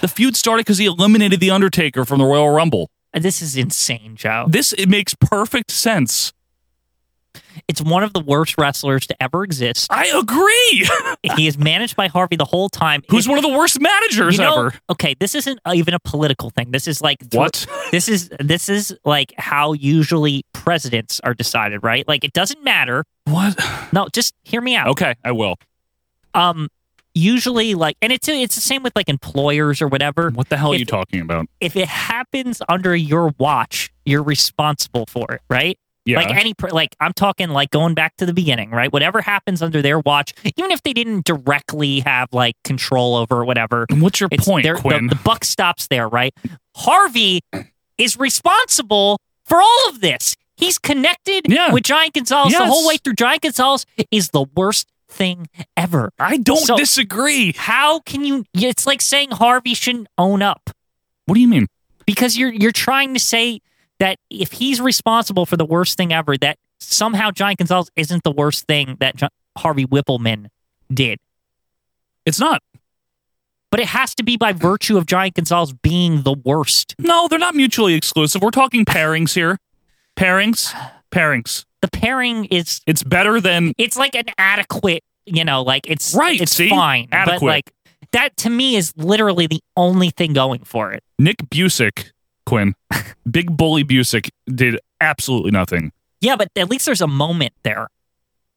[SPEAKER 1] The feud started because he eliminated the Undertaker from the Royal Rumble.
[SPEAKER 2] This is insane, Joe.
[SPEAKER 1] This it makes perfect sense.
[SPEAKER 2] It's one of the worst wrestlers to ever exist.
[SPEAKER 1] I agree.
[SPEAKER 2] he is managed by Harvey the whole time.
[SPEAKER 1] Who's
[SPEAKER 2] If-
[SPEAKER 1] one of the worst managers
[SPEAKER 2] you know-
[SPEAKER 1] ever?
[SPEAKER 2] Okay, this isn't uh, even a political thing. This is like th-
[SPEAKER 1] What?
[SPEAKER 2] This is this is like how usually presidents are decided, right? Like it doesn't matter.
[SPEAKER 1] What?
[SPEAKER 2] No, just hear me out.
[SPEAKER 1] Okay, I will.
[SPEAKER 2] Um, usually like, and it's it's the same with like employers or whatever.
[SPEAKER 1] What the hell are
[SPEAKER 2] If-
[SPEAKER 1] you talking about?
[SPEAKER 2] If it happens under your watch, you're responsible for it, right?
[SPEAKER 1] Yeah.
[SPEAKER 2] Like any, pr- like I'm talking like going back to the beginning, right? Whatever happens under their watch, even if they didn't directly have like control over whatever,
[SPEAKER 1] and what's your
[SPEAKER 2] It's
[SPEAKER 1] point,
[SPEAKER 2] there- the-
[SPEAKER 1] Quinn?
[SPEAKER 2] The, buck stops there, right? Harvey is responsible for all of this. He's connected
[SPEAKER 1] Yeah.
[SPEAKER 2] with Giant Gonzalez the
[SPEAKER 1] Yes.
[SPEAKER 2] whole way through. Giant Gonzalez is the worst thing ever.
[SPEAKER 1] I don't
[SPEAKER 2] so-
[SPEAKER 1] disagree.
[SPEAKER 2] How can you? It's like saying Harvey shouldn't own up
[SPEAKER 1] What do you mean?
[SPEAKER 2] because you're you're trying to say that if he's responsible for the worst thing ever, that somehow Giant Gonzalez isn't the worst thing that Jo- Harvey Whippleman did.
[SPEAKER 1] It's not.
[SPEAKER 2] But it has to be by virtue of Giant Gonzalez being the worst.
[SPEAKER 1] No, they're not mutually exclusive. We're talking pairings here. Pairings. Pairings.
[SPEAKER 2] The pairing is
[SPEAKER 1] It's better than
[SPEAKER 2] it's like an adequate, you know, like it's
[SPEAKER 1] Right,
[SPEAKER 2] it's
[SPEAKER 1] see?
[SPEAKER 2] fine, but
[SPEAKER 1] Adequate.
[SPEAKER 2] like that to me is literally the only thing going for it.
[SPEAKER 1] Nick Busick, Quinn, big bully Busick did absolutely nothing.
[SPEAKER 2] Yeah, but at least there's a moment there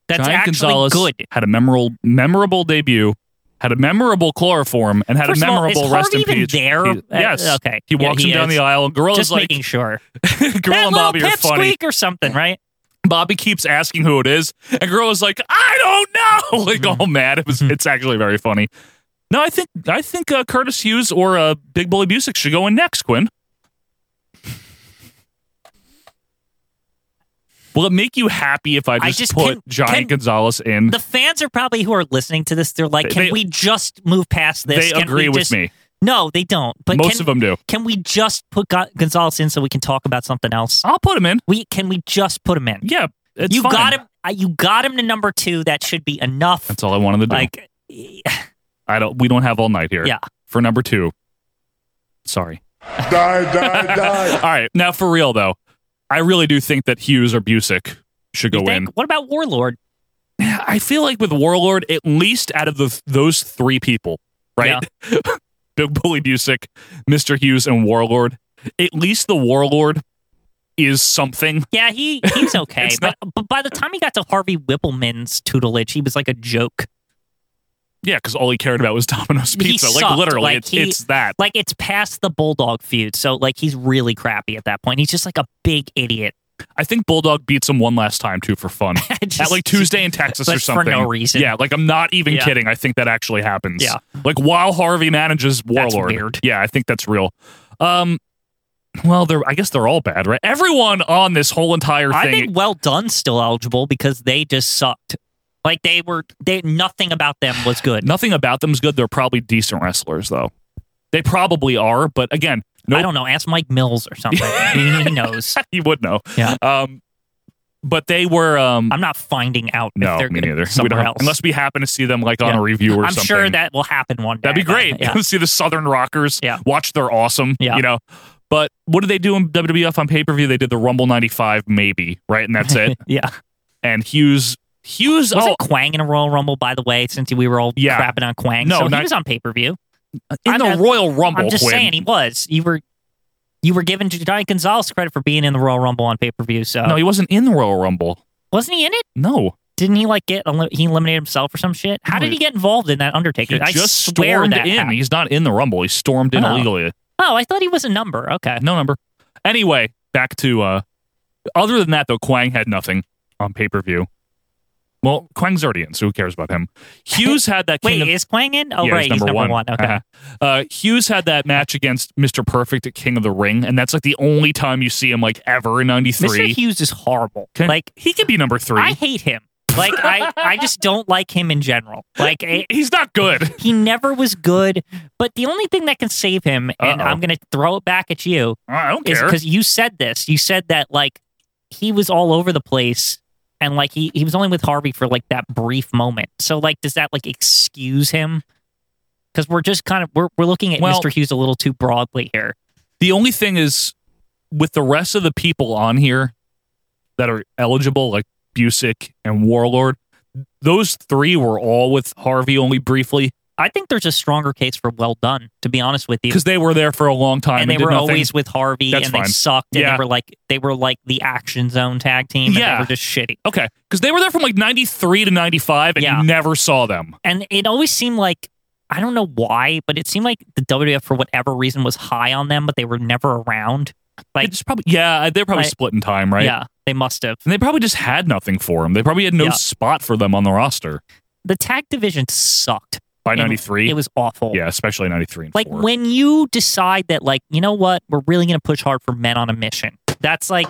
[SPEAKER 2] that's
[SPEAKER 1] Giant
[SPEAKER 2] actually
[SPEAKER 1] Gonzalez
[SPEAKER 2] good.
[SPEAKER 1] Had a memorable, memorable debut, had a memorable chloroform, and had
[SPEAKER 2] First
[SPEAKER 1] a
[SPEAKER 2] of all, is
[SPEAKER 1] memorable rest
[SPEAKER 2] Harvey
[SPEAKER 1] in
[SPEAKER 2] even
[SPEAKER 1] peace.
[SPEAKER 2] there?
[SPEAKER 1] He- yes.
[SPEAKER 2] Uh, okay.
[SPEAKER 1] He
[SPEAKER 2] Yeah,
[SPEAKER 1] walks
[SPEAKER 2] he
[SPEAKER 1] him down
[SPEAKER 2] is.
[SPEAKER 1] the aisle. and Gorilla's
[SPEAKER 2] Just
[SPEAKER 1] like,
[SPEAKER 2] making sure.
[SPEAKER 1] Gorilla
[SPEAKER 2] that
[SPEAKER 1] and Bobby
[SPEAKER 2] little
[SPEAKER 1] are funny.
[SPEAKER 2] pipsqueak or something, right?
[SPEAKER 1] Bobby keeps asking who it is, and girl is like, "I don't know," like all mad. It was, it's actually very funny. No, I think I think uh, Curtis Hughes or uh, Big Bully Busick should go in next, Quinn. Will it make you happy if I just,
[SPEAKER 2] I just
[SPEAKER 1] put
[SPEAKER 2] can-
[SPEAKER 1] Johnny
[SPEAKER 2] can-
[SPEAKER 1] Gonzalez in?
[SPEAKER 2] The fans are probably who are listening to this. They're like,
[SPEAKER 1] They-
[SPEAKER 2] can
[SPEAKER 1] they-
[SPEAKER 2] we just move past this?
[SPEAKER 1] they
[SPEAKER 2] Can
[SPEAKER 1] agree
[SPEAKER 2] we
[SPEAKER 1] with
[SPEAKER 2] just-
[SPEAKER 1] me.
[SPEAKER 2] No, they don't. But
[SPEAKER 1] Most
[SPEAKER 2] can,
[SPEAKER 1] of them do.
[SPEAKER 2] can we just put Go- Gonzalez in so we can talk about something else?
[SPEAKER 1] I'll put him in.
[SPEAKER 2] We can we just put him in?
[SPEAKER 1] Yeah, it's
[SPEAKER 2] you
[SPEAKER 1] fine.
[SPEAKER 2] got him. I- You got him to number two. That should be enough.
[SPEAKER 1] That's all I wanted to do.
[SPEAKER 2] like,
[SPEAKER 1] I don't. We don't have all night here.
[SPEAKER 2] Yeah.
[SPEAKER 1] For number two. Sorry.
[SPEAKER 3] Die, die, die.
[SPEAKER 1] All right. Now for real though, I really do think that Hughes or Busick should
[SPEAKER 2] you
[SPEAKER 1] go in.
[SPEAKER 2] think? What about Warlord?
[SPEAKER 1] I feel like with Warlord, at least out of the those three people, right? Big Bully Busick, Mr. Hughes, and Warlord. At least the Warlord is something.
[SPEAKER 2] Yeah, he he's okay.
[SPEAKER 1] It's
[SPEAKER 2] but, but by the time he got to Harvey Whippleman's tutelage, he was like a joke.
[SPEAKER 1] Yeah, because all he cared about was Domino's
[SPEAKER 2] He
[SPEAKER 1] Pizza. like
[SPEAKER 2] sucked.
[SPEAKER 1] literally,
[SPEAKER 2] Like,
[SPEAKER 1] it's,
[SPEAKER 2] he-
[SPEAKER 1] it's that.
[SPEAKER 2] Like it's past the bulldog feud, so like he's really crappy at that point. He's just like a big idiot.
[SPEAKER 1] I think Bulldog beats him one last time too for fun.
[SPEAKER 2] Just-
[SPEAKER 1] at like Tuesday in Texas
[SPEAKER 2] like,
[SPEAKER 1] or something
[SPEAKER 2] for no reason.
[SPEAKER 1] Yeah, like I'm not even
[SPEAKER 2] Yeah.
[SPEAKER 1] kidding. I think that actually happens.
[SPEAKER 2] Yeah.
[SPEAKER 1] like while Harvey manages Warlord.
[SPEAKER 2] weird.
[SPEAKER 1] Yeah, I think that's real. Um, well, they're I guess they're all bad, right? Everyone on this whole entire
[SPEAKER 2] I
[SPEAKER 1] thing.
[SPEAKER 2] think well done still eligible because they just sucked. Like they were they nothing about them was good.
[SPEAKER 1] nothing about them's good. They're probably decent wrestlers, though. They probably are, but again,
[SPEAKER 2] I
[SPEAKER 1] no,
[SPEAKER 2] don't know. Ask Mike Mills or something. he, he knows.
[SPEAKER 1] you would know.
[SPEAKER 2] Yeah.
[SPEAKER 1] Um, but they were. Um,
[SPEAKER 2] I'm not finding out
[SPEAKER 1] no,
[SPEAKER 2] if they're
[SPEAKER 1] me
[SPEAKER 2] gonna
[SPEAKER 1] neither.
[SPEAKER 2] be
[SPEAKER 1] We don't,
[SPEAKER 2] somewhere else.
[SPEAKER 1] Unless we happen to see them like on
[SPEAKER 2] Yeah.
[SPEAKER 1] a review or
[SPEAKER 2] I'm
[SPEAKER 1] something.
[SPEAKER 2] sure that will happen one day.
[SPEAKER 1] That'd be
[SPEAKER 2] but,
[SPEAKER 1] great.
[SPEAKER 2] yeah.
[SPEAKER 1] see the Southern Rockers.
[SPEAKER 2] Yeah.
[SPEAKER 1] Watch they're awesome.
[SPEAKER 2] Yeah.
[SPEAKER 1] You know. But what did they do in WWF on pay per view? They did the Rumble '95, maybe right, and that's it.
[SPEAKER 2] yeah.
[SPEAKER 1] and Hughes, Hughes.
[SPEAKER 2] Wasn't
[SPEAKER 1] oh,
[SPEAKER 2] Quang in a Royal Rumble, by the way, since we were all
[SPEAKER 1] Yeah.
[SPEAKER 2] crapping on Quang?
[SPEAKER 1] No,
[SPEAKER 2] so
[SPEAKER 1] not-
[SPEAKER 2] he was on pay per view.
[SPEAKER 1] oh, in
[SPEAKER 2] I'm
[SPEAKER 1] the
[SPEAKER 2] not-
[SPEAKER 1] Royal Rumble.
[SPEAKER 2] I'm just
[SPEAKER 1] Quinn.
[SPEAKER 2] saying he was. You were you were giving Johnny Gonzalez credit for being in the Royal Rumble on pay per view. So
[SPEAKER 1] no, he wasn't in the Royal Rumble.
[SPEAKER 2] wasn't he in it?
[SPEAKER 1] No,
[SPEAKER 2] Didn't he like get eli- he eliminated himself or some shit? How
[SPEAKER 1] No,
[SPEAKER 2] did
[SPEAKER 1] he-
[SPEAKER 2] he get involved in that Undertaker?
[SPEAKER 1] he
[SPEAKER 2] I
[SPEAKER 1] just
[SPEAKER 2] swear
[SPEAKER 1] stormed
[SPEAKER 2] that
[SPEAKER 1] in.
[SPEAKER 2] happened.
[SPEAKER 1] He's not in the Rumble. He stormed in
[SPEAKER 2] Oh.
[SPEAKER 1] illegally.
[SPEAKER 2] Oh, I thought he was a number. Okay.
[SPEAKER 1] No number. Anyway, back to uh, other than that though, Quang had nothing on pay per view. Well, Quang's already in, so who cares about him? Hughes had that.
[SPEAKER 2] Wait,
[SPEAKER 1] King of-
[SPEAKER 2] is Quang in? Oh,
[SPEAKER 1] Yeah,
[SPEAKER 2] right, he's number one. Okay.
[SPEAKER 1] Uh-huh. Uh, Hughes had that match against Mr. Perfect at King of the Ring, and that's like the only time you see him like ever in
[SPEAKER 2] Mr.
[SPEAKER 1] '93.
[SPEAKER 2] Hughes is horrible.
[SPEAKER 1] Can-
[SPEAKER 2] Like
[SPEAKER 1] He could be number three.
[SPEAKER 2] I hate him. Like I, I just don't like him in general. Like it,
[SPEAKER 1] He's not good.
[SPEAKER 2] He never was good, but the only thing that can save him, and
[SPEAKER 1] Uh-oh.
[SPEAKER 2] I'm going to throw it back at you,
[SPEAKER 1] I don't
[SPEAKER 2] is
[SPEAKER 1] care.
[SPEAKER 2] because you said this. You said that like he was all over the place, and like he he was only with Harvey for like that brief moment. So like, does that like excuse him? Because we're just kind of we're we're looking at
[SPEAKER 1] Well-
[SPEAKER 2] Mr. Hughes a little too broadly here.
[SPEAKER 1] The only thing is, with the rest of the people on here that are eligible, like Busick and Warlord, those three were all with Harvey only briefly
[SPEAKER 2] I think there's a stronger case for well done, to be honest with you.
[SPEAKER 1] because they were there for a long time
[SPEAKER 2] and
[SPEAKER 1] and,
[SPEAKER 2] they
[SPEAKER 1] did
[SPEAKER 2] were
[SPEAKER 1] nothing.
[SPEAKER 2] always with Harvey,
[SPEAKER 1] That's
[SPEAKER 2] and
[SPEAKER 1] fine.
[SPEAKER 2] they sucked, and
[SPEAKER 1] Yeah.
[SPEAKER 2] they were like they were like the action zone tag team, and
[SPEAKER 1] Yeah.
[SPEAKER 2] they were just shitty.
[SPEAKER 1] okay because they were there from like '93 to '95, and
[SPEAKER 2] Yeah.
[SPEAKER 1] you never saw them.
[SPEAKER 2] And it always seemed like I don't know why, but it seemed like the WWF for whatever reason was high on them, but they were never around. Like-
[SPEAKER 1] it's probably yeah, uh, they're probably
[SPEAKER 2] Like-
[SPEAKER 1] split in time, right?
[SPEAKER 2] Yeah, they must have.
[SPEAKER 1] And they probably just had nothing for him. They probably had no
[SPEAKER 2] Yeah.
[SPEAKER 1] spot for them on the roster
[SPEAKER 2] The tag division sucked.
[SPEAKER 1] by
[SPEAKER 2] It-
[SPEAKER 1] '93.
[SPEAKER 2] It was awful.
[SPEAKER 1] yeah, especially '93 and
[SPEAKER 2] Like
[SPEAKER 1] four.
[SPEAKER 2] when you decide that, like you know what, we're really gonna push hard for men on a mission. That's like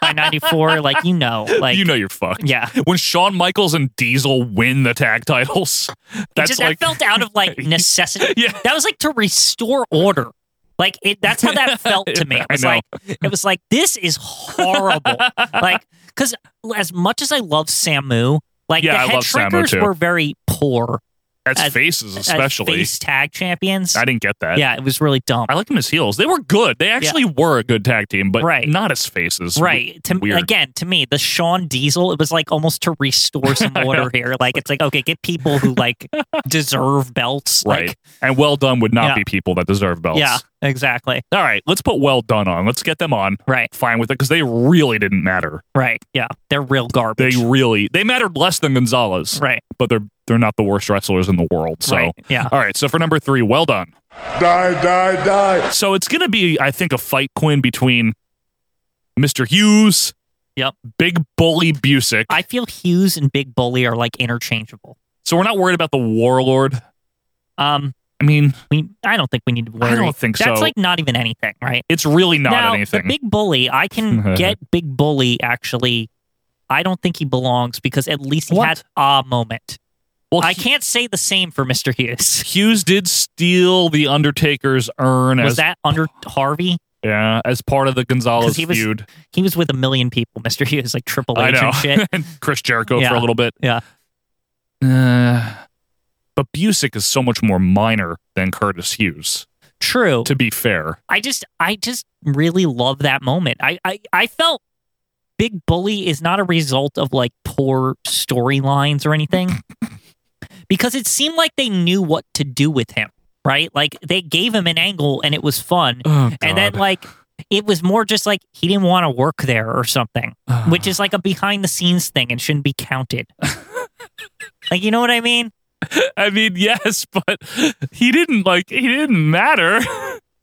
[SPEAKER 2] by '94. Like you know, like
[SPEAKER 1] you know you're fucked.
[SPEAKER 2] yeah.
[SPEAKER 1] When Shawn Michaels and Diesel win the tag titles,
[SPEAKER 2] It
[SPEAKER 1] that's
[SPEAKER 2] just,
[SPEAKER 1] like
[SPEAKER 2] that felt out of like necessity.
[SPEAKER 1] yeah,
[SPEAKER 2] That was like to restore order. Like it, that's how that felt to me. It
[SPEAKER 1] I
[SPEAKER 2] was
[SPEAKER 1] know.
[SPEAKER 2] like it was like this is horrible. like because as much as I love Samu, like
[SPEAKER 1] Yeah, I
[SPEAKER 2] the head
[SPEAKER 1] love Samu, too.
[SPEAKER 2] shrinkers were very poor,
[SPEAKER 1] as,
[SPEAKER 2] as-
[SPEAKER 1] faces
[SPEAKER 2] as
[SPEAKER 1] especially.
[SPEAKER 2] face tag champions.
[SPEAKER 1] I didn't get that.
[SPEAKER 2] yeah, it was really dumb.
[SPEAKER 1] I liked them as heels. They were good. They actually were a good tag team, but
[SPEAKER 2] Right.
[SPEAKER 1] not as faces.
[SPEAKER 2] Right. To,
[SPEAKER 1] weird.
[SPEAKER 2] again, to me, the Sean Diesel, it was like almost to restore some order here. Like it's like, okay, get people who like deserve belts.
[SPEAKER 1] Right.
[SPEAKER 2] Like,
[SPEAKER 1] And well done would not
[SPEAKER 2] Yeah.
[SPEAKER 1] be people that deserve belts.
[SPEAKER 2] yeah, exactly.
[SPEAKER 1] All right, let's put well done on. Let's get them on.
[SPEAKER 2] Right.
[SPEAKER 1] Fine with it because they really didn't matter.
[SPEAKER 2] Right. Yeah. They're real
[SPEAKER 1] They
[SPEAKER 2] garbage.
[SPEAKER 1] really they mattered less than Gonzalez,
[SPEAKER 2] right.
[SPEAKER 1] but they're they're not the worst wrestlers in the world. So
[SPEAKER 2] Right. Yeah.
[SPEAKER 1] all right, so for number three, well done.
[SPEAKER 3] Die, die, die.
[SPEAKER 1] So it's going to be, I think, a fight, Quinn, between Mr. Hughes
[SPEAKER 2] Yep.
[SPEAKER 1] Big Bully Busick.
[SPEAKER 2] I feel Hughes and Big Bully are like interchangeable.
[SPEAKER 1] so we're not worried about the Warlord.
[SPEAKER 2] Um,
[SPEAKER 1] I mean,
[SPEAKER 2] we I don't think we need to worry.
[SPEAKER 1] I don't think
[SPEAKER 2] That's
[SPEAKER 1] so.
[SPEAKER 2] like not even anything, right?
[SPEAKER 1] it's really not
[SPEAKER 2] now,
[SPEAKER 1] anything.
[SPEAKER 2] The big bully, I can get big bully actually. I don't think he belongs because at least he
[SPEAKER 1] What?
[SPEAKER 2] had a moment.
[SPEAKER 1] well,
[SPEAKER 2] I
[SPEAKER 1] Hu-
[SPEAKER 2] can't say the same for Mr. Hughes.
[SPEAKER 1] Hughes did steal the Undertaker's urn
[SPEAKER 2] Was
[SPEAKER 1] as
[SPEAKER 2] that under Harvey?
[SPEAKER 1] yeah as part of the Gonzalez
[SPEAKER 2] 'Cause he was-
[SPEAKER 1] feud.
[SPEAKER 2] He was with a million people. Mr. Hughes, like Triple
[SPEAKER 1] I
[SPEAKER 2] H
[SPEAKER 1] know.
[SPEAKER 2] and shit.
[SPEAKER 1] and Chris Jericho for
[SPEAKER 2] Yeah.
[SPEAKER 1] a little bit.
[SPEAKER 2] Yeah.
[SPEAKER 1] Uh, but Busick is so much more minor than Curtis Hughes.
[SPEAKER 2] True.
[SPEAKER 1] To be fair,
[SPEAKER 2] I just I just really love that moment. I I, I felt Big Bully is not a result of like poor storylines or anything. because it seemed like they knew what to do with him, right? Like they gave him an angle and it was fun.
[SPEAKER 1] Oh,
[SPEAKER 2] Oh, And then like it was more just like he didn't want to work there or something, which is like a behind the scenes thing and shouldn't be counted. like you know what I mean?
[SPEAKER 1] I mean, yes, but he didn't like he didn't matter.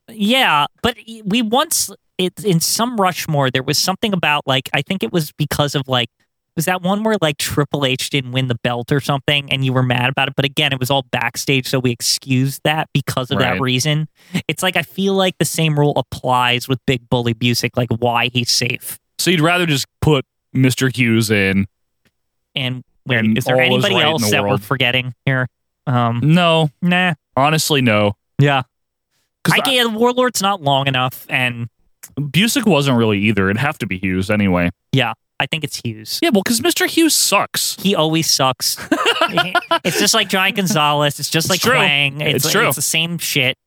[SPEAKER 2] Yeah, but we once it in some Rushmore there was something about like I think it was because of like was that one where like Triple H didn't win the belt or something and you were mad about it? But again, it was all backstage, so we excused that because of
[SPEAKER 1] Right.
[SPEAKER 2] that reason. It's like I feel like the same rule applies with Big Bully Busick, like why he's safe
[SPEAKER 1] So you'd rather just put Mr. Hughes in.
[SPEAKER 2] and wait,
[SPEAKER 1] And
[SPEAKER 2] is there
[SPEAKER 1] all is
[SPEAKER 2] anybody
[SPEAKER 1] right in
[SPEAKER 2] else
[SPEAKER 1] the
[SPEAKER 2] that we're
[SPEAKER 1] world.
[SPEAKER 2] forgetting here? Um,
[SPEAKER 1] No,
[SPEAKER 2] nah,
[SPEAKER 1] honestly, no.
[SPEAKER 2] yeah.
[SPEAKER 1] 'Cause
[SPEAKER 2] I
[SPEAKER 1] I-
[SPEAKER 2] get Warlord's not long enough, and
[SPEAKER 1] Busick wasn't really either. It'd have to be Hughes anyway.
[SPEAKER 2] I think it's Hughes.
[SPEAKER 1] Yeah, well, because Mr. Hughes sucks.
[SPEAKER 2] he always sucks. it's just like Johnny Gonzalez. It's just
[SPEAKER 1] It's
[SPEAKER 2] like
[SPEAKER 1] true.
[SPEAKER 2] Quang. It's,
[SPEAKER 1] It's true.
[SPEAKER 2] It's the same shit.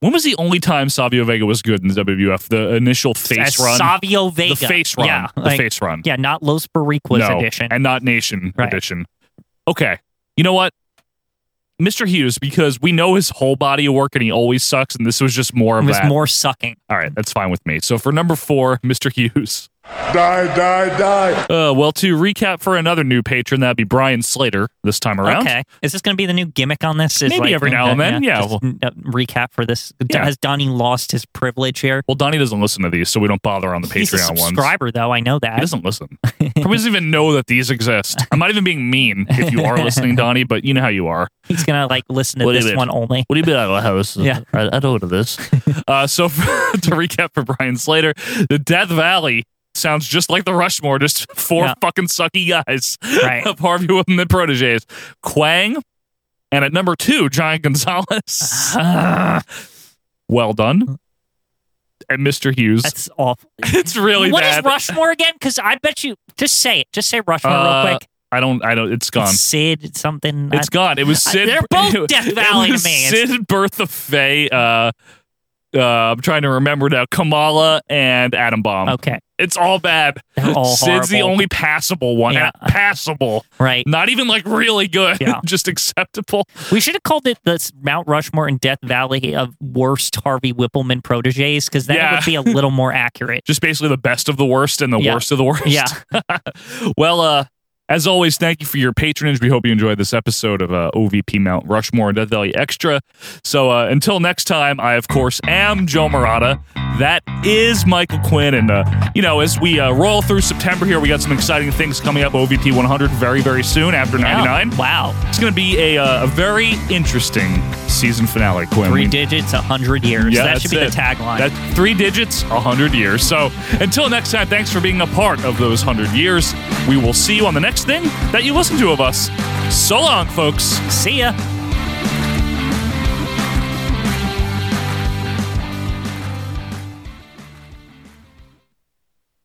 [SPEAKER 1] When was the only time Savio Vega was good in the WWF? The initial face
[SPEAKER 2] As
[SPEAKER 1] run,
[SPEAKER 2] Savio Vega.
[SPEAKER 1] the face run,
[SPEAKER 2] Yeah.
[SPEAKER 1] the
[SPEAKER 2] like-
[SPEAKER 1] face run.
[SPEAKER 2] Yeah, not Los Barriquas
[SPEAKER 1] no,
[SPEAKER 2] edition.
[SPEAKER 1] and not Nation
[SPEAKER 2] Right.
[SPEAKER 1] edition. Okay, you know what, Mr. Hughes, because we know his whole body of work, and he always sucks. And this was just more
[SPEAKER 2] it
[SPEAKER 1] of
[SPEAKER 2] was
[SPEAKER 1] that.
[SPEAKER 2] more sucking.
[SPEAKER 1] All right, that's fine with me. So for number four, Mr. Hughes.
[SPEAKER 3] die, die, die.
[SPEAKER 1] Uh, well, to recap for another new patron, that'd be Brian Slater this time around.
[SPEAKER 2] Okay. Is this going to be the new gimmick on this? Is
[SPEAKER 1] Maybe
[SPEAKER 2] like,
[SPEAKER 1] every now and then, yeah,
[SPEAKER 2] just, uh, recap for this.
[SPEAKER 1] Yeah.
[SPEAKER 2] Has Donnie lost his privilege here?
[SPEAKER 1] Well, Donnie doesn't listen to these, so we don't bother on the
[SPEAKER 2] He's a
[SPEAKER 1] Patreon ones.
[SPEAKER 2] subscriber, though. I know
[SPEAKER 1] He
[SPEAKER 2] that.
[SPEAKER 1] doesn't listen. He doesn't even know that these exist. I'm not even being mean if you are listening, Donnie, but you know how you are.
[SPEAKER 2] He's going to like listen to
[SPEAKER 1] What do you
[SPEAKER 2] this
[SPEAKER 1] mean?
[SPEAKER 2] one only.
[SPEAKER 1] What do you mean I don't know this?
[SPEAKER 2] Yeah.
[SPEAKER 1] I, I don't know this. Uh, so for, to recap for Brian Slater, the Death Valley sounds just like the Rushmore, just four
[SPEAKER 2] Yeah.
[SPEAKER 1] fucking sucky guys
[SPEAKER 2] Right.
[SPEAKER 1] of Harvey Whitman and Proteges. Quang, and at number two, Giant Gonzalez. well done. And Mr. Hughes.
[SPEAKER 2] That's awful.
[SPEAKER 1] it's really
[SPEAKER 2] What is
[SPEAKER 1] bad.
[SPEAKER 2] Rushmore again? Because I bet you. Just say it. Just say Rushmore
[SPEAKER 1] Uh,
[SPEAKER 2] real quick.
[SPEAKER 1] I don't. I don't. It's gone.
[SPEAKER 2] It's Sid something. I-
[SPEAKER 1] It's gone. It was
[SPEAKER 2] I-
[SPEAKER 1] Sid.
[SPEAKER 2] they're both Death
[SPEAKER 1] it
[SPEAKER 2] Valley to
[SPEAKER 1] was
[SPEAKER 2] me. It's-
[SPEAKER 1] Sid, Bertha Faye. Uh, uh, I'm trying to remember now. Kamala and Adam Bomb.
[SPEAKER 2] okay.
[SPEAKER 1] It's all bad.
[SPEAKER 2] They're Oh. all
[SPEAKER 1] Sid's the
[SPEAKER 2] horrible.
[SPEAKER 1] only passable one.
[SPEAKER 2] Yeah.
[SPEAKER 1] Uh, Passable.
[SPEAKER 2] Right.
[SPEAKER 1] Not even like really good.
[SPEAKER 2] Yeah.
[SPEAKER 1] Just acceptable.
[SPEAKER 2] We should have called it the Mount Rushmore and Death Valley of worst Harvey Whippleman proteges because that
[SPEAKER 1] Yeah.
[SPEAKER 2] would be a little more accurate.
[SPEAKER 1] Just basically the best of the worst and the
[SPEAKER 2] Yeah.
[SPEAKER 1] worst of the worst.
[SPEAKER 2] Yeah.
[SPEAKER 1] well, uh, as always, thank you for your patronage. We hope you enjoyed this episode of uh, OVP Mount Rushmore and Death Valley Extra. So uh, until next time, I, of course, am Joe Murata. That is Michael Quinn. And, uh, you know, as we uh, roll through September here, we got some exciting things coming up. OVP 100 very, very soon after 99.
[SPEAKER 2] Yeah. Oh, Wow.
[SPEAKER 1] It's going to be a, uh, a very interesting season finale, Quinn.
[SPEAKER 2] Three
[SPEAKER 1] We-
[SPEAKER 2] digits, a 100 years.
[SPEAKER 1] yeah,
[SPEAKER 2] that should be
[SPEAKER 1] that's
[SPEAKER 2] the
[SPEAKER 1] it.
[SPEAKER 2] tagline.
[SPEAKER 1] That three digits, a hundred years. So until next time, thanks for being a part of those hundred years. We will see you on the next thing that you listen to of us. So long, folks.
[SPEAKER 2] See ya.